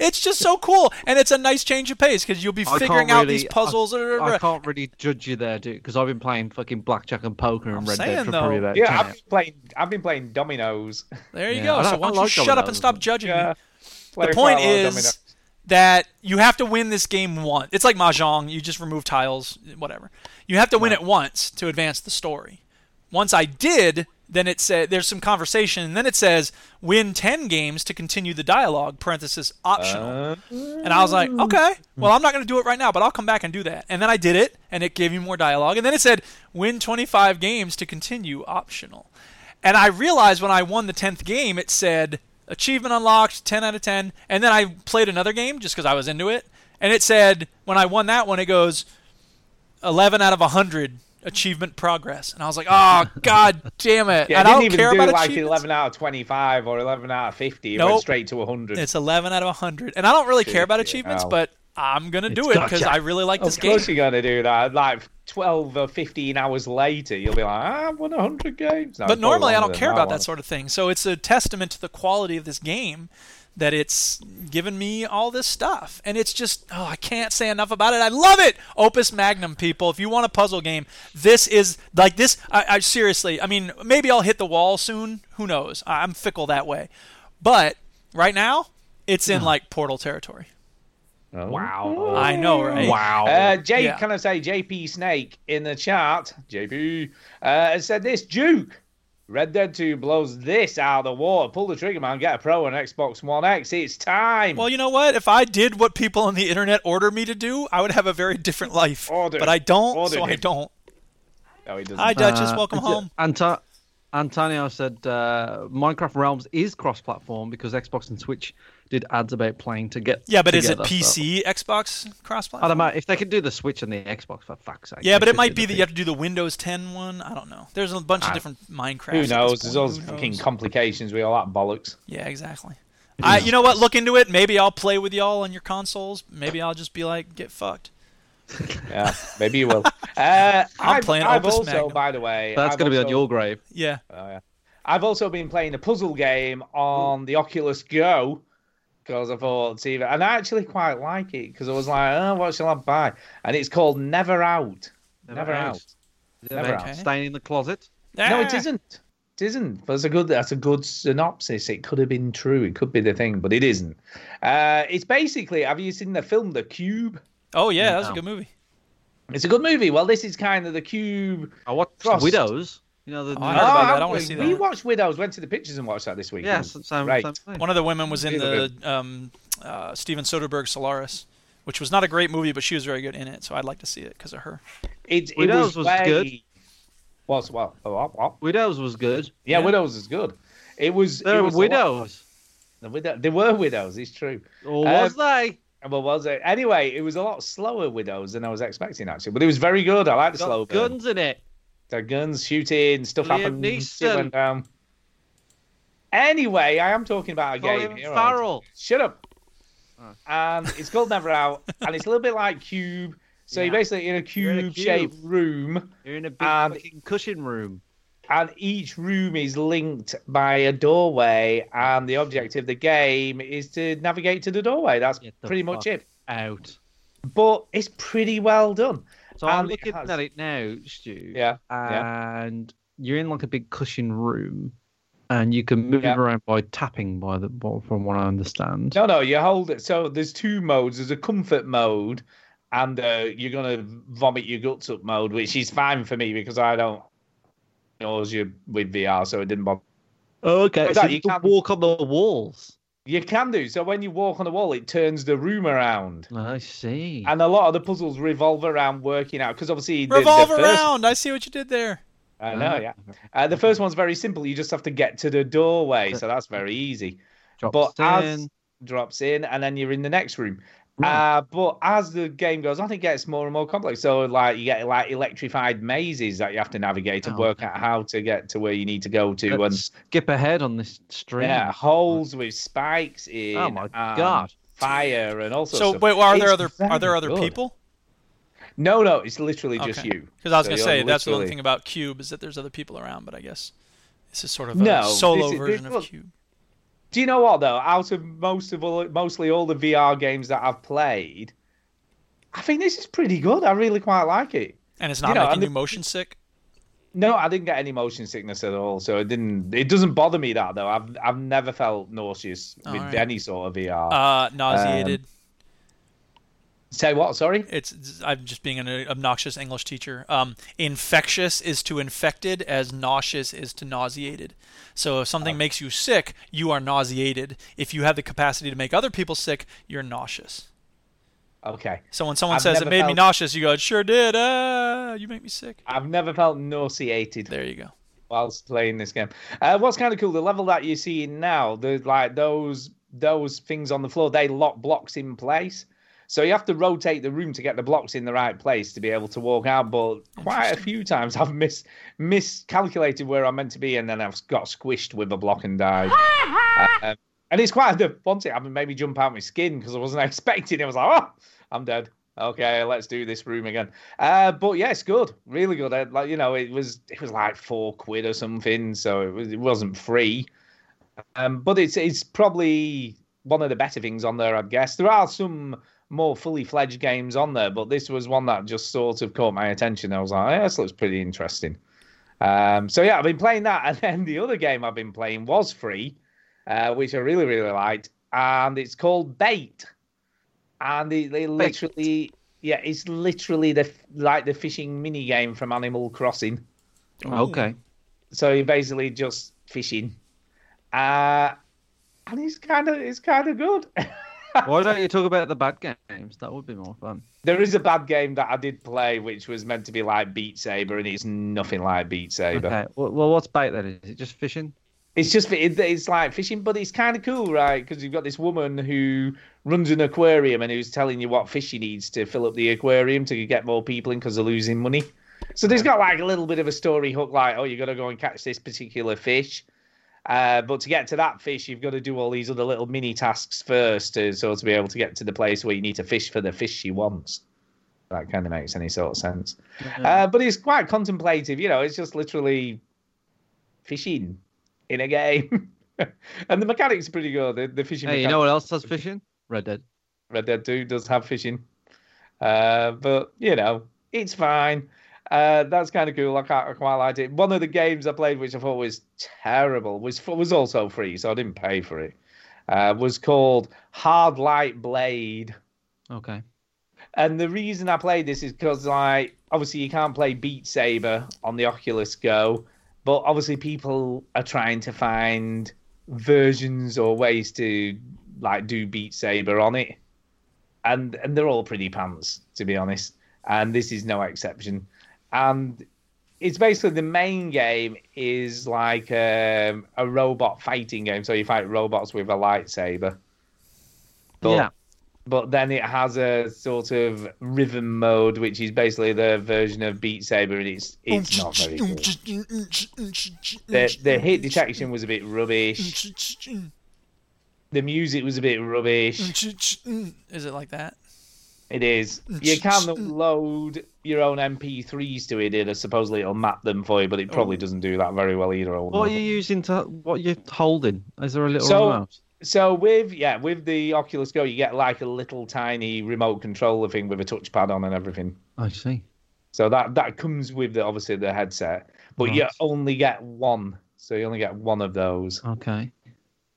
Speaker 1: It's just so cool, and it's a nice change of pace because you'll be
Speaker 3: I
Speaker 1: figuring
Speaker 3: can't
Speaker 1: out
Speaker 3: really-
Speaker 1: these puzzles.
Speaker 3: I, I can't really judge you there, dude, because I've been playing fucking blackjack and poker and
Speaker 1: I'm
Speaker 3: Red
Speaker 1: saying,
Speaker 3: Dead for probably
Speaker 1: though-
Speaker 3: about
Speaker 2: Yeah,
Speaker 3: 10
Speaker 2: I've
Speaker 3: hours.
Speaker 2: been playing. I've been playing dominoes.
Speaker 1: There you
Speaker 3: Yeah,
Speaker 1: go.
Speaker 3: I
Speaker 1: So
Speaker 3: don't-
Speaker 1: why
Speaker 3: I
Speaker 1: don't you
Speaker 3: like
Speaker 1: shut
Speaker 3: Dominoes,
Speaker 1: up and stop
Speaker 3: but-
Speaker 1: judging me?
Speaker 2: Yeah.
Speaker 1: The
Speaker 2: Playing
Speaker 1: point
Speaker 2: quite a lot of
Speaker 1: is
Speaker 2: dominoes.
Speaker 1: that you have to win this game once. It's like mahjong. You just remove tiles, whatever. You have to win it once to advance the story. Once I did, then it said there's some conversation, and then it says win ten games to continue the dialogue. Parenthesis optional. And I was like, okay, well, I'm not going to do it right now, but I'll come back and do that. And then I did it, and it gave me more dialogue. And then it said, win 25 games to continue, optional. And I realized when I won the 10th game, it said, achievement unlocked, 10 out of 10. And then I played another game just because I was into it. And it said, when I won that one, it goes, 11 out of 100 achievement progress. And I was like, oh, god damn it.
Speaker 2: Yeah,
Speaker 1: and
Speaker 2: I
Speaker 1: I don't
Speaker 2: didn't even
Speaker 1: care
Speaker 2: do
Speaker 1: about
Speaker 2: like
Speaker 1: achievements.
Speaker 2: eleven out of twenty-five or eleven out of fifty. It
Speaker 1: Nope.
Speaker 2: went straight to hundred.
Speaker 1: It's 11 out of 100. And I don't really care about
Speaker 2: Shit,
Speaker 1: achievements,
Speaker 2: wow.
Speaker 1: but I'm going to do it because
Speaker 3: gotcha.
Speaker 1: I really like this
Speaker 2: Of
Speaker 1: game.
Speaker 2: course, you're gonna do that. Like twelve or fifteen hours later, you'll be like, "Ah, I've won hundred games." No,
Speaker 1: but
Speaker 2: it's probably
Speaker 1: normally I don't
Speaker 2: longer than
Speaker 1: care about
Speaker 2: one.
Speaker 1: that sort of thing. So it's a testament to the quality of this game that it's given me all this stuff. And it's just, oh, I can't say enough about it. I love it. Opus Magnum, people. If you want a puzzle game, this is like this. I, I seriously, I mean, maybe I'll hit the wall soon. Who knows? I, I'm fickle that way. But right now, it's in like Portal territory.
Speaker 2: Wow.
Speaker 1: I know, right?
Speaker 3: Wow.
Speaker 2: Uh, Jay,
Speaker 1: Yeah.
Speaker 2: Uh, can I say JP Snake in the chat? JP uh, has said this Duke, Red Dead 2 blows this out of the water. Pull the trigger, man. Get a Pro and Xbox One X. It's time.
Speaker 1: Well, you know what? If I did what people on the internet order me to do, I would have a very different life.
Speaker 2: Order.
Speaker 1: But I don't,
Speaker 2: Order
Speaker 1: so I
Speaker 2: him.
Speaker 1: don't.
Speaker 2: no, he doesn't.
Speaker 1: Hi, Duchess.
Speaker 3: Uh,
Speaker 1: Welcome
Speaker 3: uh,
Speaker 1: home.
Speaker 3: Anta- Antonio said uh, Minecraft Realms is cross-platform because Xbox and Switch did ads about playing to get.
Speaker 1: Yeah, but
Speaker 3: together, so-
Speaker 1: is it PC, Xbox crossplay?
Speaker 3: I don't know if they could do the Switch and the Xbox for fuck's sake.
Speaker 1: Yeah,
Speaker 3: they
Speaker 1: but it
Speaker 3: should
Speaker 1: might
Speaker 3: do
Speaker 1: be that
Speaker 3: the
Speaker 1: you have to do the Windows 10 one. I don't know. There's a bunch of different Minecraft.
Speaker 2: Who
Speaker 1: at
Speaker 2: knows?
Speaker 1: this
Speaker 2: There's
Speaker 1: point.
Speaker 2: all those
Speaker 1: Who
Speaker 2: fucking
Speaker 1: knows?
Speaker 2: complications with all that bollocks.
Speaker 1: Yeah, exactly. I, you know what? Look into it. Maybe I'll play with y'all on your consoles. Maybe I'll just be like, get fucked.
Speaker 2: Yeah, maybe you will. Uh, I've,
Speaker 1: playing
Speaker 2: I've
Speaker 1: Opus
Speaker 2: also,
Speaker 1: Magnum.
Speaker 2: by the way,
Speaker 3: That's
Speaker 2: I've
Speaker 3: going to be on
Speaker 2: also-
Speaker 3: your grave.
Speaker 1: Yeah.
Speaker 2: Oh, yeah. I've also been playing a puzzle game on the Oculus Go because I thought, see, and I actually quite like it because I was like, oh, what shall I buy? And it's called Never Out. Never, Out. Never
Speaker 3: About
Speaker 1: out.
Speaker 3: Staying in the closet.
Speaker 2: No, it
Speaker 1: Ah!
Speaker 2: isn't. It isn't. That's a good. That's a good synopsis. It could have been true. It could be the thing, but it isn't. Uh, it's basically. Have you seen the film The Cube?
Speaker 1: Oh, yeah, that was a
Speaker 3: No.
Speaker 1: good movie.
Speaker 2: It's a good movie. Well, this is kind of the Cube.
Speaker 3: I watched
Speaker 2: Crossed.
Speaker 3: Widows. You know the.
Speaker 1: I heard about that. I
Speaker 2: Oh,
Speaker 1: wanna see that
Speaker 2: We
Speaker 1: one.
Speaker 2: watched Widows. Went to the pictures and watched that this week.
Speaker 3: Yeah,
Speaker 2: didn't we?
Speaker 3: same, same
Speaker 2: right.
Speaker 3: thing.
Speaker 1: One of the women was in
Speaker 2: These are
Speaker 1: the um, uh, Steven Soderbergh Solaris, which was not a great movie, but she was very good in it. So I'd like to see it because of her.
Speaker 2: It, it was,
Speaker 3: Widows was
Speaker 2: way-
Speaker 3: good.
Speaker 2: Was well, oh, oh, oh.
Speaker 3: Widows was good.
Speaker 2: Yeah, Widows is good. It was.
Speaker 3: There
Speaker 2: it
Speaker 3: were
Speaker 2: was a lot-
Speaker 3: widows.
Speaker 2: The widow. There were widows. It's true.
Speaker 3: Or was they?
Speaker 2: And Well, was it? Anyway, it was a lot slower widows than I was expecting actually, but it was very good. I like the slow
Speaker 3: Got
Speaker 2: burn.
Speaker 3: guns in it.
Speaker 2: The guns shooting, stuff
Speaker 3: Liam
Speaker 2: happened.
Speaker 3: Neeson.
Speaker 2: Shit went down. Anyway, I am talking about a game.
Speaker 3: Colin
Speaker 2: here, aren't I?
Speaker 3: Farrell.
Speaker 2: Shut up.
Speaker 3: Ah.
Speaker 2: And it's called Never Out, and it's a little bit like Cube. So you're
Speaker 3: Yeah.
Speaker 2: basically in a
Speaker 3: You're in a
Speaker 2: cube-shaped
Speaker 3: cube.
Speaker 2: room,
Speaker 3: You're in a big
Speaker 2: And-
Speaker 3: fucking cushion room.
Speaker 2: and each room is linked by a doorway, and the object of the game is to navigate to the doorway. That's
Speaker 3: Get the
Speaker 2: pretty much
Speaker 3: fuck
Speaker 2: it.
Speaker 3: Out.
Speaker 2: But it's pretty well done.
Speaker 3: So I'm
Speaker 2: And it
Speaker 3: looking
Speaker 2: has-
Speaker 3: at it now, Stu.
Speaker 2: Yeah,
Speaker 3: And you're in like a big cushion room, and you can move
Speaker 2: Yeah.
Speaker 3: around by tapping. By the by- from what I understand.
Speaker 2: No, no, you hold it. So there's two modes. There's a comfort mode, and uh, you're gonna vomit your guts up mode, which is fine for me because I don't knows you with VR, so it didn't bother.
Speaker 3: Oh, okay.
Speaker 2: Like
Speaker 3: So
Speaker 2: that,
Speaker 3: you
Speaker 2: you
Speaker 3: can
Speaker 2: can't-
Speaker 3: walk on the walls.
Speaker 2: You can do so when you walk on the wall, it turns the room around,
Speaker 3: I see.
Speaker 2: and a lot of the puzzles revolve around working out because obviously the- the
Speaker 1: Revolve
Speaker 2: first-
Speaker 1: around. I see what you did there.
Speaker 2: I know, yeah. Uh, the first one's very simple. You just have to get to the doorway, so that's very easy.
Speaker 3: Drops
Speaker 2: but as-
Speaker 3: in. Hmm.
Speaker 2: Drops in, and then you're in the next room.
Speaker 3: Right.
Speaker 2: Uh, but as the game goes on, it gets more and more complex. So, like, you get like electrified mazes that you have to navigate and
Speaker 3: Oh,
Speaker 2: work out how to get to where you need to go to,
Speaker 3: Let's skip ahead on this
Speaker 2: and
Speaker 3: stream.
Speaker 2: yeah, holes with spikes in.
Speaker 3: Oh my
Speaker 2: and
Speaker 3: God.
Speaker 2: Fire and also.
Speaker 1: So wait, are there other are there other
Speaker 2: people?
Speaker 1: people?
Speaker 2: No, no, it's literally just
Speaker 1: Okay.
Speaker 2: you.
Speaker 1: Because I was
Speaker 2: So
Speaker 1: gonna
Speaker 2: you're
Speaker 1: say that's the only
Speaker 2: literally-
Speaker 1: thing about Cube is that there's other people around. But I guess this is sort of a
Speaker 2: No, this
Speaker 1: solo
Speaker 2: is- this-
Speaker 1: version of
Speaker 2: look,
Speaker 1: Cube.
Speaker 2: Do you know what though? Out of most of all, mostly all the VR games that I've played, I think this is pretty good. I really quite like it.
Speaker 1: And it's
Speaker 2: you
Speaker 1: not
Speaker 2: know,
Speaker 1: making
Speaker 2: and the-
Speaker 1: you motion sick.
Speaker 2: No, I didn't get any motion sickness at all, so it didn't. It doesn't bother me that though. I've I've never felt nauseous with
Speaker 1: Alright.
Speaker 2: any sort of VR.
Speaker 1: Uh, nauseated.
Speaker 2: Say what? Sorry.
Speaker 1: it's, it's- I'm just being an obnoxious English teacher. Um, infectious is to infected as nauseous is to nauseated. So if
Speaker 2: Oh.
Speaker 1: something makes you sick, you are nauseated. If you have the capacity to make other people sick, you're nauseous.
Speaker 2: Okay.
Speaker 1: So when someone
Speaker 2: I've
Speaker 1: says it
Speaker 2: never
Speaker 1: made me
Speaker 2: felt-
Speaker 1: nauseous, you go, it sure did. Ah, you make me sick.
Speaker 2: I've never felt nauseated.
Speaker 1: There you go.
Speaker 2: whilst playing this game. Uh, what's kind of cool, the level that you see now, the like those those things on the floor, they lock blocks in place. So you have to rotate the room to get the blocks in the right place to be able to walk out. But quite a few times I've mis miscalculated where I'm meant to be, and then I've got squished with a block and died. um, and it's quite a one thing. I mean, maybe jump out my skin because I wasn't expecting. It I was like, oh, I'm dead. Okay, let's do this room again. Uh, but yeah, it's good, really good. I, like you know, it was it was like four quid or something, so it was it wasn't free. Um, but it's it's probably one of the better things on there, I guess. There are some more fully fledged games on there, but this was one that just sort of caught my attention. I was like, yeah, this looks pretty interesting. Um, so yeah, I've been playing that, and then the other game I've been playing was free, uh, which I really really liked, and it's called Bait, and it, it literally. Yeah, it's literally the f- like the fishing mini game from Animal Crossing.
Speaker 3: Okay.
Speaker 2: So you're basically just fishing, uh, and it's kind of it's kind of good.
Speaker 3: Why don't you talk about the bad games? That would be more fun.
Speaker 2: there is a bad game that I did play, which was meant to be like Beat Saber, and it's nothing like Beat Saber.
Speaker 3: Okay. Well, well, what's bait then? Is it just fishing?
Speaker 2: It's just it, it's like fishing, but it's kind of cool, right? Because you've got this woman who runs an aquarium and who's telling you what fish she needs to fill up the aquarium to get more people in because they're losing money. So there's got like a little bit of a story hook, like oh, you got to go and catch this particular fish. Uh, but to get to that fish, you've got to do all these other little mini tasks first to sort of be able to get to the place where you need to fish for the fish she wants. That kind of makes any sort of sense.
Speaker 3: Mm-hmm.
Speaker 2: Uh, but it's quite contemplative, you know, it's just literally fishing in a game. and the mechanics are pretty good. The, the fishing
Speaker 3: Hey, you
Speaker 2: mechanic-
Speaker 3: know what else has fishing? Red Dead.
Speaker 2: Red Dead 2 does have fishing. Uh, but, you know, it's fine. Uh, that's kind of cool. I, can't, I quite liked it. One of the games I played, which I thought was terrible, was was also free, so I didn't pay for it. Uh, was called Hard Light Blade.
Speaker 3: Okay.
Speaker 2: And the reason I played this is because, like, obviously you can't play Beat Saber on the Oculus Go, but obviously people are trying to find versions or ways to like do Beat Saber on it, and and they're all pretty pants to be honest, and this is no exception. And it's basically the main game is like um, a robot fighting game, so you fight robots with a lightsaber. But-
Speaker 3: yeah.
Speaker 2: but then it has a sort of rhythm mode, which is basically the version of Beat Saber, and it's it's not very good. The, the hit detection was a bit rubbish. The music was a bit rubbish.
Speaker 1: Is it like that?
Speaker 2: It is. You can load your own MP3s to it, and supposedly it'll map them for you, but it probably doesn't do that very well either. I wouldn't
Speaker 3: What are
Speaker 2: know.
Speaker 3: you using to? What you're holding? Is there a little
Speaker 2: So-
Speaker 3: remote?
Speaker 2: So with yeah, with the Oculus Go, you get like a little tiny remote controller thing with a touchpad on and everything.
Speaker 3: I see.
Speaker 2: So that that comes with the, obviously the headset, but you
Speaker 3: Right.
Speaker 2: only get one. So you only get one of those.
Speaker 3: Okay.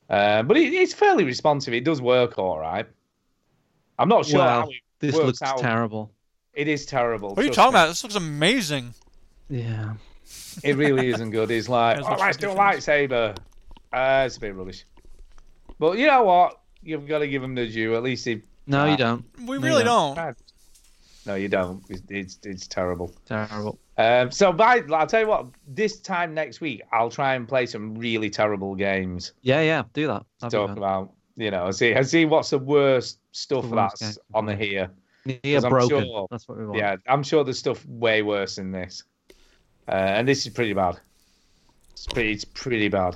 Speaker 2: Uh, but it, it's fairly responsive. It does work all right. I'm not sure
Speaker 3: Well,
Speaker 2: how it,
Speaker 3: This
Speaker 2: Works
Speaker 3: looks
Speaker 2: out.
Speaker 3: terrible.
Speaker 2: it is terrible.
Speaker 1: What are you
Speaker 2: trust
Speaker 1: talking
Speaker 2: me.
Speaker 1: about? This looks amazing.
Speaker 3: Yeah.
Speaker 2: It really isn't good. It's like,
Speaker 1: There's
Speaker 2: oh,
Speaker 1: much
Speaker 2: let's do a
Speaker 1: difference.
Speaker 2: lightsaber. Uh, it's a bit rubbish. But you know what? You've got to give him the due. At least he.
Speaker 3: No,
Speaker 2: Ah.
Speaker 3: you don't.
Speaker 1: We
Speaker 3: No,
Speaker 1: really
Speaker 3: you don't.
Speaker 1: don't.
Speaker 2: No, you don't. It's it's, it's terrible.
Speaker 3: Terrible.
Speaker 2: Um, so by I'll tell you what. This time next week, I'll try and play some really terrible games.
Speaker 3: Yeah, yeah. Do that.
Speaker 2: to
Speaker 3: That'd be
Speaker 2: talk
Speaker 3: good.
Speaker 2: about you know, see, I see what's the worst stuff
Speaker 3: The worst
Speaker 2: that's
Speaker 3: game.
Speaker 2: on the here.
Speaker 3: Yeah,
Speaker 2: 'Cause I'm
Speaker 3: broken.
Speaker 2: sure-
Speaker 3: That's what we want.
Speaker 2: Yeah, I'm sure there's stuff way worse than this, uh, and this is pretty bad. It's pretty, it's pretty bad.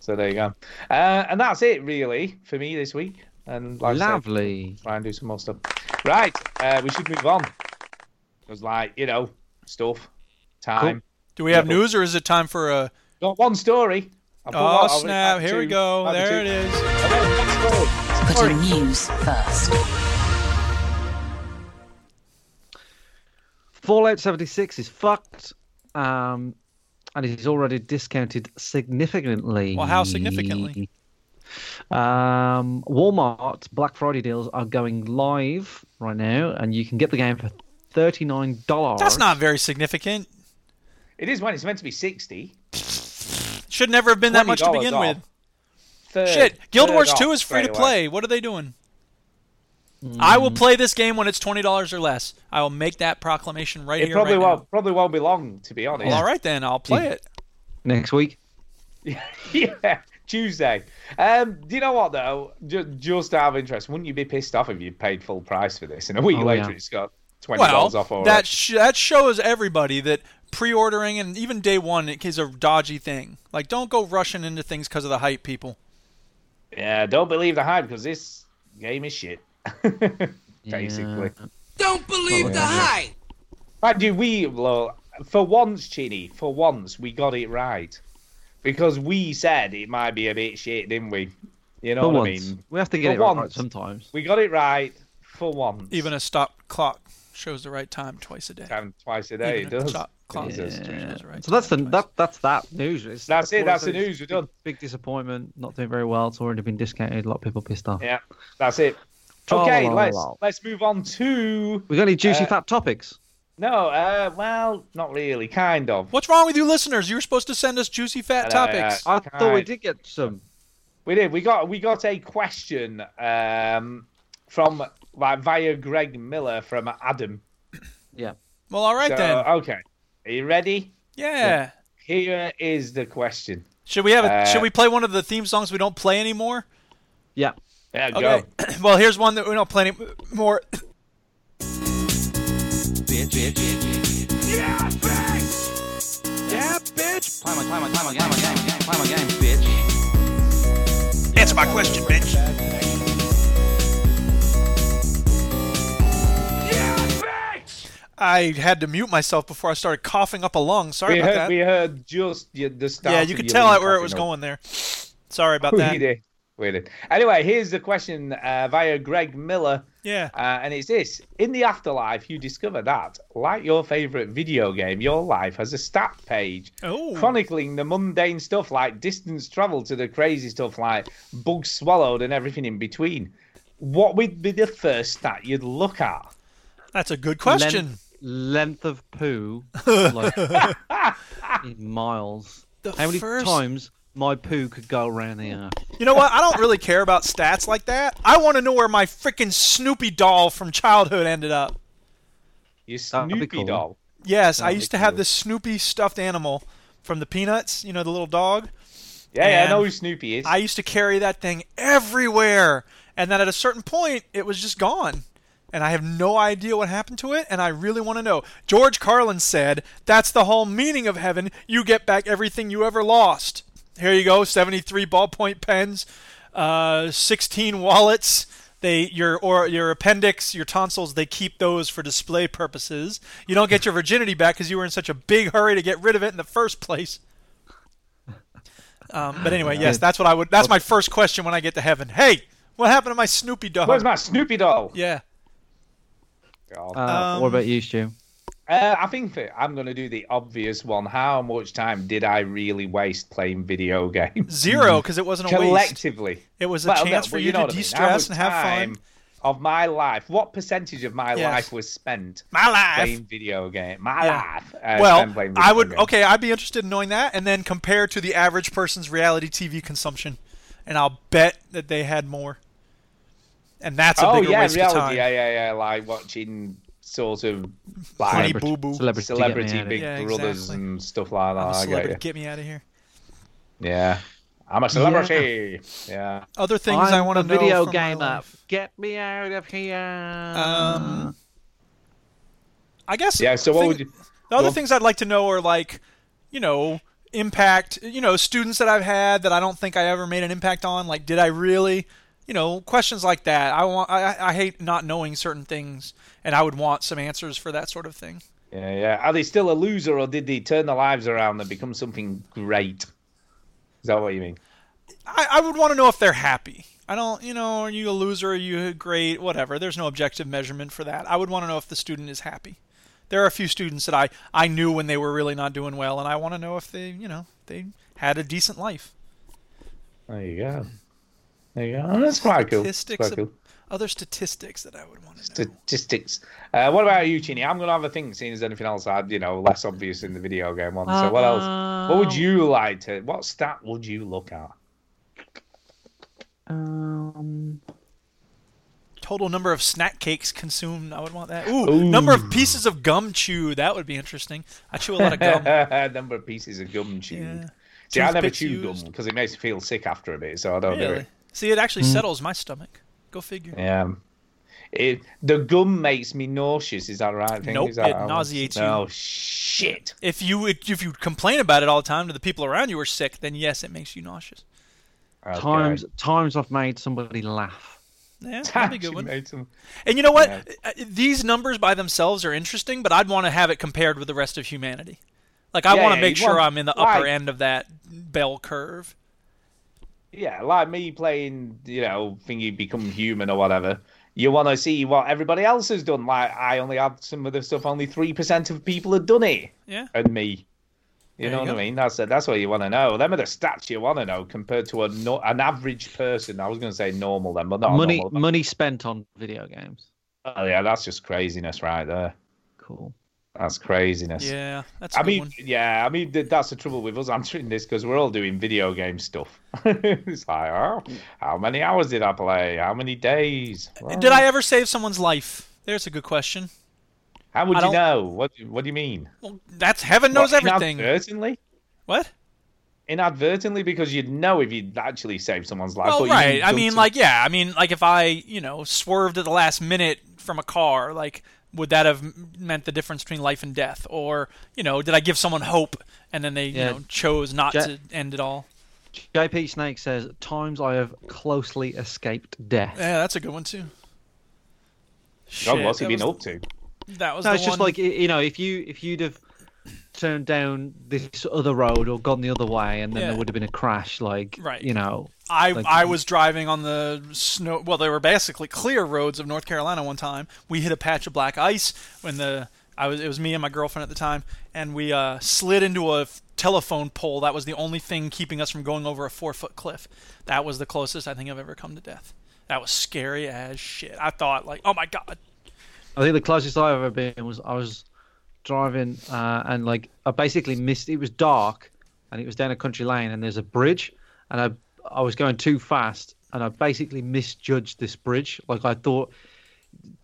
Speaker 2: So there you go, uh, and that's it really for me this week. And like I said,
Speaker 3: Lovely.
Speaker 2: try and do some more stuff. Right, uh, we should move on. Because like you know, stuff, time.
Speaker 1: Do we have
Speaker 2: No.
Speaker 1: news or is it time for a?
Speaker 2: Got one story. I put
Speaker 1: Oh
Speaker 2: one- I'll read
Speaker 1: snap!
Speaker 2: back
Speaker 1: Here we
Speaker 2: two-
Speaker 1: go.
Speaker 2: back to Oh,
Speaker 1: There
Speaker 2: two.
Speaker 1: it is.
Speaker 10: Putting news first.
Speaker 3: Fallout 76 is fucked, um, and it is already discounted significantly.
Speaker 1: Well, how significantly?
Speaker 3: Um, Walmart Black Friday deals are going live right now, and you can get the game for thirty-nine dollars.
Speaker 1: That's not very significant.
Speaker 2: It is when it's meant to be sixty.
Speaker 1: Should never have been that much to
Speaker 2: $20
Speaker 1: begin
Speaker 2: off.
Speaker 1: with.
Speaker 2: Third-
Speaker 1: Shit, Guild
Speaker 2: third
Speaker 1: Wars
Speaker 2: off
Speaker 1: 2 is free
Speaker 2: straight
Speaker 1: to
Speaker 2: away.
Speaker 1: play. What are they doing? I
Speaker 3: Hmm.
Speaker 1: will play this game when it's twenty dollars or less. I will make that proclamation right
Speaker 2: It
Speaker 1: here.
Speaker 2: probably
Speaker 1: right
Speaker 2: won't.
Speaker 1: Now.
Speaker 2: Probably won't be long, to be honest.
Speaker 1: Well, all right then, I'll play
Speaker 3: Yeah.
Speaker 1: it.
Speaker 3: next week.
Speaker 2: yeah, Tuesday. Um, do you know what though? Just, just out of interest, wouldn't you be pissed off if you paid full price for this and a week
Speaker 3: Oh,
Speaker 2: later
Speaker 3: yeah.
Speaker 2: it's got twenty
Speaker 1: Well,
Speaker 2: dollars off already?
Speaker 1: that sh- that shows everybody that pre-ordering and even day one is a dodgy thing. Like, don't go rushing into things because of the hype, people.
Speaker 2: Yeah, don't believe the hype because this game is shit. Basically,
Speaker 4: Don't believe the hype.
Speaker 2: Right, dude, we well, for once, Chini, for once, we got it right because we said it might be a bit shit, didn't we? You know
Speaker 3: For
Speaker 2: what
Speaker 3: once,
Speaker 2: I mean?
Speaker 3: we have to get
Speaker 2: For
Speaker 3: it right
Speaker 2: once.
Speaker 3: sometimes.
Speaker 2: We got it right for once.
Speaker 1: Even a stop clock shows the right time twice a day.
Speaker 2: time twice a day,
Speaker 1: Even
Speaker 2: it
Speaker 1: a
Speaker 2: does.
Speaker 1: stop clock
Speaker 2: Jesus.
Speaker 1: shows the right
Speaker 3: So that's the
Speaker 1: time twice.
Speaker 3: that that's that news. It's-
Speaker 2: That's it,
Speaker 3: all
Speaker 2: that's the
Speaker 3: it is.
Speaker 2: news, we're done.
Speaker 3: Big, big disappointment. Not doing very well. It's already been discounted. A lot of people pissed off.
Speaker 2: Yeah, that's it.
Speaker 3: Oh,
Speaker 2: Okay,
Speaker 3: la, la,
Speaker 2: let's
Speaker 3: la.
Speaker 2: let's move on to
Speaker 3: We got any juicy
Speaker 2: Uh,
Speaker 3: fat topics?
Speaker 2: no. Uh, well, not really. Kind of.
Speaker 1: What's wrong with you listeners? You were supposed to send us juicy fat
Speaker 2: I know, yeah.
Speaker 1: topics.
Speaker 3: I thought we
Speaker 2: right.
Speaker 3: did get some.
Speaker 2: We did. We got we got a question um, from like via Greg Miller from Adam.
Speaker 3: Yeah.
Speaker 1: Well, all right
Speaker 2: So, uh,
Speaker 1: then.
Speaker 2: Okay, are you ready?
Speaker 1: yeah.
Speaker 2: Here is the question.
Speaker 1: Should we have? A,
Speaker 2: Uh,
Speaker 1: should we play one of the theme songs we don't play anymore?
Speaker 3: Yeah.
Speaker 2: Yeah,
Speaker 1: Okay. well, here's one that we don't play anymore.
Speaker 5: Answer my question, bitch.
Speaker 1: I had to mute myself before I started coughing up a lung. Sorry
Speaker 2: We
Speaker 1: about
Speaker 2: heard
Speaker 1: that.
Speaker 2: we heard just the, the start.
Speaker 1: yeah,
Speaker 2: of
Speaker 1: you could
Speaker 2: your
Speaker 1: tell
Speaker 2: lead
Speaker 1: where it
Speaker 2: off,
Speaker 1: was
Speaker 2: you know.
Speaker 1: going there. Sorry about that.
Speaker 2: We did. We did. Anyway, here's the question uh, via Greg Miller.
Speaker 1: Yeah.
Speaker 2: Uh, and it's this In the afterlife, you discover that, like your favorite video game, your life has a stat page
Speaker 1: Oh.
Speaker 2: chronicling the mundane stuff like distance travel to the crazy stuff like bugs swallowed and everything in between. What would be the first stat you'd look at?
Speaker 1: That's a good question.
Speaker 3: Length, length of poo like, in miles.
Speaker 1: The
Speaker 3: How many
Speaker 1: first-
Speaker 3: times my poo could go around the earth?
Speaker 1: You know what? I don't really care about stats like that. I want to know where my freaking Snoopy doll from childhood ended up.
Speaker 2: Your
Speaker 3: That'd be
Speaker 2: Snoopy
Speaker 3: cool.
Speaker 2: doll.
Speaker 1: Yes, I
Speaker 3: That'd be
Speaker 1: used to have
Speaker 3: cool.
Speaker 1: this Snoopy stuffed animal from the Peanuts. You know, the little dog.
Speaker 2: Yeah, yeah, I know
Speaker 1: And
Speaker 2: who Snoopy is.
Speaker 1: Um, I used to carry that thing everywhere, and then at a certain point, it was just gone, and I have no idea what happened to it, and I really want to know. George Carlin said that's the whole meaning of heaven: you get back everything you ever lost. Here you go: seventy-three ballpoint pens, uh, sixteen wallets. They your or your appendix, your tonsils. They keep those for display purposes. You don't get your virginity back because you were in such a big hurry to get rid of it in the first place. Um, but anyway, yes, that's what I would. That's my first question when I get to heaven. Hey, what happened to my Snoopy dog?
Speaker 2: Where's my Snoopy doll?
Speaker 1: yeah.
Speaker 2: God.
Speaker 1: Um,
Speaker 3: Uh, what about you, Stu?
Speaker 2: Uh, I think that I'm going to do the obvious one. How much time did I really waste playing video games?
Speaker 3: Mm-hmm.
Speaker 1: Zero, because it wasn't a waste.
Speaker 2: Collectively.
Speaker 1: It was a
Speaker 2: Well, no,
Speaker 1: chance for
Speaker 2: well,
Speaker 1: you,
Speaker 2: know
Speaker 1: to
Speaker 2: what I mean.
Speaker 1: de
Speaker 2: How
Speaker 1: stress
Speaker 2: much
Speaker 1: and have
Speaker 2: time
Speaker 1: fun.
Speaker 2: Of my life, what percentage of my
Speaker 1: Yes.
Speaker 2: life was spent
Speaker 1: My life.
Speaker 2: playing video game? My
Speaker 1: Yeah.
Speaker 2: life. uh, spent
Speaker 1: well,
Speaker 2: playing
Speaker 1: I
Speaker 2: video
Speaker 1: would
Speaker 2: games.
Speaker 1: okay. I'd be interested in knowing that, and then compare to the average person's reality TV consumption, and I'll bet that they had more. And that's a
Speaker 2: oh
Speaker 1: bigger
Speaker 2: yeah,
Speaker 1: waste
Speaker 2: reality.
Speaker 1: of time.
Speaker 2: Yeah, yeah, yeah. Like watching sort of
Speaker 1: Honey
Speaker 2: like
Speaker 1: boo boo.
Speaker 3: Celebrity,
Speaker 2: celebrity
Speaker 3: Get Me Outta
Speaker 2: Big
Speaker 3: Here.
Speaker 1: Yeah,
Speaker 2: Brothers
Speaker 1: exactly.
Speaker 2: and stuff like that.
Speaker 1: I'm a
Speaker 2: I get
Speaker 1: celebrity.
Speaker 2: you.
Speaker 1: Get me out of here.
Speaker 2: Yeah, I'm a celebrity. Yeah.
Speaker 1: Other things i
Speaker 3: I'm
Speaker 1: want to
Speaker 3: a
Speaker 1: know.
Speaker 3: video
Speaker 1: from my
Speaker 3: game up.
Speaker 1: life.
Speaker 3: Get me out of here.
Speaker 1: Um, I guess.
Speaker 2: Yeah, so what
Speaker 1: thing-
Speaker 2: would you-
Speaker 1: The other
Speaker 2: well-
Speaker 1: things I'd like to know are like, you know, impact. You know, students that I've had that I don't think I ever made an impact on. Like, did I really? You know, questions like that. I want. I, I- I hate not knowing certain things, and I would want some answers for that sort of thing.
Speaker 2: Yeah, yeah. Are they still a loser, or did they turn their lives around and become something great? Is that what you mean?
Speaker 1: I, I would want to know if they're happy. I don't. You know, are you a loser? Are you great? Whatever. There's no objective measurement for that. I would want to know if the student is happy. There are a few students that I I knew when they were really not doing well, and I want to know if they, you know, they had a decent life.
Speaker 2: There you go. There you go. Oh, that's quite cool. That's
Speaker 1: statistics,
Speaker 2: quite cool.
Speaker 1: other statistics that I would want to know.
Speaker 2: Statistics. Uh, what about you, Chini? I'm gonna have a think, seeing as anything else I, you know, less obvious in the video game one. So what else? What would you
Speaker 1: Uh-huh.
Speaker 2: like to? What stat would you look at?
Speaker 3: Um,
Speaker 1: Total number of snack cakes consumed. I would want that. Ooh, number of pieces of gum chewed. That would be interesting. I chew a lot of gum.
Speaker 2: Number of pieces of gum chewed.
Speaker 1: Yeah.
Speaker 2: See, I never
Speaker 1: Toothpicks
Speaker 2: chew gum
Speaker 1: used.
Speaker 2: because it makes me feel sick after a bit, so I don't do
Speaker 1: really?
Speaker 2: it.
Speaker 1: See, it actually settles my stomach. Go figure.
Speaker 2: Yeah. It, the gum makes me nauseous. Is that right? I think?
Speaker 1: Nope,
Speaker 2: Is that
Speaker 1: it
Speaker 2: how-
Speaker 1: nauseates you.
Speaker 2: No shit.
Speaker 1: If you would, if you complain about it all the time to the people around you are sick, then yes, it makes you nauseous.
Speaker 2: Okay.
Speaker 3: Times times I've made somebody laugh.
Speaker 1: Yeah, that'd be a
Speaker 2: She
Speaker 1: good one.
Speaker 2: made some-
Speaker 1: And you know what?
Speaker 2: Yeah.
Speaker 1: Uh, These numbers by themselves are interesting, but I'd want to have it compared with the rest of humanity. Like I
Speaker 2: Yeah,
Speaker 1: want to
Speaker 2: yeah,
Speaker 1: make
Speaker 2: you
Speaker 1: sure
Speaker 2: want-
Speaker 1: I'm in the upper
Speaker 2: like-
Speaker 1: end of that bell curve.
Speaker 2: Yeah, like me playing, you know, thingy become human or whatever. You want to see what everybody else has done. Like I only had some of the stuff. Only three percent of people had done it,
Speaker 1: Yeah.
Speaker 2: and me. You
Speaker 1: There
Speaker 2: know
Speaker 1: you
Speaker 2: what
Speaker 1: go.
Speaker 2: I mean? That's that's what you want to know. Them are the stats you want to know compared to a no, an average person. I was going to say normal then, but not a
Speaker 3: money
Speaker 2: normal.
Speaker 3: money spent on video games.
Speaker 2: Oh, yeah, that's just craziness right there.
Speaker 3: Cool.
Speaker 2: That's craziness.
Speaker 1: Yeah, that's. a
Speaker 2: I
Speaker 1: good
Speaker 2: mean,
Speaker 1: one.
Speaker 2: yeah, I mean th- that's the trouble with us answering this because we're all doing video game stuff. it's like, oh, how many hours did I play? How many days?
Speaker 1: Uh, Did I ever save someone's life? There's a good question.
Speaker 2: How would
Speaker 1: I
Speaker 2: you
Speaker 1: don't-
Speaker 2: know? What What do you mean?
Speaker 1: Well, that's heaven knows
Speaker 2: What,
Speaker 1: everything.
Speaker 2: Inadvertently,
Speaker 1: What?
Speaker 2: inadvertently, because you'd know if you'd actually saved someone's life.
Speaker 1: Well,
Speaker 2: but you
Speaker 1: right. I
Speaker 2: done
Speaker 1: mean,
Speaker 2: some-
Speaker 1: like, yeah. I mean, like, if I, you know, swerved at the last minute from a car, like, would that have m- meant the difference between life and death? Or, you know, did I give someone hope and then they,
Speaker 3: Yeah.
Speaker 1: you know, chose not
Speaker 3: Ja-
Speaker 1: to end it all?
Speaker 3: JP Snake says times I have closely escaped death.
Speaker 1: Yeah, that's a good one too. Shit,
Speaker 2: God, what's he
Speaker 1: that
Speaker 2: been
Speaker 1: was-
Speaker 2: up to?
Speaker 1: That was
Speaker 3: No,
Speaker 1: the
Speaker 3: it's just
Speaker 1: one-
Speaker 3: like y- you know, if you if you'd have turned down this other road or gone the other way, and then
Speaker 1: Yeah.
Speaker 3: there would have been a crash. Like
Speaker 1: Right.
Speaker 3: you know,
Speaker 1: I
Speaker 3: Like-
Speaker 1: I was driving on the snow. Well, they were basically clear roads of North Carolina one time. We hit a patch of black ice when the I was it was me and my girlfriend at the time, and we uh, slid into a f- telephone pole. That was the only thing keeping us from going over a four foot cliff. That was the closest I think I've ever come to death. That was scary as shit. I thought like, oh my god,
Speaker 3: I think the closest I've ever been was I was driving uh, and like I basically missed. It was dark, and it was down a country lane, and there's a bridge, and I I was going too fast, and I basically misjudged this bridge. Like I thought,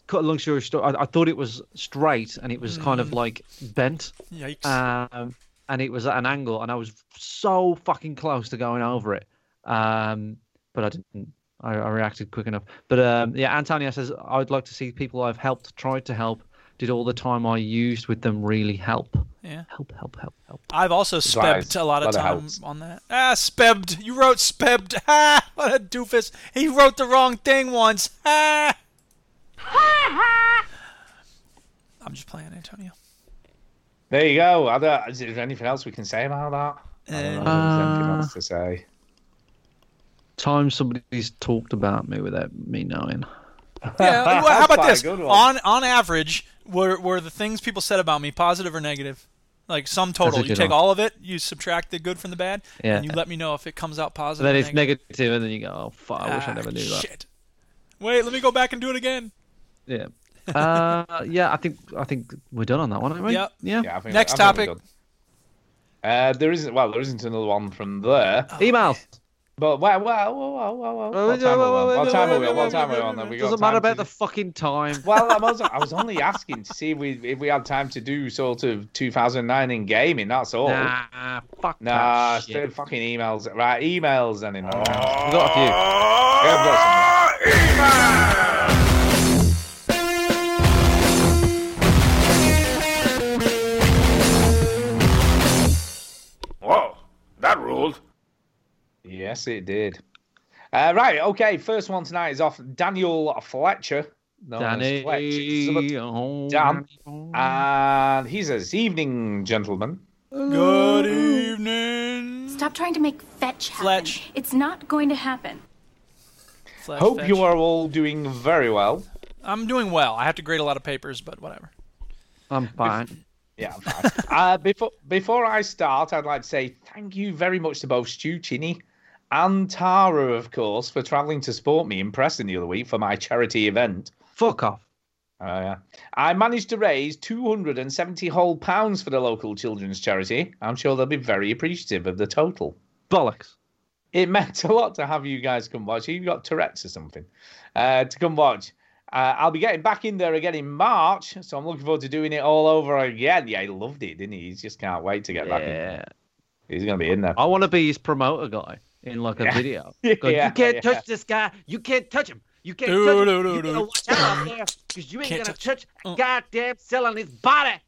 Speaker 3: cut a long story short, I, I thought it was straight, and it was kind of like bent,
Speaker 1: yikes!
Speaker 3: um, and it was at an angle, and I was so fucking close to going over it, um, but I didn't. I, I reacted quick enough. But um, yeah, Antonio says I'd like to see people I've helped, tried to help. Did all the time I used with them really help?
Speaker 1: Yeah.
Speaker 3: Help, help, help, help.
Speaker 1: I've also
Speaker 2: Lies.
Speaker 1: spebbed a lot of
Speaker 2: Lot of
Speaker 1: time
Speaker 2: helps.
Speaker 1: on that. Ah, spebbed. You wrote spebbed. Ha! What a doofus. He wrote the wrong thing once. Ha! I'm just playing, Antonio.
Speaker 2: There you go. I don't, is there anything else we can say about that? I don't know if there's anything else to say.
Speaker 3: Time somebody's talked about me without me knowing.
Speaker 1: Yeah, well,
Speaker 2: That's
Speaker 1: how about
Speaker 2: quite a
Speaker 1: this?
Speaker 2: good one.
Speaker 1: On on average, were were the things people said about me positive or negative? Like sum total,
Speaker 3: a
Speaker 1: you
Speaker 3: good
Speaker 1: take
Speaker 3: one.
Speaker 1: all of it, you subtract the good from the bad,
Speaker 3: Yeah.
Speaker 1: and you let me know if it comes out positive.
Speaker 3: then
Speaker 1: or
Speaker 3: it's
Speaker 1: negative.
Speaker 3: negative, and then you go, "Oh fuck! I wish I
Speaker 1: Ah,
Speaker 3: never knew that."
Speaker 1: Shit. Wait, let me go back and do it again.
Speaker 3: Yeah. uh, yeah, I think I think we're done on that one, aren't we?
Speaker 1: Yep.
Speaker 3: Yeah.
Speaker 2: Yeah, I think,
Speaker 1: Uh, Next
Speaker 2: I think we're
Speaker 1: topic.
Speaker 2: done. Uh, there isn't. Well, there isn't another one from there.
Speaker 1: Uh,
Speaker 3: Emails.
Speaker 2: But wow, wow, wow, wow, wow, wow.
Speaker 3: Well,
Speaker 2: What time are we on? What time are we on? What time are we on? Have we got
Speaker 3: Doesn't matter
Speaker 2: time to
Speaker 3: about the fucking time.
Speaker 2: Well, I'm also, I was only asking to see if we if we had time to do sort of 2009 in gaming. That's all.
Speaker 3: Nah, fuck
Speaker 2: Nah,
Speaker 3: that
Speaker 2: it's
Speaker 3: shit.
Speaker 2: still fucking emails. Right, emails then. in-
Speaker 3: We've got a few.
Speaker 2: Yeah, I've got
Speaker 11: Whoa, that ruled.
Speaker 2: some. Yes, it did. Uh, right, okay. First one tonight is off Daniel Fletcher. known as Fletcher. Some of-
Speaker 3: Danny, oh,
Speaker 2: Dan. And he says, Evening, gentlemen.
Speaker 1: Good evening.
Speaker 9: Stop trying to make fetch happen.
Speaker 1: Fletch.
Speaker 9: It's not going to happen.
Speaker 1: Fletch,
Speaker 2: Hope
Speaker 1: fetch.
Speaker 2: you are all doing very well.
Speaker 1: I'm doing well. I have to grade a lot of papers, but whatever.
Speaker 3: I'm fine.
Speaker 2: Yeah, I'm fine. uh, before before I start, I'd like to say thank you very much to both Stu Chinny and Tara, of course, for travelling to support me in Preston the other week for my charity event.
Speaker 3: Fuck off.
Speaker 2: Oh yeah. I managed to raise 270 whole pounds for the local children's charity. I'm sure they'll be very appreciative of the total.
Speaker 3: Bollocks.
Speaker 2: It meant a lot to have you guys come watch. You've got Tourette's or something uh, to come watch. Uh, I'll be getting back in there again in March, so I'm looking forward to doing it all over again. Yeah, he loved it, didn't he? He just can't wait to get back in.
Speaker 3: Yeah.
Speaker 2: He's gonna be in there.
Speaker 3: I want to be his promoter guy in like a
Speaker 2: Yeah.
Speaker 3: video.
Speaker 2: Yeah,
Speaker 3: Going, you can't
Speaker 2: yeah.
Speaker 3: touch this guy. You can't touch him. You can't
Speaker 1: Do,
Speaker 3: touch him.
Speaker 1: do, do,
Speaker 3: you
Speaker 1: do.
Speaker 3: gotta watch out out there because you ain't
Speaker 1: Can't
Speaker 3: gonna
Speaker 1: touch
Speaker 3: touch a goddamn cell on his body.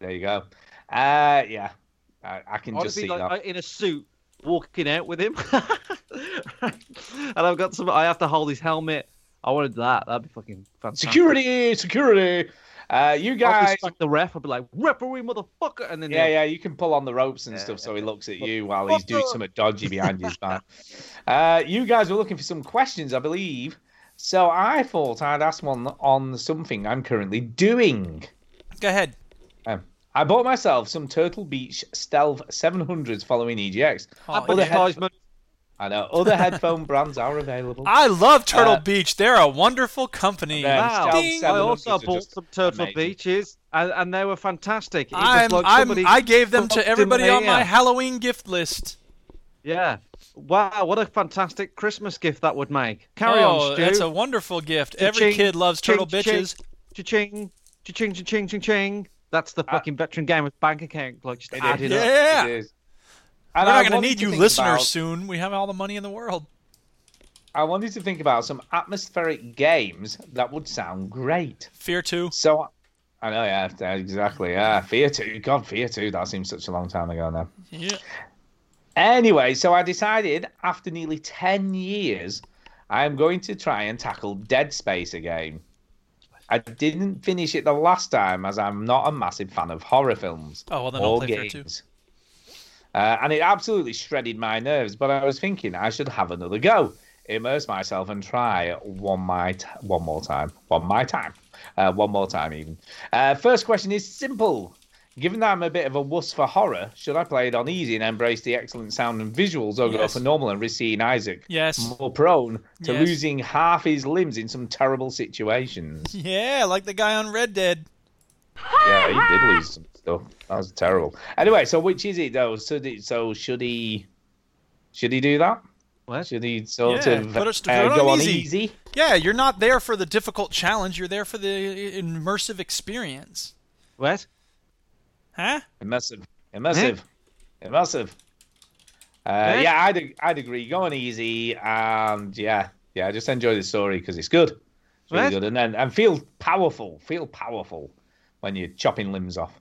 Speaker 2: There you go. Uh, yeah, I, I can
Speaker 3: I'd
Speaker 2: just
Speaker 3: be
Speaker 2: see
Speaker 3: like
Speaker 2: that.
Speaker 3: uh, in a suit walking out with him, and I've got some. I have to hold his helmet. I wanted that. That'd be fucking fantastic.
Speaker 2: Security, security. Uh, you
Speaker 3: I'd
Speaker 2: guys.
Speaker 3: be like the ref. I'd be like referee, motherfucker, and then
Speaker 2: Yeah,
Speaker 3: they'll-
Speaker 2: yeah, you can pull on the ropes and stuff so he looks at you while he's doing something dodgy behind his back. Uh, you guys were looking for some questions, I believe. So I thought I'd ask one on something I'm currently doing.
Speaker 1: Go ahead.
Speaker 2: Um, I bought myself some Turtle Beach Stealth 700s following EGX.
Speaker 1: Oh,
Speaker 2: Other
Speaker 1: yeah.
Speaker 2: head-
Speaker 3: Advertisement.
Speaker 2: I know. Other headphone brands are available.
Speaker 1: I love Turtle
Speaker 2: Uh,
Speaker 1: Beach. They're a wonderful company.
Speaker 2: They're
Speaker 3: Wow.
Speaker 2: Ding.
Speaker 3: I also
Speaker 2: 700s are
Speaker 3: bought
Speaker 2: just
Speaker 3: some Turtle
Speaker 2: amazing.
Speaker 3: Beaches, and, and they were fantastic. It was
Speaker 1: I'm,
Speaker 3: like
Speaker 1: I'm,
Speaker 3: somebody
Speaker 1: I gave them
Speaker 3: fucked
Speaker 1: to
Speaker 3: in
Speaker 1: everybody
Speaker 3: the
Speaker 1: on my
Speaker 3: ear.
Speaker 1: Halloween gift list.
Speaker 3: Yeah. Wow, what a fantastic Christmas gift that would make. Carry
Speaker 1: oh,
Speaker 3: on, Stu.
Speaker 1: that's a wonderful gift. Every
Speaker 3: Cha-ching,
Speaker 1: kid loves
Speaker 3: ching,
Speaker 1: turtle bitches.
Speaker 3: Ching, ching, ching, ching, ching, ching, ching. That's the fucking veteran gamer's bank account, like just
Speaker 2: Uh, It is.
Speaker 3: adding up.
Speaker 1: Yeah.
Speaker 2: It is.
Speaker 1: We're
Speaker 2: And I
Speaker 1: not going to
Speaker 2: wanted
Speaker 1: need
Speaker 2: to
Speaker 1: you
Speaker 2: think
Speaker 1: listeners
Speaker 2: about-
Speaker 1: soon. We have all the money in the world.
Speaker 2: I wanted to think about some atmospheric games that would sound great.
Speaker 1: Fear 2.
Speaker 2: So, I know, yeah, yeah, exactly. Yeah, Fear 2. God, Fear 2. That seems such a long time ago now.
Speaker 1: Yeah.
Speaker 2: Anyway, so I decided after nearly 10 years, I am going to try and tackle Dead Space again. I didn't finish it the last time as I'm not a massive fan of horror films.
Speaker 1: Oh, well, then I'll
Speaker 2: or
Speaker 1: play Fear 2.
Speaker 2: games. Uh, and it absolutely shredded my nerves, but I was thinking I should have another go, immerse myself, and try one my t- one more time, one my time, uh, one more time even. Uh, first question is simple. Given that I'm a bit of a wuss for horror, should I play it on easy and embrace the excellent sound and visuals, or go
Speaker 1: Yes.
Speaker 2: for normal and risk seeing Isaac
Speaker 1: Yes.
Speaker 2: more prone to
Speaker 1: Yes.
Speaker 2: losing half his limbs in some terrible situations?
Speaker 1: Yeah, like the guy on Red Dead.
Speaker 2: yeah, he did lose some stuff. That was terrible. Anyway, so which is it though? Should it, so should he? Should he do that?
Speaker 3: What?
Speaker 2: Should he sort
Speaker 1: Yeah,
Speaker 2: of
Speaker 1: put us-
Speaker 2: uh,
Speaker 1: put it
Speaker 2: go
Speaker 1: on
Speaker 2: on
Speaker 1: easy.
Speaker 2: easy?
Speaker 1: Yeah, you're not there for the difficult challenge. You're there for the immersive experience.
Speaker 3: What?
Speaker 1: Huh?
Speaker 2: Immersive, immersive, immersive. Uh,
Speaker 3: Eh?
Speaker 2: yeah, I'd ag- I'd agree. Go on easy, and yeah, yeah, just enjoy the story because it's good. It's really
Speaker 3: Right.
Speaker 2: good, and then and feel powerful. Feel powerful when you're chopping limbs off.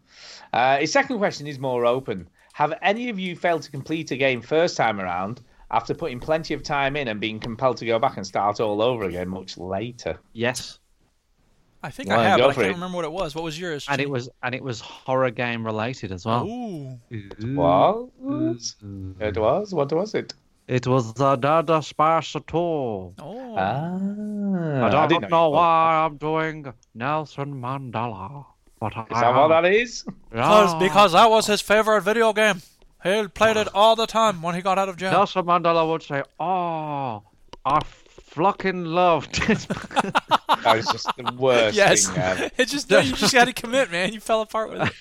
Speaker 2: Uh, his second question is more open. Have any of you failed to complete a game first time around after putting plenty of time in and being compelled to go back and start all over again much later?
Speaker 3: Yes.
Speaker 1: I think
Speaker 2: Well,
Speaker 1: I have,
Speaker 2: go
Speaker 1: but I
Speaker 2: for
Speaker 1: can't
Speaker 2: it.
Speaker 1: remember what it was. What was yours?
Speaker 3: And it
Speaker 1: Gene?
Speaker 3: was um, and it was horror game related as well.
Speaker 1: Ooh.
Speaker 3: Ooh.
Speaker 2: What? It was. What was it?
Speaker 3: It was another special tour.
Speaker 1: Oh.
Speaker 3: I
Speaker 2: Ah,
Speaker 3: don't
Speaker 2: didn't
Speaker 3: know,
Speaker 2: you-
Speaker 3: why I'm doing Nelson Mandela, but I
Speaker 2: Is that what that is?
Speaker 1: Because,
Speaker 3: Yeah.
Speaker 1: because that was his favorite video game. He played it all the time when he got out of jail.
Speaker 3: Nelson Mandela would say, "Oh, I fucking love this."
Speaker 2: That was just the worst
Speaker 1: yes,
Speaker 2: thing ever.
Speaker 1: it just you just had to commit, man. You fell apart with it.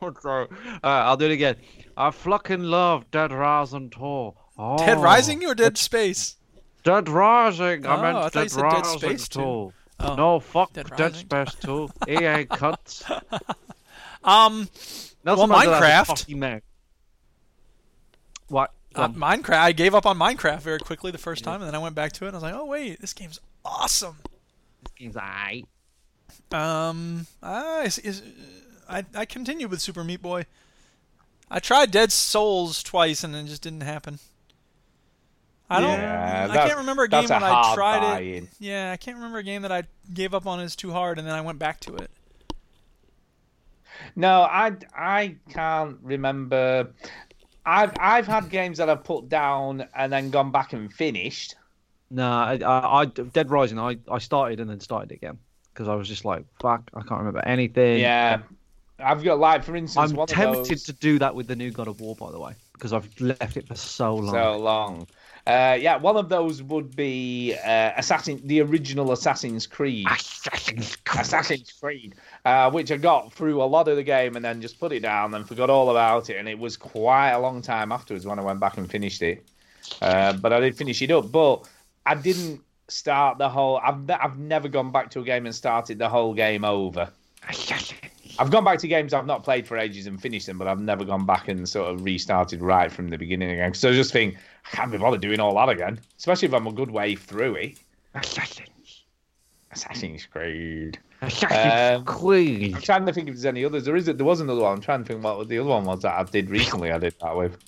Speaker 3: All right, Uh, I'll do it again. I fucking love Dead Rising tour. Oh,
Speaker 1: Dead Rising or Dead Space?
Speaker 3: Dead Rising.
Speaker 1: Oh,
Speaker 3: I
Speaker 1: I
Speaker 3: meant
Speaker 1: thought you
Speaker 3: Dead
Speaker 1: said Dead
Speaker 3: Rising
Speaker 1: Space too.
Speaker 3: tour.
Speaker 1: Oh.
Speaker 3: No, fuck
Speaker 1: Dead
Speaker 3: Dead,
Speaker 1: Rising.
Speaker 3: Space tour. EA cuts.
Speaker 1: Um,
Speaker 3: Nelson
Speaker 1: Well,
Speaker 3: Mandela's a
Speaker 1: Minecraft.
Speaker 3: fucking man. What?
Speaker 1: uh, Minecraft. I gave up on Minecraft very quickly the first time, and then I went back to it. and I was like, oh wait, this game's awesome.
Speaker 3: He's aight.
Speaker 1: Um, I, is, is, I I continued with Super Meat Boy. I tried Dead Souls twice, and it just didn't happen. I don't.
Speaker 2: Yeah,
Speaker 1: I
Speaker 2: that's-
Speaker 1: can't remember a game
Speaker 2: that's a
Speaker 1: when I
Speaker 2: hard
Speaker 1: tried it.
Speaker 2: buy-in.
Speaker 1: Yeah, I can't remember a game that I gave up on as too hard, and then I went back to it.
Speaker 2: No, I I can't remember. I've I've had games that I've put down and then gone back and finished.
Speaker 3: No, I, I, I- Dead Rising. I, I started and then started again because I was just like, fuck, I can't remember anything.
Speaker 2: Yeah, I've got like for instance,
Speaker 3: I'm
Speaker 2: one of
Speaker 3: tempted
Speaker 2: those,
Speaker 3: to do that with the new God of War, by the way, because I've left it for so long.
Speaker 2: so long. Uh, yeah, one of those would be uh, Assassin, the original Assassin's Creed.
Speaker 3: Assassin's Creed.
Speaker 2: Assassin's Creed, uh, which I got through a lot of the game and then just put it down and forgot all about it. And it was quite a long time afterwards when I went back and finished it. Uh, but I did finish it up. But I didn't start the whole. I've ne- I've never gone back to a game and started the whole game over. I've gone back to games I've not played for ages and finished them, but I've never gone back and sort of restarted right from the beginning again. So I just think I can't be bothered doing all that again, especially if I'm a good way through it.
Speaker 3: Assassin's,
Speaker 2: Assassin's Creed.
Speaker 3: Assassin's
Speaker 2: Um,
Speaker 3: Creed.
Speaker 2: I'm trying to think if there's any others. There is. There was another one. I'm trying to think what the other one was that I did recently. I did that with.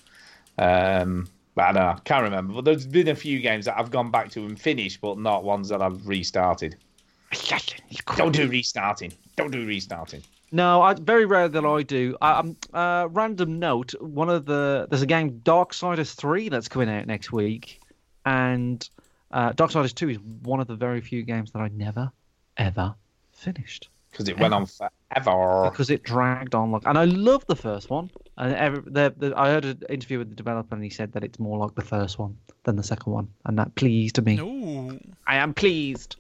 Speaker 2: Um, but I don't know. Can't remember. But there's been a few games that I've gone back to and finished, but not ones that I've restarted.
Speaker 3: Assassin's Creed.
Speaker 2: Don't do restarting. Don't do restarting.
Speaker 3: No, I, very rare that I do. I, um, uh, random note: one of the there's a game Darksiders three that's coming out next week, and uh, Darksiders two is one of the very few games that I never, ever finished
Speaker 2: Because it went on forever.
Speaker 3: because it dragged on like. And I love the first one. And every, the, the, I heard an interview with the developer, and he said that it's more like the first one than the second one, and that pleased me.
Speaker 1: Ooh,
Speaker 3: I am pleased.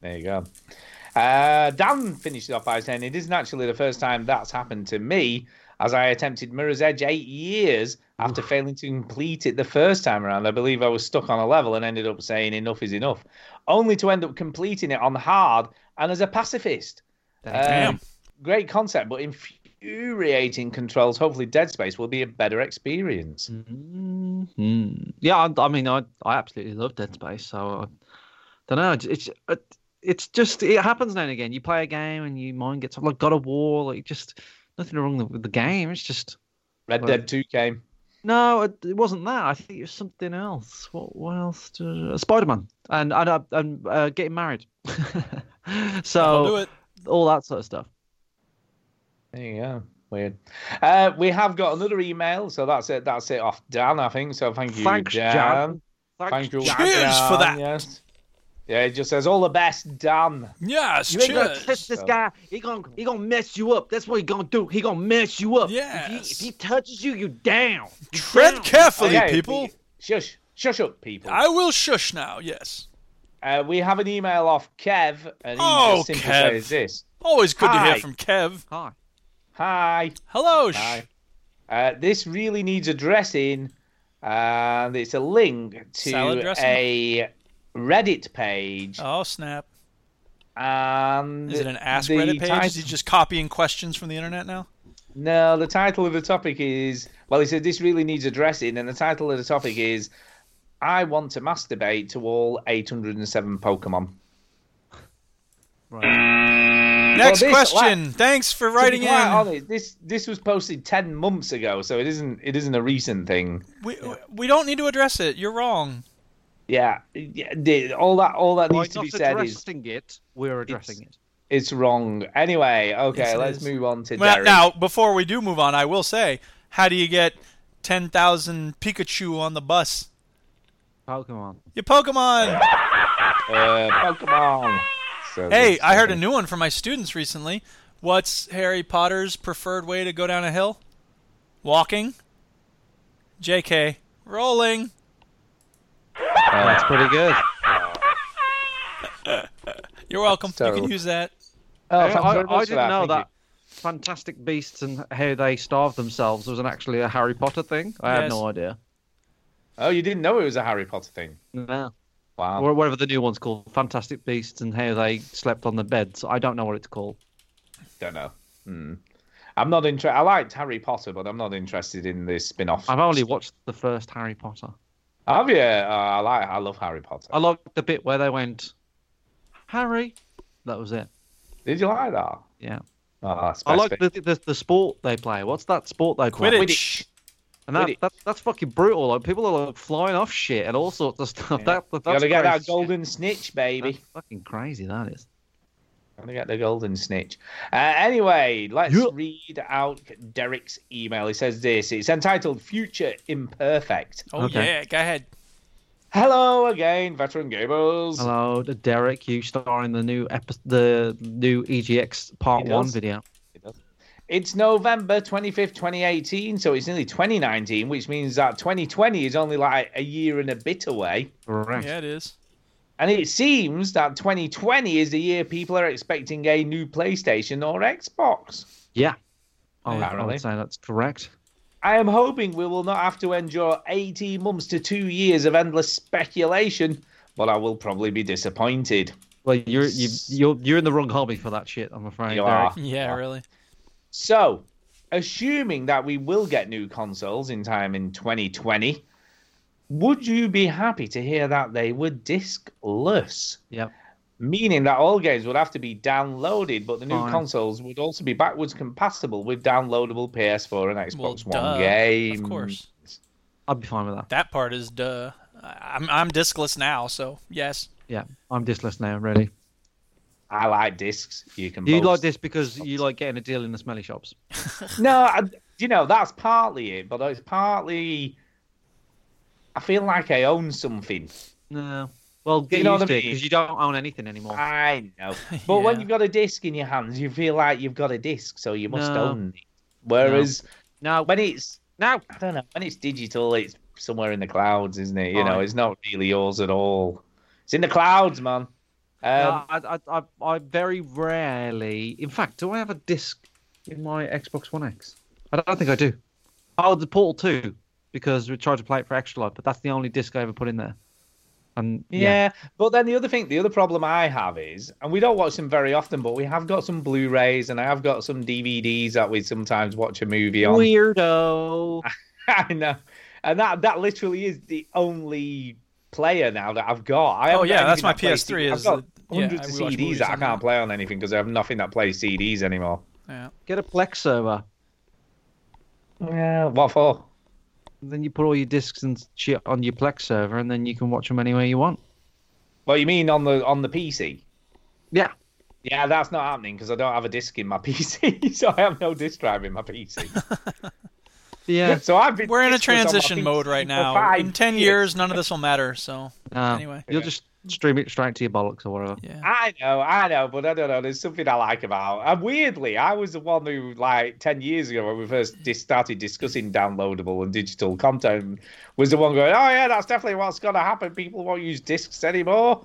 Speaker 2: There you go. Uh, Dan finished it off by saying, It isn't actually the first time that's happened to me, as I attempted Mirror's Edge eight years after failing to complete it the first time around. I believe I was stuck on a level and ended up saying, Enough is enough, only to end up completing it on hard and as a pacifist.
Speaker 1: Damn.
Speaker 2: Um, great concept, but infuriating controls. Hopefully, Dead Space will be a better experience.
Speaker 3: Mm-hmm. Yeah, I, I mean, I, I absolutely love Dead Space. So I don't know. It's it's, it- it's just it happens now and again. You play a game and your mind gets like God of War. Like just nothing wrong with the game. It's just
Speaker 2: Red Dead 2 came.
Speaker 3: no, it, it wasn't that. I think it was something else. What what else? Spider Man and and uh, and uh, getting married.
Speaker 2: Oh.
Speaker 1: I'll do
Speaker 3: so
Speaker 1: it.
Speaker 3: all that sort of stuff.
Speaker 2: There you go. Weird. Uh, we have got another email, so that's it. That's it off Dan, I think. So thank you,
Speaker 3: Thanks,
Speaker 2: Dan.
Speaker 3: Jan.
Speaker 2: Thank you,
Speaker 1: Jan.
Speaker 2: Dan,
Speaker 1: Cheers for that.
Speaker 2: Yes. Yeah, it just says all the best, Dan.
Speaker 1: Yes,
Speaker 3: You ain't gonna
Speaker 1: cheers.
Speaker 3: touch this guy. He gonna he gonna mess you up. That's what he gonna do. He gonna mess you up. If he,
Speaker 1: Yes.
Speaker 3: if he touches you, you down. You down.
Speaker 1: Tread carefully,
Speaker 2: Okay,
Speaker 1: people.
Speaker 2: Shush, shush up, people.
Speaker 1: I will shush now. Yes.
Speaker 2: Uh, we have an email off Kev, and he
Speaker 1: Oh,
Speaker 2: just simply
Speaker 1: Kev.
Speaker 2: says this:
Speaker 1: Always good to hear
Speaker 2: Hi.
Speaker 1: from Kev.
Speaker 3: Hi.
Speaker 2: "Hi,
Speaker 1: Hello. sh-
Speaker 2: Hi. Uh, this really needs addressing, and it's a link
Speaker 1: Salad
Speaker 2: to
Speaker 1: dressing?
Speaker 2: a Reddit page.
Speaker 1: Oh snap!
Speaker 2: And
Speaker 1: Is it an Ask
Speaker 2: the
Speaker 1: Reddit page? Is he
Speaker 2: title-
Speaker 1: just copying questions from the internet now?
Speaker 2: No, the title of the topic is well, he said this really needs addressing, and the title of the topic is I want to masturbate to all 807 Pokemon.
Speaker 1: Next
Speaker 2: this-
Speaker 1: question. Thanks for writing
Speaker 2: to
Speaker 1: in.
Speaker 2: be quite honest, this this was posted 10 months ago, so it isn't it isn't a recent thing.
Speaker 1: We, we don't need to address it. You're wrong.
Speaker 2: Yeah, yeah the- all that all that needs to be said is
Speaker 3: addressing it. We're addressing it.
Speaker 2: it's wrong. Anyway, okay,
Speaker 1: Yes, it
Speaker 2: let's
Speaker 1: is.
Speaker 2: move on to
Speaker 1: Well,
Speaker 2: Derek.
Speaker 1: now, before we do move on, I will say, how do you get ten thousand Pikachu on the bus?
Speaker 3: Pokemon.
Speaker 1: Your Pokemon.
Speaker 2: Uh, Pokemon.
Speaker 1: Hey,
Speaker 2: So there's-
Speaker 1: I heard a new one from my students recently. What's Harry Potter's preferred way to go down a hill? Walking. JK. Rolling.
Speaker 3: That's pretty good.
Speaker 1: You're welcome. You
Speaker 3: So-
Speaker 1: can use that.
Speaker 2: Oh,
Speaker 3: I,
Speaker 2: thanks
Speaker 3: I-
Speaker 2: very
Speaker 3: I
Speaker 2: much for
Speaker 3: didn't
Speaker 2: that.
Speaker 3: know
Speaker 2: Thank
Speaker 3: that Fantastic Beasts and how they starve themselves was an actually a Harry Potter thing. I had
Speaker 2: Yes.
Speaker 3: no idea.
Speaker 2: Oh, you didn't know it was a Harry Potter thing.
Speaker 3: No.
Speaker 2: Wow.
Speaker 3: Or whatever the new one's called, Fantastic Beasts and how they slept on the beds. I don't know what it's called.
Speaker 2: Don't know. Hmm. I'm not interested. I liked Harry Potter, but I'm not interested in the spin-off.
Speaker 3: I've only watched the first Harry Potter.
Speaker 2: Have you? Uh, I like. I love Harry Potter.
Speaker 3: I liked the bit where they went, Harry. That was it.
Speaker 2: Did you like that?
Speaker 3: Yeah.
Speaker 2: Oh, that's
Speaker 3: I
Speaker 2: best
Speaker 3: like the, the the sport they play. What's that sport they play?
Speaker 1: Quidditch.
Speaker 3: And that,
Speaker 2: Quidditch.
Speaker 3: that that's fucking brutal. Like people are like flying off shit and all sorts of stuff. That, that
Speaker 2: You
Speaker 3: that's
Speaker 2: gotta get that
Speaker 3: crazy.
Speaker 2: golden snitch, baby.
Speaker 3: fucking crazy. That is.
Speaker 2: Gotta get the golden snitch. Uh, anyway, let's read out Derek's email. He says this. It's entitled "Future Imperfect."
Speaker 1: Oh yeah, go ahead.
Speaker 2: Hello again, veteran Gables.
Speaker 3: Hello, to Derek. You star in the new epi- the new EGX Part
Speaker 2: He
Speaker 3: One
Speaker 2: does.
Speaker 3: video.
Speaker 2: It's November 25th, 2018, so it's nearly 2019, which means that 2020 is only like a year and a bit away.
Speaker 3: Right.
Speaker 1: Yeah, it is.
Speaker 2: And it seems that 2020 is the year people are expecting a new PlayStation or Xbox.
Speaker 3: Yeah. I would, I
Speaker 2: Apparently.
Speaker 3: would say that's correct.
Speaker 2: I am hoping we will not have to endure 18 months to two years of endless speculation, but I will probably be disappointed.
Speaker 3: Well, you're you, you're you're in the wrong hobby for that shit. I'm afraid.
Speaker 2: You
Speaker 3: Derek.
Speaker 2: are.
Speaker 1: Yeah, really.
Speaker 2: So, assuming that we will get new consoles in time in 2020, would you be happy to hear that they were discless?
Speaker 3: Yep.
Speaker 2: Meaning that all games would have to be downloaded, but the new
Speaker 3: Fine.
Speaker 2: consoles would also be backwards compatible with downloadable PS4 and
Speaker 1: Well,
Speaker 2: Xbox
Speaker 1: duh.
Speaker 2: One games.
Speaker 1: Of course.
Speaker 3: I'd be fine with that.
Speaker 1: That part is duh. I- I'm I'm discless now, so yes.
Speaker 3: Yeah. I'm discless now. Really.
Speaker 2: I like discs. You can.
Speaker 3: You
Speaker 2: boast.
Speaker 3: like this because you like getting a deal in the smelly shops.
Speaker 2: No, I, you know that's partly it, but it's partly. I feel like I own something.
Speaker 3: No. Well, get
Speaker 2: You know
Speaker 3: used
Speaker 2: what
Speaker 3: to
Speaker 2: I
Speaker 3: it
Speaker 2: mean?
Speaker 3: because you don't own anything anymore.
Speaker 2: I know. But
Speaker 1: Yeah.
Speaker 2: when you've got a disc in your hands, you feel like you've got a disc, so you must
Speaker 3: No.
Speaker 2: own it. Whereas
Speaker 3: No.
Speaker 2: when it's
Speaker 3: No.
Speaker 2: I don't know, when it's digital, it's somewhere in the clouds, isn't it? You know,
Speaker 3: Fine.
Speaker 2: it's not really yours at all. It's in the clouds, man. Um,
Speaker 1: Ah,
Speaker 3: No, I, I, I, I very rarely. In fact, do I have a disc in my Xbox One X? I don't think I do. Oh, the Portal 2, because we tried to play it for Extra Life, but that's the only disc I ever put in there. And
Speaker 2: yeah.
Speaker 3: yeah,
Speaker 2: but then the other thing, the other problem I have is, and we don't watch them very often, but we have got some Blu-rays and I have got some DVDs that we sometimes watch a movie on.
Speaker 3: weirdo.
Speaker 2: I know, and that that literally is the only player now that I've got. I haven't
Speaker 1: Oh, yeah,
Speaker 2: got
Speaker 1: that's
Speaker 2: anything
Speaker 1: my
Speaker 2: that plays
Speaker 1: PS3
Speaker 2: CD.
Speaker 1: is
Speaker 2: I've got
Speaker 1: the- yeah,
Speaker 2: hundreds
Speaker 1: I-
Speaker 2: of
Speaker 1: we watch
Speaker 2: CDs
Speaker 1: movies
Speaker 2: that I
Speaker 1: on
Speaker 2: can't
Speaker 1: that.
Speaker 2: play on anything because I have nothing that plays CDs anymore.
Speaker 1: Yeah.
Speaker 3: Get a Plex server,
Speaker 2: Yeah, what for?
Speaker 3: and then you put all your discs and shit on your Plex server, and then you can watch them anywhere you want.
Speaker 2: Well, you mean on the on the PC?
Speaker 3: Yeah,
Speaker 2: Yeah, that's not happening because I don't have a disc in my PC, so I have no disc drive in my PC.
Speaker 3: yeah.
Speaker 2: so I've been
Speaker 1: We're in a
Speaker 2: discless on my
Speaker 1: transition
Speaker 2: PC
Speaker 1: mode right
Speaker 2: for
Speaker 1: now.
Speaker 2: five
Speaker 1: In ten years, none of this will matter. So
Speaker 3: No,
Speaker 1: Anyway.
Speaker 3: Um, you'll just stream it straight to your bollocks or whatever.
Speaker 1: yeah.
Speaker 2: I know, I know, but I don't know. There's something I like about. And weirdly, I was the one who, like, ten years ago when we first dis- started discussing downloadable and digital content, was the one going, "Oh yeah, that's definitely what's going to happen. People won't use discs anymore."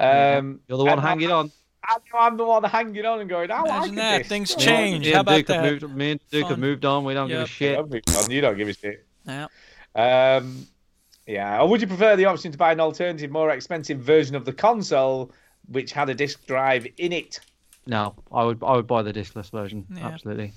Speaker 2: Um,
Speaker 3: You're the one
Speaker 2: and
Speaker 3: hanging
Speaker 2: I,
Speaker 3: on.
Speaker 2: I, I'm the one hanging on and going, "I like
Speaker 1: Imagine
Speaker 2: a
Speaker 1: that.
Speaker 2: disc."
Speaker 1: Things
Speaker 2: Yeah.
Speaker 1: change.
Speaker 3: Me
Speaker 1: How
Speaker 3: and
Speaker 1: about
Speaker 3: Duke have
Speaker 1: that?
Speaker 3: moved. Me and Duke have
Speaker 1: Fun.
Speaker 3: moved on. We don't give a
Speaker 1: Yep.
Speaker 3: shit.
Speaker 2: Oh, You don't give a shit.
Speaker 1: Yeah.
Speaker 2: Um, yeah. Or would you prefer the option to buy an alternative, more expensive version of the console, which had a disc drive in it?
Speaker 3: No, I would I would buy the discless version.
Speaker 1: Yeah.
Speaker 3: Absolutely.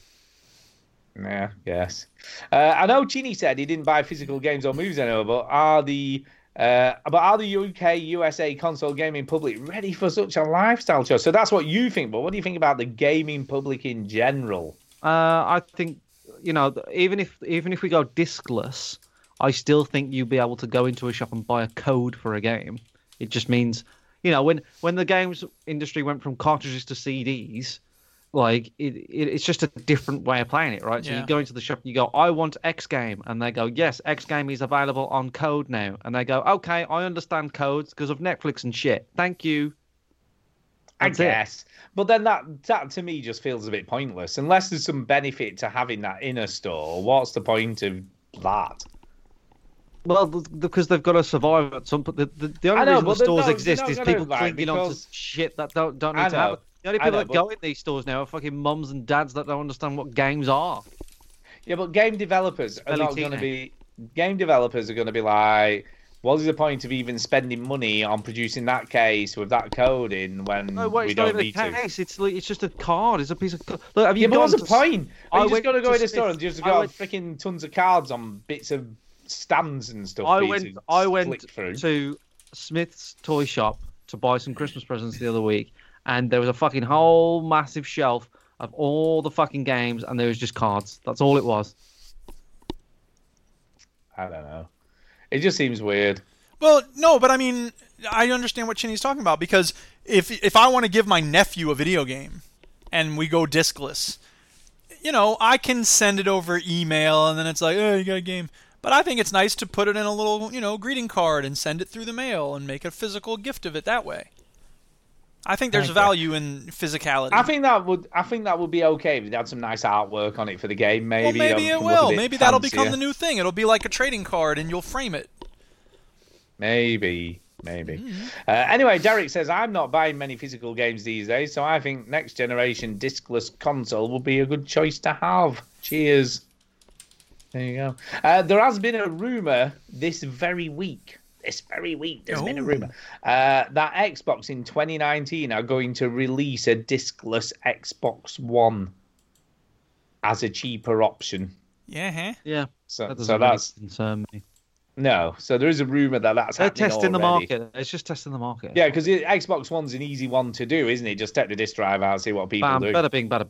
Speaker 2: Yeah, yes. Uh, I know Chini said he didn't buy physical games or movies anymore, but are the uh, but are the UK USA console gaming public ready for such a lifestyle choice? So that's what you think, but what do you think about the gaming public in general?
Speaker 3: Uh, I think you know th- even if even if we go discless, I still think you'd be able to go into a shop and buy a code for a game. It just means you know when when the games industry went from cartridges to CDs, like it, it, it's just a different way of playing it, right? So
Speaker 1: Yeah.
Speaker 3: you go into the shop and you go, I want X game, and they go, Yes, X game is available on code now, and they go, Okay, I understand codes because of Netflix and shit. Thank you.
Speaker 2: I
Speaker 3: That's it.
Speaker 2: guess. But then that that to me just feels a bit pointless. Unless there's some benefit to having that in a store, what's the point of that?
Speaker 3: Well, th- because they've got to survive at some point. The, the, the only
Speaker 2: I know,
Speaker 3: reason
Speaker 2: but
Speaker 3: the
Speaker 2: they're
Speaker 3: stores
Speaker 2: not-
Speaker 3: exist
Speaker 2: they're
Speaker 3: is
Speaker 2: not
Speaker 3: people
Speaker 2: gonna, like,
Speaker 3: clinging onto
Speaker 2: because-
Speaker 3: shit that don't don't need
Speaker 2: I
Speaker 3: to happen.
Speaker 2: know.
Speaker 3: The only
Speaker 2: I
Speaker 3: people
Speaker 2: know,
Speaker 3: that
Speaker 2: but-
Speaker 3: go in these stores now are fucking mums and dads that don't understand what games are.
Speaker 2: Yeah, but game developers are
Speaker 3: Early
Speaker 2: not going to be. Game developers are going to be like, what is the point of even spending money on producing that case with that coding when
Speaker 3: No, wait,
Speaker 2: Mm, we
Speaker 3: it's not
Speaker 2: don't
Speaker 3: even a
Speaker 2: need to?
Speaker 3: case. It's like, it's just a card. It's a piece of. co- Look, have you
Speaker 2: Yeah, but what's
Speaker 3: gone
Speaker 2: the
Speaker 3: to s-
Speaker 2: point? Are
Speaker 3: I
Speaker 2: you just
Speaker 3: went
Speaker 2: going to go in a
Speaker 3: Smith's-
Speaker 2: store and just
Speaker 3: I
Speaker 2: got
Speaker 3: went-
Speaker 2: freaking tons of cards on bits of stands and stuff?
Speaker 3: I
Speaker 2: for you
Speaker 3: went.
Speaker 2: to
Speaker 3: I
Speaker 2: flick
Speaker 3: went
Speaker 2: through?
Speaker 3: to Smith's toy shop to buy some Christmas presents the other week, and there was a fucking whole massive shelf of all the fucking games, and there was just cards. That's all it was.
Speaker 2: I don't know. It just seems weird.
Speaker 1: Well, no, but I mean, I understand what Chinny's talking about because if if I want to give my nephew a video game and we go discless, you know, I can send it over email and then it's like, oh, you got a game. But I think it's nice to put it in a little, you know, greeting card and send it through the mail and make a physical gift of it that way. I think there's
Speaker 2: Okay.
Speaker 1: value in physicality.
Speaker 2: I think that would. I think that would be okay if they had some nice artwork on it for the game.
Speaker 1: well,
Speaker 2: Maybe.
Speaker 1: maybe it
Speaker 2: um, look a
Speaker 1: will.
Speaker 2: bit
Speaker 1: Maybe that'll become
Speaker 2: fancier.
Speaker 1: the new thing. It'll be like a trading card and you'll frame it.
Speaker 2: Maybe, maybe.
Speaker 3: Mm-hmm.
Speaker 2: Uh, anyway, Derek says I'm not buying many physical games these days, so I think next generation discless console will be a good choice to have. Cheers. There you go. Uh, there has been a rumor this very week. This very week, there's been a
Speaker 1: Oh.
Speaker 2: rumor uh, that Xbox in 2019 are going to release a discless Xbox One as a cheaper option.
Speaker 1: Yeah, huh?
Speaker 3: Yeah.
Speaker 2: So,
Speaker 3: That doesn't
Speaker 2: so
Speaker 3: really
Speaker 2: that's
Speaker 3: concern me.
Speaker 2: no. So there is a rumor that that's
Speaker 3: They're
Speaker 2: happening
Speaker 3: testing the
Speaker 2: already.
Speaker 3: market. It's just testing the market.
Speaker 2: Yeah, because Xbox One's an easy one to do, isn't it? Just take the disk drive out, see what people
Speaker 3: Bam,
Speaker 2: do.
Speaker 3: bada bing, bada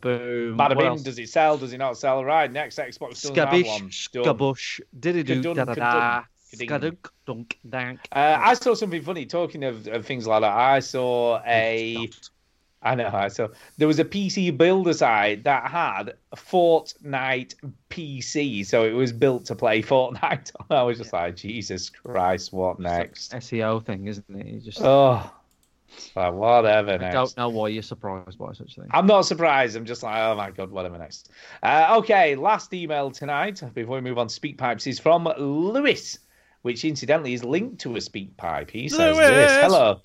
Speaker 2: Bada
Speaker 3: boom. What
Speaker 2: bing,
Speaker 3: else?
Speaker 2: does it sell? Does it not sell? Right, next Xbox doesn't have one.
Speaker 3: Skabish,
Speaker 2: Done.
Speaker 3: skabush, diddy doo,
Speaker 2: Kadunk,
Speaker 3: da da da.
Speaker 2: kadunk,
Speaker 3: Skadunk, dunk, dank.
Speaker 2: Uh, I saw something funny. Talking of, of things like that, I saw a. I know. I saw there was a PC builder site that had a Fortnite PC, so it was built to play Fortnite. I was just like, Jesus Christ, what next?
Speaker 3: SEO E thing, isn't it? You just
Speaker 2: Oh, it's like whatever
Speaker 3: I
Speaker 2: next.
Speaker 3: don't know why you're surprised by such things.
Speaker 2: I'm not surprised. I'm just like, oh my god, whatever next. Uh, okay, last email tonight before we move on to speak pipes is from Lewis, which incidentally is linked to a speak pipe. He says this.
Speaker 1: Lewis!
Speaker 2: Hello.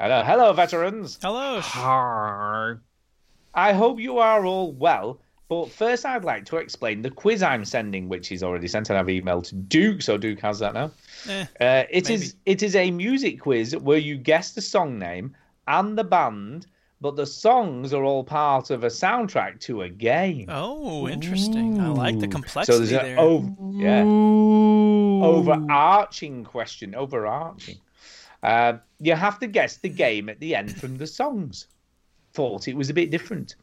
Speaker 2: Hello, hello, veterans.
Speaker 1: Hello.
Speaker 2: Ah.
Speaker 3: Arr.
Speaker 2: I hope you are all well. But first, I'd like to explain the quiz I'm sending, which he's already sent, and I've emailed to Duke, so Duke has that now.
Speaker 1: Eh,
Speaker 2: Uh, it
Speaker 1: Maybe.
Speaker 2: is- it is a music quiz where you guess the song name and the band, but the songs are all part of a soundtrack to a game.
Speaker 1: Oh, interesting. I like the
Speaker 2: Ooh.
Speaker 1: complexity
Speaker 2: so oh, there's
Speaker 1: there.
Speaker 2: An over, yeah, overarching question. Overarching. Uh, you have to guess the game at the end from the songs. Thought it was a bit different.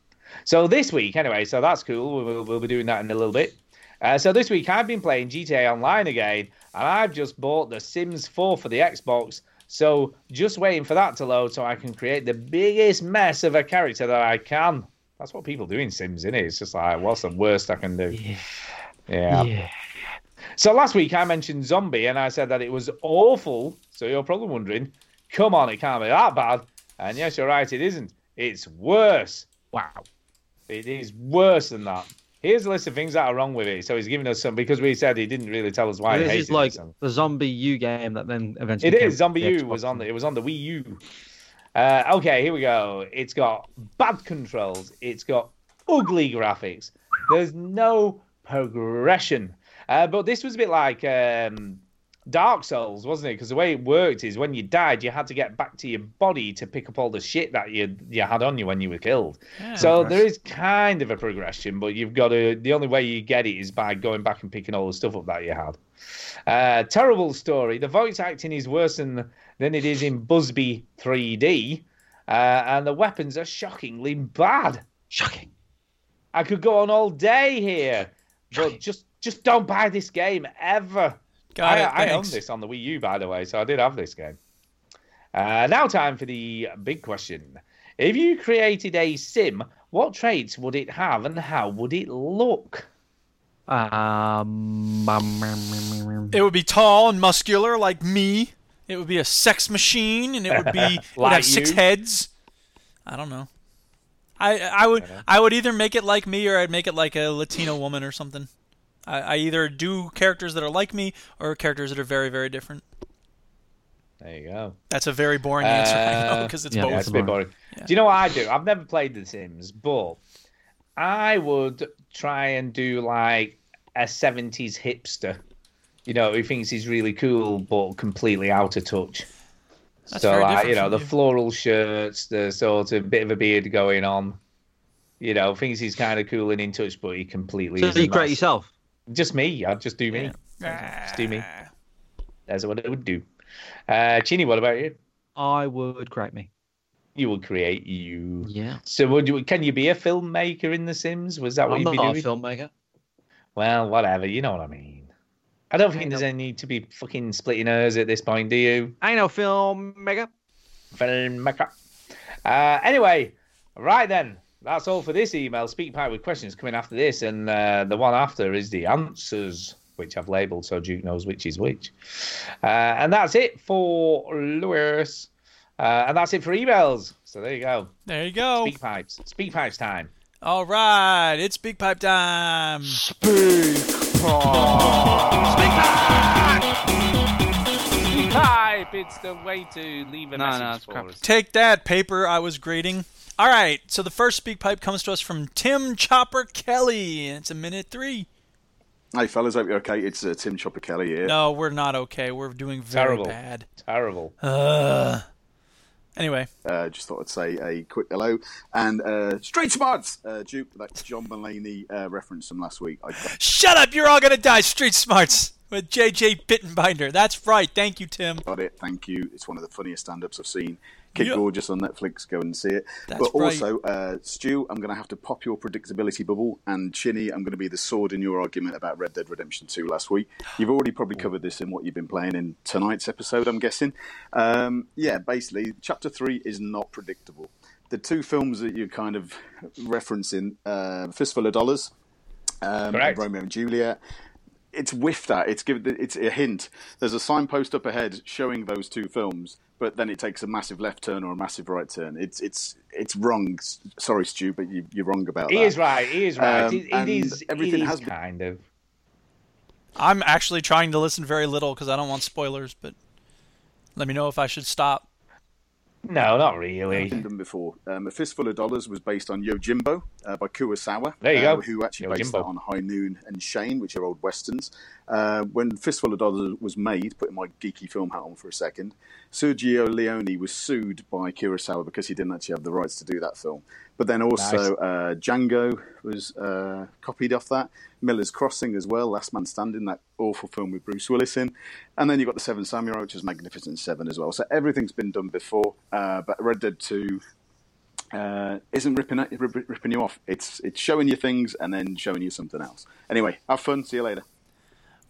Speaker 2: So this week, anyway, so that's cool. We'll, we'll be doing that in a little bit. Uh, so this week, I've been playing GTA Online again, and I've just bought The Sims 4 for the Xbox. So just waiting for that to load so I can create the biggest mess of a character that I can. That's what people do in Sims, innit? It's just like, what's the worst I can do? yeah. So last week I mentioned Zombie and I said that it was awful. So you're probably wondering, come on, it can't be that bad. And yes, you're right, it isn't. It's worse. Wow. It is worse than that. Here's a list of things that are wrong with it. So he's giving us some because we said he didn't really tell us why he
Speaker 3: this
Speaker 2: hated
Speaker 3: is like
Speaker 2: it. so-
Speaker 3: the zombie U game that then eventually.
Speaker 2: It
Speaker 3: came
Speaker 2: is
Speaker 3: to
Speaker 2: Zombie
Speaker 3: the
Speaker 2: U
Speaker 3: Xbox
Speaker 2: was on the it was on the Wii U. Uh, okay, here we go. It's got bad controls. It's got ugly graphics. There's no progression. Uh, but this was a bit like um, Dark Souls, wasn't it? Because the way it worked is when you died, you had to get back to your body to pick up all the shit that you you had on you when you were killed. so there is kind of a progression, but you've got to. The only way you get it is by going back and picking all the stuff up that you had. Uh, terrible story. The voice acting is worse than than it is in Busby 3D, uh, and the weapons are shockingly bad.
Speaker 3: Shocking.
Speaker 2: I could go on all day here, but just just don't buy this game ever.
Speaker 1: Got
Speaker 2: I,
Speaker 1: it.
Speaker 2: I own
Speaker 1: thanks.
Speaker 2: this on the Wii U, by the way, so I did have this game. Uh, now, time for the big question. If you created a sim What traits would it have, and how would it look?
Speaker 3: Um, um,
Speaker 1: It would be tall and muscular like me. It would be a sex machine, and it would be it would
Speaker 2: Like
Speaker 1: have six
Speaker 2: you?
Speaker 1: heads. I don't know. I I would I would either make it like me, or I'd make it like a Latino woman or something. I, I either do characters that are like me, or characters that are very very different.
Speaker 2: There you go.
Speaker 1: That's a very boring answer, I know,
Speaker 2: Uh,
Speaker 1: because it's
Speaker 3: yeah,
Speaker 1: both.
Speaker 2: Yeah, it's a bit boring. Do you know what I do? I've never played The Sims, but I would try and do like a 70s hipster, you know, who thinks he's really cool but completely out of touch.
Speaker 1: That's
Speaker 2: so,
Speaker 1: very
Speaker 2: like,
Speaker 1: different
Speaker 2: you know,
Speaker 1: from
Speaker 2: the
Speaker 1: you.
Speaker 2: floral shirts, the sort of bit of a beard going on, you know, thinks he's kind of cool and in touch, but he completely
Speaker 3: so
Speaker 2: isn't.
Speaker 3: you create
Speaker 2: That's-
Speaker 3: yourself.
Speaker 2: Just me. I'd just do me. Just do me.
Speaker 1: Ah,
Speaker 2: That's what it would do. Uh, Chini, what about you?
Speaker 3: I would create me.
Speaker 2: You would create you.
Speaker 3: Yeah.
Speaker 2: So would you, can you be a filmmaker in The Sims? Was that what
Speaker 3: I'm
Speaker 2: you'd
Speaker 3: not
Speaker 2: be
Speaker 3: a
Speaker 2: doing?
Speaker 3: filmmaker.
Speaker 2: well, whatever. You know what I mean. I don't think there's any need to be fucking splitting hairs at this point, do you?
Speaker 3: I ain't no filmmaker.
Speaker 2: Filmmaker. Uh, anyway, right then. That's all for this email. Speak Pipe with questions coming after this, and uh, the one after is the answers, which I've labelled so Duke knows which is which. Uh, and that's it for Lewis. Uh, and that's it for emails. So there you go.
Speaker 1: There you go.
Speaker 2: Speak Pipes. Speak Pipes time.
Speaker 1: All right, it's big pipe time.
Speaker 2: Pipe, it's the way to leave a
Speaker 12: No, no, it's
Speaker 2: message
Speaker 12: crap.
Speaker 2: for us.
Speaker 1: Take that paper I was grading. All right, so the first speak pipe comes to us from Tim Chopper Kelly. It's a minute three.
Speaker 6: Hey, fellas, hope you're okay. It's uh, Tim Chopper Kelly here.
Speaker 1: No, we're not okay. We're doing very
Speaker 2: Terrible.
Speaker 1: bad.
Speaker 2: Terrible.
Speaker 1: Uh, anyway,
Speaker 6: Uh, just thought I'd say a quick hello. And uh, straight smarts, uh, Duke, that John Mulaney uh, referenced from last week. I,
Speaker 1: shut up. You're all going to die. Street Smarts with JJ Bittenbinder. That's right. Thank you, Tim.
Speaker 6: got it. Thank you. It's one of the funniest stand-ups I've seen. Kid
Speaker 1: Yeah.
Speaker 6: Gorgeous on Netflix. Go and see it.
Speaker 1: That's
Speaker 6: but
Speaker 1: right.
Speaker 6: also, uh, Stu, I'm going to have to pop your predictability bubble, and Chinny, I'm going to be the sword in your argument about Red Dead Redemption 2 last week. You've already probably covered this in what you've been playing in tonight's episode, I'm guessing. Um, yeah, basically, Chapter 3 is not predictable. The two films that you're kind of referencing, uh, Fistful of Dollars um,
Speaker 2: Correct.
Speaker 6: and Romeo and Juliet. It's whiffed at. It's given. It's a hint. There's a signpost up ahead showing those two films, but then it takes a massive left turn or a massive right turn. It's it's it's wrong. S- Sorry, Stu, but you, you're wrong about
Speaker 2: He
Speaker 6: that.
Speaker 2: is right. He is right.
Speaker 6: Um,
Speaker 2: it, it
Speaker 6: and
Speaker 2: is.
Speaker 6: everything
Speaker 2: it is
Speaker 6: has been-
Speaker 2: kind of.
Speaker 1: I'm actually trying to listen very little because I don't want spoilers, but let me know if I should stop.
Speaker 2: No, not really.
Speaker 6: mentioned them before. Um, a Fistful of Dollars was based on Yojimbo uh, by Kurosawa.
Speaker 2: There you
Speaker 6: uh,
Speaker 2: go.
Speaker 6: Who actually based
Speaker 2: Yojimbo.
Speaker 6: that on High Noon and Shane, which are old westerns. Uh, when Fistful of Dollars was made, putting my geeky film hat on for a second, Sergio Leone was sued by Kurosawa because he didn't actually have the rights to do that film. But then also uh, Django was uh, copied off that. Miller's Crossing as well, Last Man Standing, that awful film with Bruce Willis in. And then you've got The Seven Samurai, which is Magnificent Seven as well. So everything's been done before, uh, but Red Dead 2 uh, isn't ripping, at- rip- ripping you off. It's, it's showing you things and then showing you something else. Anyway, have fun. See you later.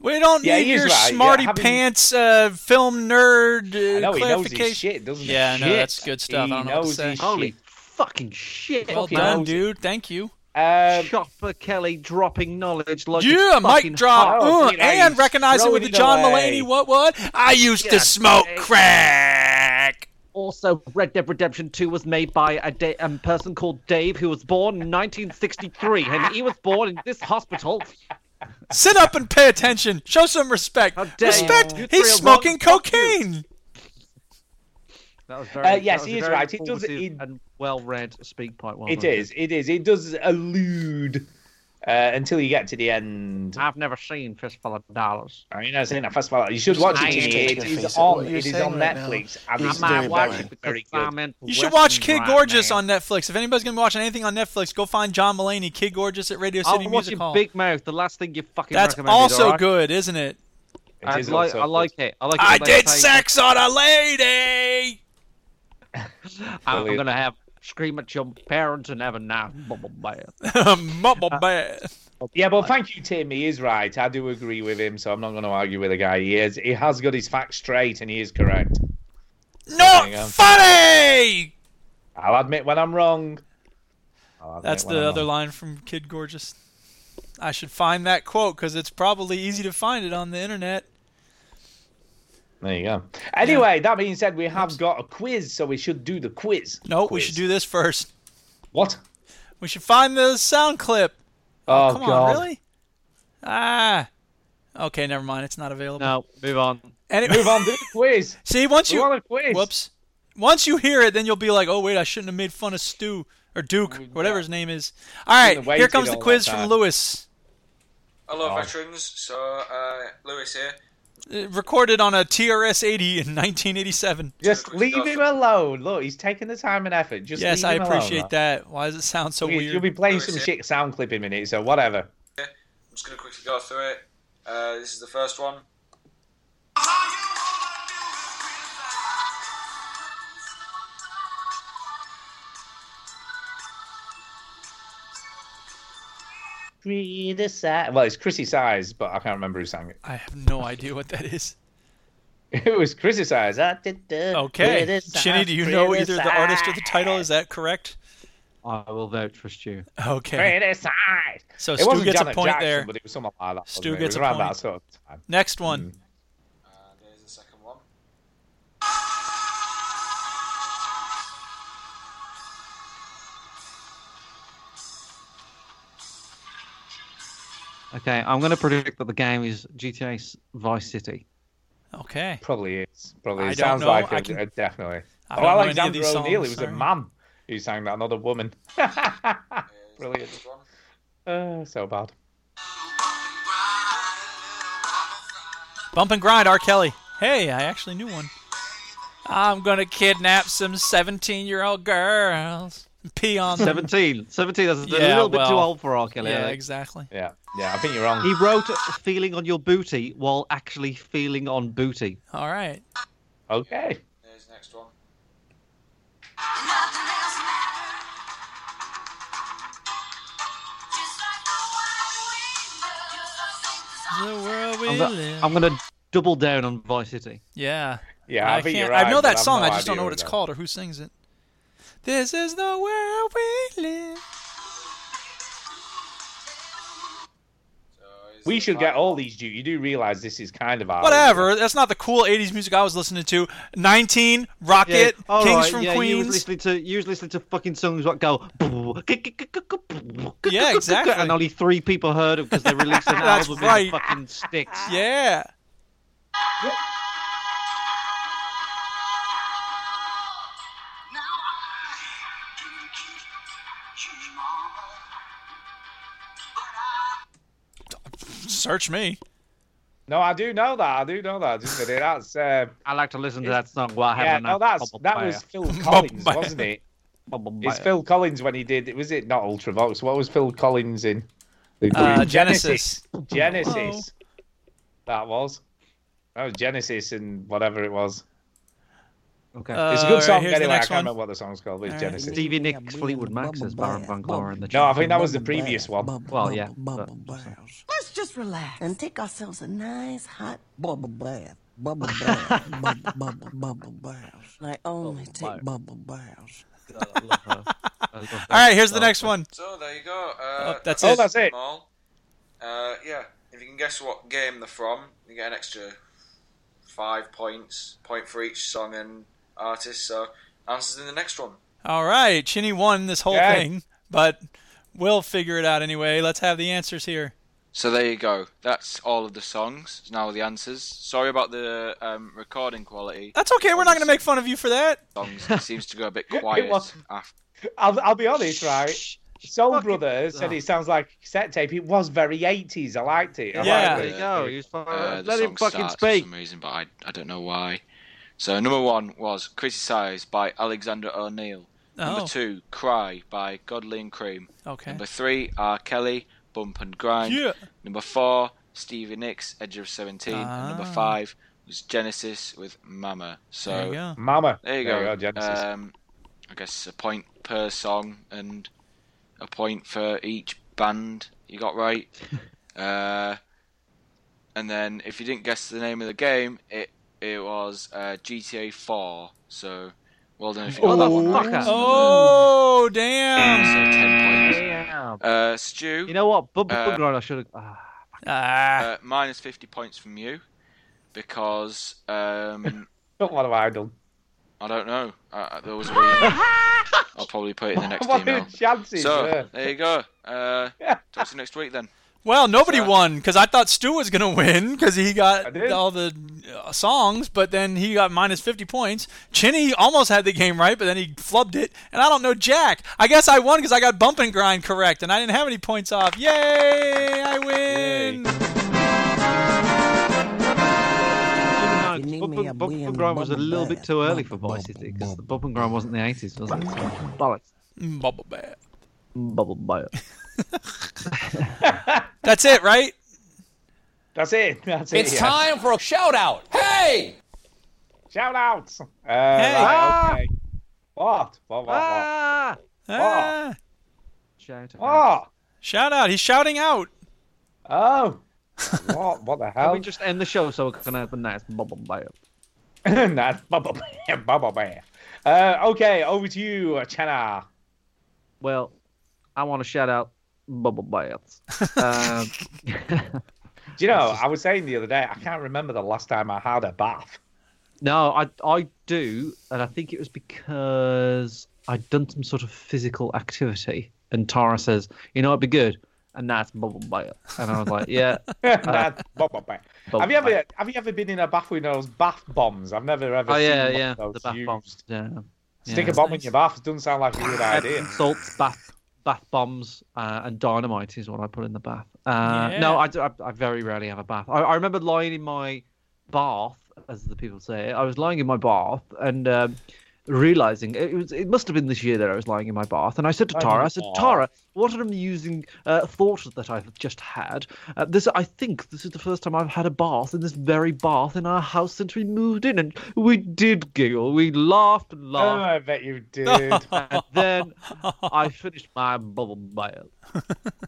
Speaker 1: We don't
Speaker 2: Yeah,
Speaker 1: need
Speaker 2: he is
Speaker 1: your
Speaker 2: right. Yeah,
Speaker 1: smarty
Speaker 2: having-
Speaker 1: pants uh, film nerd uh,
Speaker 2: I know he knows his
Speaker 1: clarification.
Speaker 2: shit, doesn't he?
Speaker 1: yeah, no,
Speaker 2: Shit.
Speaker 1: that's good stuff.
Speaker 2: He
Speaker 1: I don't know what to
Speaker 2: knows
Speaker 1: say.
Speaker 2: his
Speaker 3: Holy
Speaker 2: shit.
Speaker 3: fucking shit!
Speaker 1: Well
Speaker 2: Fucking
Speaker 1: done,
Speaker 2: knows it.
Speaker 1: dude. Thank you.
Speaker 2: Um,
Speaker 3: Chopper Kelly dropping knowledge like a
Speaker 1: yeah,
Speaker 3: fucking
Speaker 1: mic drop,
Speaker 2: hot.
Speaker 1: uh,
Speaker 2: Oh, you know,
Speaker 1: and
Speaker 2: he's
Speaker 1: recognize it with the
Speaker 2: throwing it
Speaker 1: John
Speaker 2: away.
Speaker 1: Mulaney. What? What? I used to
Speaker 3: Yeah,
Speaker 1: smoke
Speaker 3: okay.
Speaker 1: crack.
Speaker 3: Also, Red Dead Redemption 2 was made by a da- um, person called Dave who was born in 1963, and he was born in this hospital.
Speaker 1: Sit up and pay attention. Show some respect.
Speaker 3: How dare you.
Speaker 1: Respect.
Speaker 3: You three
Speaker 1: He's
Speaker 3: are
Speaker 1: smoking
Speaker 3: wrong. Fuck you.
Speaker 1: cocaine.
Speaker 3: That was very.
Speaker 2: Uh,
Speaker 3: that
Speaker 2: yes,
Speaker 3: was
Speaker 2: he
Speaker 3: a
Speaker 2: is
Speaker 3: very
Speaker 2: right. It does-
Speaker 3: informative
Speaker 2: it-
Speaker 3: and well-read speak pipe. Well
Speaker 2: It
Speaker 3: done.
Speaker 2: is. It is. It does allude uh, until you get to the end.
Speaker 3: I've never seen Fistful of Dollars.
Speaker 2: I mean, I saying that first of all, you should watch it.
Speaker 3: lying
Speaker 2: Jimmy.
Speaker 3: to
Speaker 2: It
Speaker 3: your
Speaker 2: is
Speaker 12: face.
Speaker 2: on.
Speaker 12: What you're
Speaker 2: It is
Speaker 12: saying
Speaker 2: on
Speaker 12: right now
Speaker 2: Netflix.
Speaker 12: is
Speaker 2: I've
Speaker 12: very
Speaker 2: not
Speaker 12: bad.
Speaker 2: watched it
Speaker 3: because
Speaker 2: very good.
Speaker 3: I'm into
Speaker 1: You should watch
Speaker 3: westerns
Speaker 1: Kid
Speaker 3: right
Speaker 1: Gorgeous
Speaker 3: now.
Speaker 1: on Netflix. If anybody's gonna be watching anything on Netflix, go find John Mulaney, Kid Gorgeous at Radio City
Speaker 3: I'm
Speaker 1: Music
Speaker 3: watching
Speaker 1: Hall.
Speaker 3: Big Mouth. The last thing you fucking.
Speaker 1: That's
Speaker 3: recommended,
Speaker 1: also
Speaker 3: alright?
Speaker 1: good, isn't it?
Speaker 2: It
Speaker 3: I
Speaker 2: is
Speaker 3: like.
Speaker 2: also
Speaker 3: I like it. I like. it
Speaker 1: I
Speaker 3: when they
Speaker 1: did
Speaker 3: say-
Speaker 1: sex on a lady.
Speaker 3: I'm
Speaker 2: Brilliant.
Speaker 3: gonna have scream at your parents and have a knife. Blah, blah, blah.
Speaker 1: Oh, Mumble
Speaker 3: Uh,
Speaker 1: bad.
Speaker 2: Yeah, but thank you, Tim. He is right. I do agree with him, so I'm not going to argue with the guy. He is. He has got his facts straight, and he is correct.
Speaker 1: Not
Speaker 2: There you go.
Speaker 1: funny.
Speaker 2: I'll admit when I'm wrong. I'll have
Speaker 1: That's
Speaker 2: it when
Speaker 1: the
Speaker 2: I'm
Speaker 1: other
Speaker 2: on.
Speaker 1: line from Kid Gorgeous. I should find that quote because it's probably easy to find it on the internet.
Speaker 2: There you go. Anyway, that being said, we have got a quiz, so we should do the quiz.
Speaker 1: No, we should do this first.
Speaker 2: What?
Speaker 1: We should find the sound clip.
Speaker 2: Oh,
Speaker 1: come
Speaker 2: God.
Speaker 1: on, really? Ah. Okay, never mind. It's not available.
Speaker 12: No, move on.
Speaker 1: And it,
Speaker 2: Move on, do the quiz.
Speaker 1: See, once
Speaker 2: We
Speaker 1: you
Speaker 2: want a quiz.
Speaker 1: whoops, once you hear it, then you'll be like, oh wait, I shouldn't have made fun of Stu or Duke, or whatever his name is. All right,
Speaker 2: Shouldn't have
Speaker 1: here comes
Speaker 2: waited
Speaker 1: the
Speaker 2: all
Speaker 1: quiz
Speaker 2: that
Speaker 1: from
Speaker 2: time.
Speaker 1: Lewis,
Speaker 13: Hello,
Speaker 2: Oh.
Speaker 13: veterans. So, uh, Lewis here.
Speaker 1: Uh, recorded on a TRS-80 in 1987.
Speaker 2: Just leave him alone. Look, he's taking the time and effort. Just
Speaker 1: yes,
Speaker 2: leave
Speaker 1: I
Speaker 2: him
Speaker 1: appreciate
Speaker 2: alone.
Speaker 1: that. Why does it sound so
Speaker 2: You-
Speaker 1: weird?
Speaker 2: You'll be playing some shit sound clip in a minute, so whatever.
Speaker 13: I'm just going to quickly go through it. Uh, this is the first one.
Speaker 2: Breathe a sigh. Well, it's Chrissy Size, but I can't remember who sang it.
Speaker 1: I have no idea what that is.
Speaker 2: It was Chrissy Size.
Speaker 1: Okay,
Speaker 2: Okay.
Speaker 1: Shinny, do you know either the artist or the title? Is that correct?
Speaker 12: I will vote for Stu.
Speaker 1: Okay. So
Speaker 2: it
Speaker 1: Stu
Speaker 2: wasn't
Speaker 1: gets a
Speaker 2: Janet
Speaker 1: point
Speaker 2: Jackson,
Speaker 1: there.
Speaker 2: But it was someone like that.
Speaker 1: Stu
Speaker 2: wasn't it? It
Speaker 1: gets
Speaker 2: was
Speaker 1: a
Speaker 2: around
Speaker 1: point.
Speaker 2: That sort of time.
Speaker 1: Next one.
Speaker 13: There's the second one.
Speaker 12: Okay, I'm going to predict that the game is GTA S- Vice City. Hmm.
Speaker 1: Okay.
Speaker 2: Probably is. Probably
Speaker 1: I
Speaker 2: is.
Speaker 1: don't
Speaker 2: sounds
Speaker 1: know.
Speaker 2: like
Speaker 1: I
Speaker 2: it.
Speaker 1: can-
Speaker 2: uh, Definitely.
Speaker 1: I
Speaker 2: Oh,
Speaker 1: don't know any of
Speaker 2: Alexander
Speaker 1: these
Speaker 2: O'Neill. It
Speaker 1: songs,
Speaker 2: was a
Speaker 1: sorry.
Speaker 2: man who sang that. Not a woman. Brilliant. Uh, so bad.
Speaker 1: Bump and grind, R. Kelly. Hey, I actually knew one. I'm gonna kidnap some 17-year-old girls, and pee on them.
Speaker 12: 17. 17, that's a
Speaker 1: Yeah,
Speaker 12: little bit too
Speaker 1: well,
Speaker 12: old for R. Kelly. I
Speaker 1: Yeah,
Speaker 12: think.
Speaker 1: exactly.
Speaker 2: Yeah, yeah. I think you're wrong.
Speaker 12: He wrote feeling on your booty while actually feeling on booty.
Speaker 1: All right.
Speaker 2: Okay.
Speaker 13: There's the next one.
Speaker 1: The world we
Speaker 12: I'm
Speaker 1: live.
Speaker 12: gonna, I'm gonna double down on Vice City.
Speaker 1: Yeah.
Speaker 12: Yeah, I think
Speaker 1: can't-
Speaker 12: you're right,
Speaker 1: I know
Speaker 12: but
Speaker 1: that
Speaker 12: I've
Speaker 1: song.
Speaker 12: no
Speaker 1: I just don't
Speaker 12: idea
Speaker 1: know what
Speaker 12: what
Speaker 1: it's
Speaker 12: that-
Speaker 1: called or who sings it. This is the world we live.
Speaker 2: We should get all these. due- You do realize this is kind of our
Speaker 1: Whatever. That's not the cool '80s music I was listening to. 19 Rocket
Speaker 12: all
Speaker 1: Kings
Speaker 12: right,
Speaker 1: from
Speaker 12: yeah, You was
Speaker 1: Queens.
Speaker 12: listening to you was listening to fucking songs that go.
Speaker 1: Yeah, exactly.
Speaker 12: And only three people heard of because they released an
Speaker 1: That's
Speaker 12: album
Speaker 1: right.
Speaker 12: in the fucking sticks.
Speaker 1: Yeah. Search me.
Speaker 2: No, I do know that. I do know that. I just did it. That's. Uh,
Speaker 12: I like to listen to that song while
Speaker 2: yeah,
Speaker 12: having
Speaker 2: no,
Speaker 12: a
Speaker 2: that's
Speaker 12: bubble
Speaker 2: that
Speaker 12: fire.
Speaker 2: was Phil Collins, wasn't it?
Speaker 12: Bubble
Speaker 2: It's
Speaker 12: fire.
Speaker 2: Phil Collins when he did. Was it not Ultravox? What was Phil Collins in?
Speaker 1: Uh,
Speaker 2: Genesis.
Speaker 1: Genesis.
Speaker 2: Genesis.
Speaker 13: Oh.
Speaker 2: That was. That was Genesis and whatever it was.
Speaker 12: Okay.
Speaker 2: it's a
Speaker 12: Uh,
Speaker 2: good song
Speaker 12: right, here's the
Speaker 2: anyway. I
Speaker 12: next
Speaker 2: can't
Speaker 12: one. Uh,
Speaker 2: remember what the song's called. But it's
Speaker 12: All right.
Speaker 2: Genesis.
Speaker 12: Stevie Nicks, Fleetwood Mac says Baron Van Gloria and the
Speaker 2: No, I
Speaker 12: Children.
Speaker 2: think that was the previous one.
Speaker 12: Well, yeah. but-
Speaker 14: Let's just relax and take ourselves a nice hot bubble bath. Bubble bath. bubble, bubble, bubble bath. And I only take bubble baths.
Speaker 1: All right, here's the
Speaker 12: Oh.
Speaker 1: next one.
Speaker 13: So, there you go. Uh,
Speaker 1: Oh, that's Oh, it. that's it.
Speaker 13: them all. Uh, yeah, if you can guess what game they're from, you get an extra five points, point for each song and artist. So, answers in the next one.
Speaker 1: All right, Chinny won this whole
Speaker 13: Yeah.
Speaker 1: thing, but we'll figure it out anyway. Let's have the answers here.
Speaker 13: So there you go. That's all of the songs. Now the answers. Sorry about the um, recording quality.
Speaker 1: That's okay. We're not going to make fun of you for that.
Speaker 13: Songs it seems to go a bit quiet.
Speaker 2: wasn't.
Speaker 13: after.
Speaker 2: I'll, I'll be honest, right? Soul Brother said it sounds like cassette tape. It was very 80s. I liked it. I
Speaker 13: Yeah.
Speaker 2: liked
Speaker 13: There
Speaker 2: it.
Speaker 13: you
Speaker 12: go. He was fine.
Speaker 13: Uh, the
Speaker 12: Let him
Speaker 13: song
Speaker 12: fucking
Speaker 13: starts For some reason, but I, I don't know why. So number one was "Criticized" by Alexander O'Neill. Number
Speaker 1: Oh.
Speaker 13: two, "Cry" by Godley and Cream.
Speaker 1: Okay.
Speaker 13: Number three, R. Kelly, "Bump and Grind."
Speaker 1: Yeah.
Speaker 13: Number four, Stevie Nicks, "Edge of 17. And number
Speaker 1: Ah.
Speaker 13: five was Genesis with "Mama." So
Speaker 1: There you go.
Speaker 2: Mama.
Speaker 13: There you
Speaker 2: There
Speaker 13: go.
Speaker 2: you go, Genesis.
Speaker 13: Um, I guess a point per song and a point for each band you got right. uh, and then if you didn't guess the name of the game, it it was uh, GTA 4. So well done if you got that one right.
Speaker 1: Oh, damn.
Speaker 13: So 10 points. Uh, Stu.
Speaker 3: You know what? Bub- uh, Bugger, I should have. Ah.
Speaker 13: Uh, minus 50 points from you because. Um,
Speaker 2: what have I done?
Speaker 13: I don't know. Uh, there was a reason. I'll probably put it in the next
Speaker 2: What are
Speaker 13: email.
Speaker 2: the chances?
Speaker 13: So
Speaker 2: Yeah.
Speaker 13: there you go. Uh, talk to you next week then.
Speaker 1: Well, nobody won because I thought Stu was going to win because he got
Speaker 13: did.
Speaker 1: all the uh, songs, but then he got minus 50 points. Chinny almost had the game right, but then he flubbed it. And I don't know Jack. I guess I won because I got bump and grind correct, and I didn't have any points off. Yay! I win.
Speaker 3: Bub- Bub- Bub- Grind was a little bit too early for Vice City because the Bub and Grind wasn't the 80s, was it? Bollocks.
Speaker 1: Bubble bath.
Speaker 3: Bubble bath.
Speaker 1: That's it, right?
Speaker 2: That's it. That's
Speaker 1: It's
Speaker 2: it.
Speaker 1: time
Speaker 2: for a shout out. Hey! Shout out. Uh,
Speaker 1: Hey.
Speaker 3: Ah.
Speaker 2: right, okay. What? What? What? What?
Speaker 1: Ah.
Speaker 3: Shout
Speaker 2: what?
Speaker 1: Shout out. He's shouting out.
Speaker 2: Oh. what? What the
Speaker 3: Can
Speaker 2: hell?
Speaker 3: we just end the show so we can have the next bubble bath?
Speaker 2: That's bubble bear, bubble bear. Uh, okay, over to you, Chana.
Speaker 3: Well, I want to shout out Bubble Baths. um,
Speaker 2: Do you know, I was saying the other day, I can't remember the last time I had a bath.
Speaker 3: no, I I do, and I think it was because I'd done some sort of physical activity, and Tara says, "You know, it'd be good." And that's bubble bath, and I was like, "Yeah, uh,
Speaker 2: That's bubble bear.
Speaker 3: Bubble
Speaker 2: have you ever
Speaker 3: bear.
Speaker 2: have you ever been in a bath with those bath bombs? I've never ever
Speaker 3: oh
Speaker 2: seen
Speaker 3: yeah,
Speaker 2: one
Speaker 3: yeah,
Speaker 2: of those
Speaker 3: the bath
Speaker 2: used.
Speaker 3: bombs, yeah,
Speaker 2: Stick
Speaker 3: Yeah.
Speaker 2: a bomb in your bath doesn't sound like a good idea.
Speaker 3: Epsom salts, bath bath bombs, uh, and dynamite is what I put in the bath. Uh,
Speaker 2: Yeah.
Speaker 3: No, I, do- I, I very rarely have a bath. I, I remember lying in my bath, as the people say. I was lying in my bath and um, realizing it was. It must have been this year that I was lying in my bath, and I
Speaker 2: Oh
Speaker 3: said to
Speaker 12: Lying in
Speaker 3: Tara,
Speaker 12: the
Speaker 3: I said,
Speaker 12: bath.
Speaker 3: Tara, what an amusing uh, thought that I've just had. Uh, this, I think, this is the first time I've had a bath in this very bath in our house since we moved in, and we did giggle, we laughed and
Speaker 2: Oh,
Speaker 3: laughed
Speaker 2: I bet you did.
Speaker 3: and then I finished my bubble bath.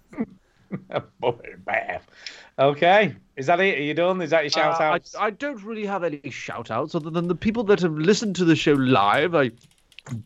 Speaker 2: bubble bath. Okay, is that it? Are you done? Is that your shout
Speaker 3: Uh,
Speaker 2: out?
Speaker 3: I, I don't really have any shout outs other than the people that have listened to the show live. I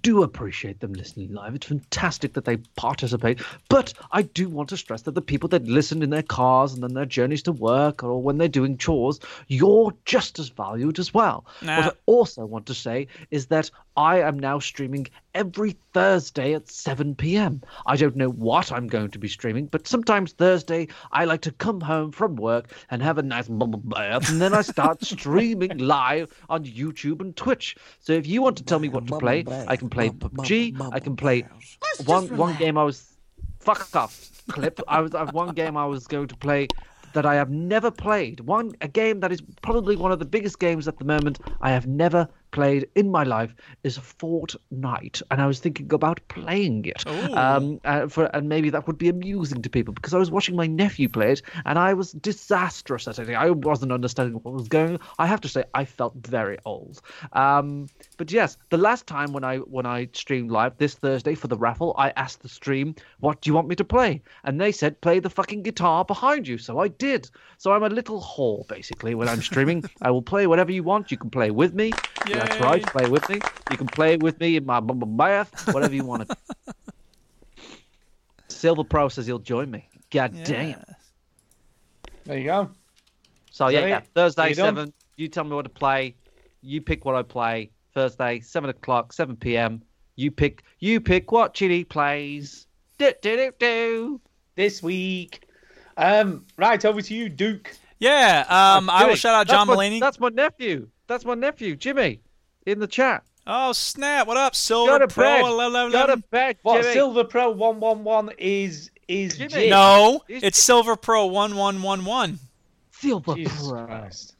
Speaker 3: do appreciate them listening live. It's fantastic that they participate. But I do want to stress that the people that listen in their cars and on their journeys to work or when they're doing chores, you're just as valued as well.
Speaker 12: Nah.
Speaker 3: What I also want to say is that I am now streaming every Thursday at 7 p.m. I don't know what I'm going to be streaming, but sometimes Thursday I like to come home from work and have a nice bubble bath, and then I start streaming live on YouTube and Twitch. So if you want to tell me what to play, I can play PUBG, I can play one one game I was fuck off clip. I was I've one game I was going to play that I have never played. One a game that is probably one of the biggest games at the moment I have never played in my life is Fortnite, and I was thinking about playing it. Um, uh, for and maybe that would be amusing to people because I was watching my nephew play it, and I was disastrous at it. I wasn't understanding what was going. I have to say I felt very old. Um, but yes, the last time when I when I streamed live this Thursday for the raffle, I asked the stream, "What do you want me to play?" And they said, "Play the fucking guitar behind you." So I did. So I'm a little whore basically when I'm streaming. I will play whatever you want. You can play with me. That's
Speaker 12: Yay.
Speaker 3: right, play with me. You can play with me in my b- b- bath, whatever you want. to. Silver Pro says he'll join me. God damn.
Speaker 2: There you go.
Speaker 3: So yeah,
Speaker 2: Hey,
Speaker 3: yeah, Thursday
Speaker 2: you done?
Speaker 3: seven. You tell me what to play. You pick what I play. Thursday seven o'clock, seven p.m. You pick. You pick what Chili plays. Do, do, do, do.
Speaker 2: This week. Um, right, over to you, Duke.
Speaker 1: Yeah, um, I will
Speaker 3: Jimmy,
Speaker 1: shout out
Speaker 3: that's
Speaker 1: John
Speaker 3: my-
Speaker 1: Mulaney.
Speaker 3: That's my nephew. That's my nephew, Jimmy, in the chat.
Speaker 1: Oh snap! What up,
Speaker 3: Go
Speaker 1: Silver
Speaker 3: to
Speaker 1: Pro?
Speaker 3: bed.
Speaker 1: la- la-
Speaker 3: Go
Speaker 1: la-
Speaker 3: to bed,
Speaker 2: What
Speaker 3: Jimmy.
Speaker 2: Silver Pro one one one is is Jimmy.
Speaker 1: No, it's Silver Pro one one one one.
Speaker 3: Silver
Speaker 2: Jesus Christ.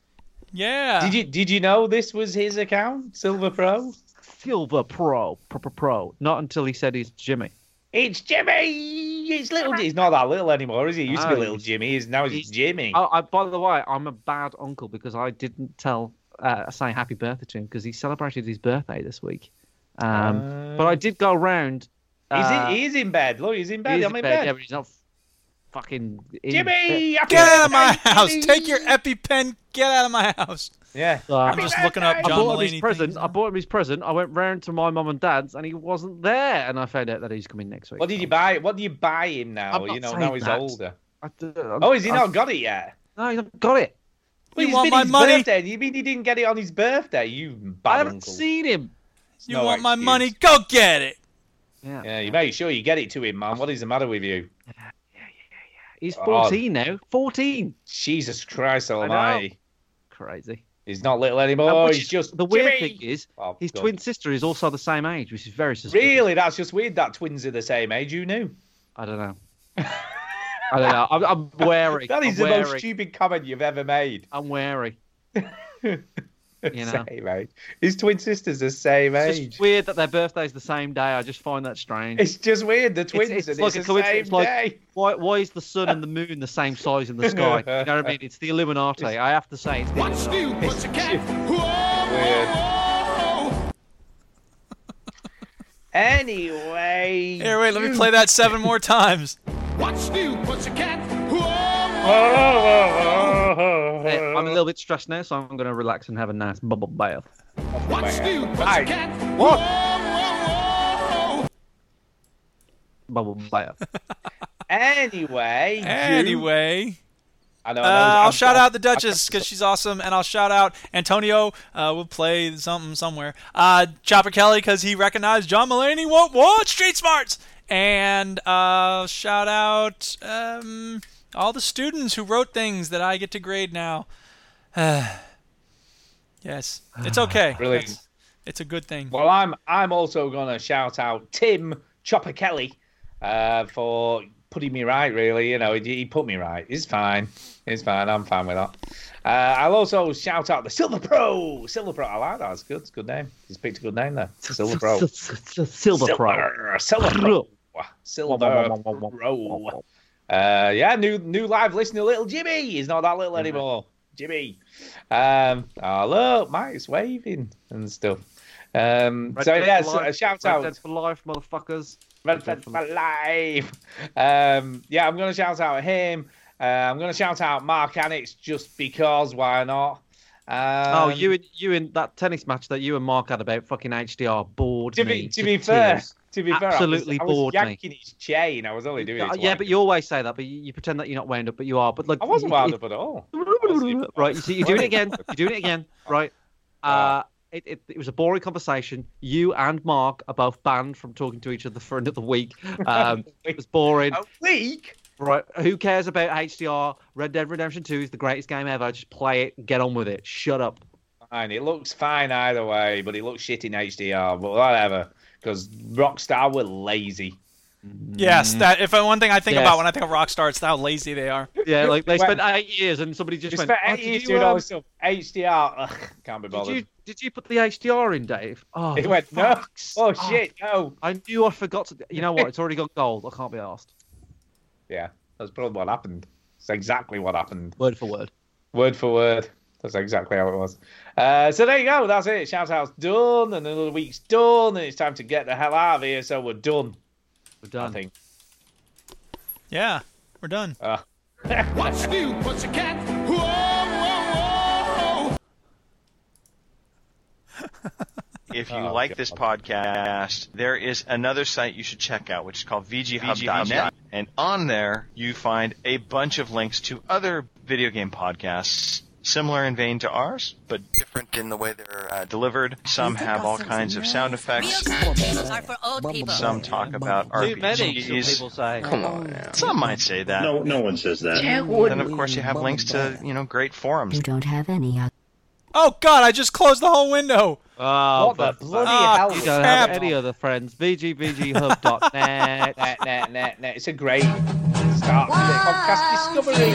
Speaker 1: Yeah.
Speaker 2: Did you did you know this was his account, Silver Pro?
Speaker 3: Silver Pro, pro, pro, pro. Not until he said he's Jimmy.
Speaker 2: It's Jimmy. It's little. He's not that little anymore, is he? He used to
Speaker 3: No,
Speaker 2: be little Jimmy. He's now he's Jimmy.
Speaker 3: Oh, I, by the way, I'm a bad uncle because I didn't tell uh, say happy birthday to him because he celebrated his birthday this week.
Speaker 1: Oh,
Speaker 3: Um, but I did go round.
Speaker 2: Uh, He's,
Speaker 3: uh,
Speaker 2: in, he's in bed. Look, he's in bed.
Speaker 3: He is
Speaker 2: I'm in
Speaker 3: bed,
Speaker 2: bed.
Speaker 3: Yeah, but he's not fucking in
Speaker 2: Jimmy,
Speaker 3: bed.
Speaker 2: Get out of
Speaker 1: my house. Take your EpiPen. Get out of my house.
Speaker 2: Yeah.
Speaker 1: So,
Speaker 3: Uh,
Speaker 1: I'm just looking up
Speaker 3: I
Speaker 1: John
Speaker 3: bought him his
Speaker 1: Mulaney
Speaker 3: present.
Speaker 1: things
Speaker 3: I bought him his present. I went round to my mum and dad's, and he wasn't there. And I found out that he's coming next week.
Speaker 2: What did you buy? What do you buy him now?
Speaker 3: I'm not
Speaker 2: You know,
Speaker 3: saying
Speaker 2: now he's
Speaker 3: that.
Speaker 2: older.
Speaker 3: I d-
Speaker 2: Oh, has he
Speaker 3: I-
Speaker 2: not got it yet?
Speaker 3: No, he's not got it.
Speaker 2: Well,
Speaker 1: You
Speaker 2: he's
Speaker 1: want
Speaker 2: been
Speaker 1: my
Speaker 2: his
Speaker 1: money?
Speaker 2: birthday. You mean he didn't get it on his birthday? You bad
Speaker 3: I haven't
Speaker 2: uncle.
Speaker 3: seen him.
Speaker 1: You
Speaker 2: No
Speaker 1: want my
Speaker 2: excuse.
Speaker 1: money? Go get it.
Speaker 3: Yeah.
Speaker 2: Yeah, you make sure you get it to him, man. What is the matter with you?
Speaker 3: He's
Speaker 2: God.
Speaker 3: 14 now. 14.
Speaker 2: Jesus Christ
Speaker 3: know.
Speaker 2: Almighty.
Speaker 3: Crazy.
Speaker 2: He's not little
Speaker 3: And
Speaker 2: anymore.
Speaker 3: which-
Speaker 2: Oh, He's just
Speaker 3: the weird
Speaker 2: Jimmy!
Speaker 3: thing is
Speaker 2: Oh,
Speaker 3: his
Speaker 2: God.
Speaker 3: twin sister is also the same age, which is very suspicious.
Speaker 2: Really, that's just weird. That twins are the same age. You knew.
Speaker 3: I don't know. I don't know. I'm, I'm wary.
Speaker 2: That is
Speaker 3: I'm
Speaker 2: the
Speaker 3: wary.
Speaker 2: most stupid comment you've ever made.
Speaker 3: I'm wary. You know.
Speaker 2: Same age. His twin sister's the same
Speaker 3: It's
Speaker 2: age.
Speaker 3: just weird that their birthday's the same day. I just find that strange.
Speaker 2: It's just weird. The twins.
Speaker 3: it's, it's
Speaker 2: and
Speaker 3: like a
Speaker 2: it's the same
Speaker 3: coincidence. Like,
Speaker 2: day.
Speaker 3: why, why is the sun and the moon the same size in the sky? You know what I mean? It's the Illuminati. I have to say, it's the
Speaker 5: What's
Speaker 3: Illuminati.
Speaker 5: new? What's a cat?
Speaker 2: Weird.
Speaker 5: Whoa!
Speaker 2: Anyway.
Speaker 1: Here, wait, let me
Speaker 2: you-
Speaker 1: play that seven more times.
Speaker 5: What's new? What's a cat?
Speaker 3: Hey, I'm a little bit stressed now, so I'm going to relax and have a nice bubble bath.
Speaker 5: What's new? What's a
Speaker 2: Right.
Speaker 5: cat?
Speaker 2: What?
Speaker 3: Bubble bath.
Speaker 2: Anyway. you-
Speaker 1: Anyway,
Speaker 2: I know, I
Speaker 1: uh,
Speaker 2: know,
Speaker 1: I'll
Speaker 2: I'm-
Speaker 1: shout
Speaker 2: I'm-
Speaker 1: out the Duchess because she's awesome, and I'll shout out Antonio. Uh, we'll play something somewhere. Uh, Chopper Kelly because he recognized John Mulaney. What? What? Street Smarts. And uh, shout out um, all the students who wrote things that I get to grade now. yes, it's okay.
Speaker 2: Brilliant.
Speaker 1: It's, it's a good thing.
Speaker 2: Well, I'm I'm also gonna shout out Tim Chopper Kelly uh, for putting me right. Really, you know, he, he put me right. It's fine. It's fine. I'm fine with that. Uh, I'll also shout out the Silver Pro. Silver Pro. I like that. It's good. It's a good name. He's picked a good name there. Silver Pro.
Speaker 3: Silver Pro.
Speaker 2: Silver. Silver Pro. Silver Pro. Uh, yeah, new new live listener, little Jimmy. He's not that little anymore, Jimmy. Um, oh look, Mike's waving and stuff. Um, so
Speaker 3: Red Dead
Speaker 2: yeah,
Speaker 3: for
Speaker 2: so,
Speaker 3: life.
Speaker 2: shout
Speaker 3: Red
Speaker 2: out
Speaker 3: Dead for life, motherfuckers.
Speaker 2: Red Dead for life. Um, yeah, I'm gonna shout out him. Uh, I'm gonna shout out Mark Annex just because why not? Um,
Speaker 3: oh, you and you in that tennis match that you and Mark had about fucking HDR bored
Speaker 2: To
Speaker 3: me.
Speaker 2: be to be fair,
Speaker 3: tears.
Speaker 2: to be fair, I was-
Speaker 3: Absolutely
Speaker 2: I was,
Speaker 3: bored me.
Speaker 2: yanking his chain. I was only doing it.
Speaker 3: Uh,
Speaker 2: to
Speaker 3: Yeah, yeah,
Speaker 2: wank
Speaker 3: but
Speaker 2: him.
Speaker 3: you always say that, but you, you pretend that you're not wound up, but you are. But like,
Speaker 2: I wasn't
Speaker 3: it-
Speaker 2: wound
Speaker 3: it-
Speaker 2: up at all.
Speaker 3: Right, you see, you're doing it again. You're doing it again. Right. Uh, it, it, it was a boring conversation. You and Mark are both banned from talking to each other for another week. Um, it was boring.
Speaker 2: A week.
Speaker 3: Right. Who cares about HDR? Red Dead Redemption 2 is the greatest game ever. Just play it. Get on with it. Shut up.
Speaker 2: Fine. It looks fine either way, but it looks shit in HDR. But whatever, because Rockstar were lazy.
Speaker 1: Yes,
Speaker 3: Mm.
Speaker 1: that if I, one thing I think
Speaker 3: Yes.
Speaker 1: about when I think of Rockstar, it's how lazy they are.
Speaker 3: Yeah, like they
Speaker 2: Well-
Speaker 3: spent eight years and somebody just
Speaker 2: Just
Speaker 3: went,
Speaker 2: spent
Speaker 3: "Oh,
Speaker 2: eight
Speaker 3: did
Speaker 2: years
Speaker 3: you,
Speaker 2: doing
Speaker 3: um,
Speaker 2: all this stuff. HDR, ugh, can't be
Speaker 3: did
Speaker 2: bothered.
Speaker 3: you, did you put the HDR in, Dave? Oh,
Speaker 2: It
Speaker 3: for
Speaker 2: went, no.
Speaker 3: fuck's-
Speaker 2: Oh shit, no.
Speaker 3: I knew I forgot to. You know what? It's already got gold. I can't be asked.
Speaker 2: Yeah, that's probably what happened. It's exactly what happened.
Speaker 3: Word for word.
Speaker 2: Word for word. That's exactly how it was. Uh, so there you go. That's it. Shout out's done, and another week's done, and it's time to get the hell out of here. So we're done.
Speaker 3: We're done.
Speaker 2: I think.
Speaker 1: Yeah, we're done.
Speaker 2: Uh,
Speaker 5: What's new? What's a cat? Whoa!
Speaker 15: If you
Speaker 2: Oh,
Speaker 15: like this podcast, there is another site you should check out, which is called VGHub.net. And on there, you find a bunch of links to other video game podcasts, similar in vein to ours, but different in the way they're uh, delivered. Some have all kinds of sound effects.
Speaker 14: games
Speaker 10: are for old people.
Speaker 15: Some talk about
Speaker 3: Too many, some people
Speaker 15: RPGs.
Speaker 3: say.
Speaker 14: Come on now.
Speaker 15: Some might say that.
Speaker 11: No, no one says that.
Speaker 15: Then, of course, you have links to you know great forums.
Speaker 10: You don't have any. uh,
Speaker 1: Oh God, I just closed the whole window.
Speaker 2: what
Speaker 3: Oh,
Speaker 2: the Ah,
Speaker 3: but
Speaker 2: bloody
Speaker 1: fuck.
Speaker 2: hell?
Speaker 3: you
Speaker 2: was
Speaker 3: don't
Speaker 1: crap.
Speaker 3: have any other friends. VGVGHub.net.
Speaker 2: Nah, nah, nah, nah. It's a great start to the podcast discovery.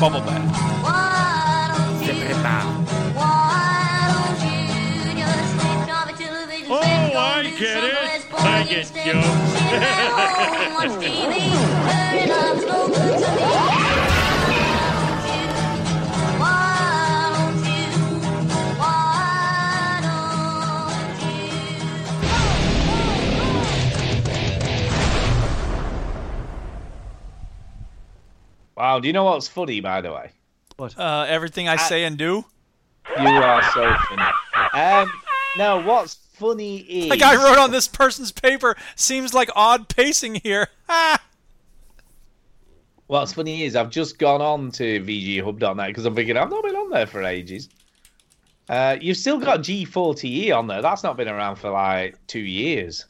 Speaker 1: Bubble bath.
Speaker 7: Oh, I get it. I get jokes.
Speaker 2: Wow. Wow, do you know what's funny, by the way?
Speaker 1: What? Uh, everything I, say and do.
Speaker 2: You are so funny. Um, no, what's funny is
Speaker 1: Like I wrote on this person's paper, seems like odd pacing here. Ha!
Speaker 2: What's funny is I've just gone on to VGHub.net because I'm thinking I've not been on there for ages. Uh, you've still got G40E on there. That's not been around for like two years.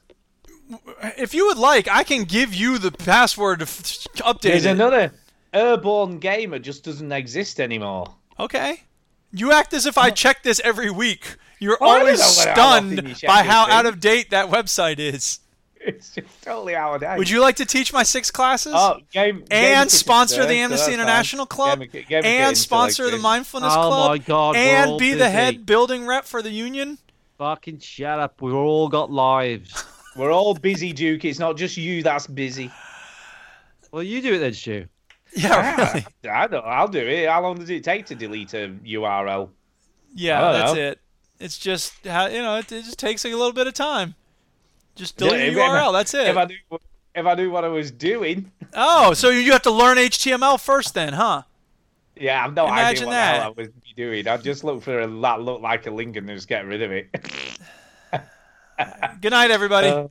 Speaker 1: if you would like, I can give you the password to f- update.
Speaker 2: There's
Speaker 1: it.
Speaker 2: another Airborne Gamer just doesn't exist anymore.
Speaker 1: Okay. You act as if I check this every week. You're
Speaker 2: Oh, I don't
Speaker 1: always
Speaker 2: know whether how often
Speaker 1: stunned
Speaker 2: you check
Speaker 1: by
Speaker 2: these
Speaker 1: how
Speaker 2: things.
Speaker 1: out of date that website is.
Speaker 2: It's just totally out of date.
Speaker 1: Would you like to teach my six classes?
Speaker 2: Oh, game,
Speaker 1: and
Speaker 2: Game
Speaker 1: sponsor
Speaker 2: Kitchen,
Speaker 1: the
Speaker 2: so
Speaker 1: Amnesty
Speaker 2: that's
Speaker 1: International
Speaker 2: fine.
Speaker 1: Club,
Speaker 2: Game-
Speaker 1: and
Speaker 2: Game Kitchen,
Speaker 1: sponsor
Speaker 2: like
Speaker 1: the
Speaker 2: this.
Speaker 1: Mindfulness
Speaker 3: Oh
Speaker 1: Club,
Speaker 3: my God, we're
Speaker 1: and
Speaker 3: all
Speaker 1: be the
Speaker 3: busy.
Speaker 1: head building rep for the union.
Speaker 3: Fucking shut up. We've all got lives.
Speaker 2: We're all busy, Duke. It's not just you that's busy.
Speaker 3: Well, you do it then, Stu.
Speaker 1: Yeah,
Speaker 2: I don't, I'll do it. How long does it take to delete a URL? I
Speaker 1: Yeah,
Speaker 2: don't
Speaker 1: that's
Speaker 2: know.
Speaker 1: it. It's just how you know it, it just takes a little bit of time. Just delete
Speaker 2: Yeah,
Speaker 1: a
Speaker 2: if- if I-
Speaker 1: URL. that's it.
Speaker 2: If I, knew, if I knew what I was doing,
Speaker 1: oh, so you have to learn HTML first, then, huh?
Speaker 2: yeah, I've no
Speaker 1: Imagine
Speaker 2: idea what
Speaker 1: that.
Speaker 2: the hell I would be doing. I'd just look for a that looked like a link and just get rid of it.
Speaker 1: Good night, everybody.
Speaker 2: Uh,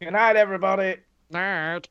Speaker 2: Good night, everybody.
Speaker 3: Nerd.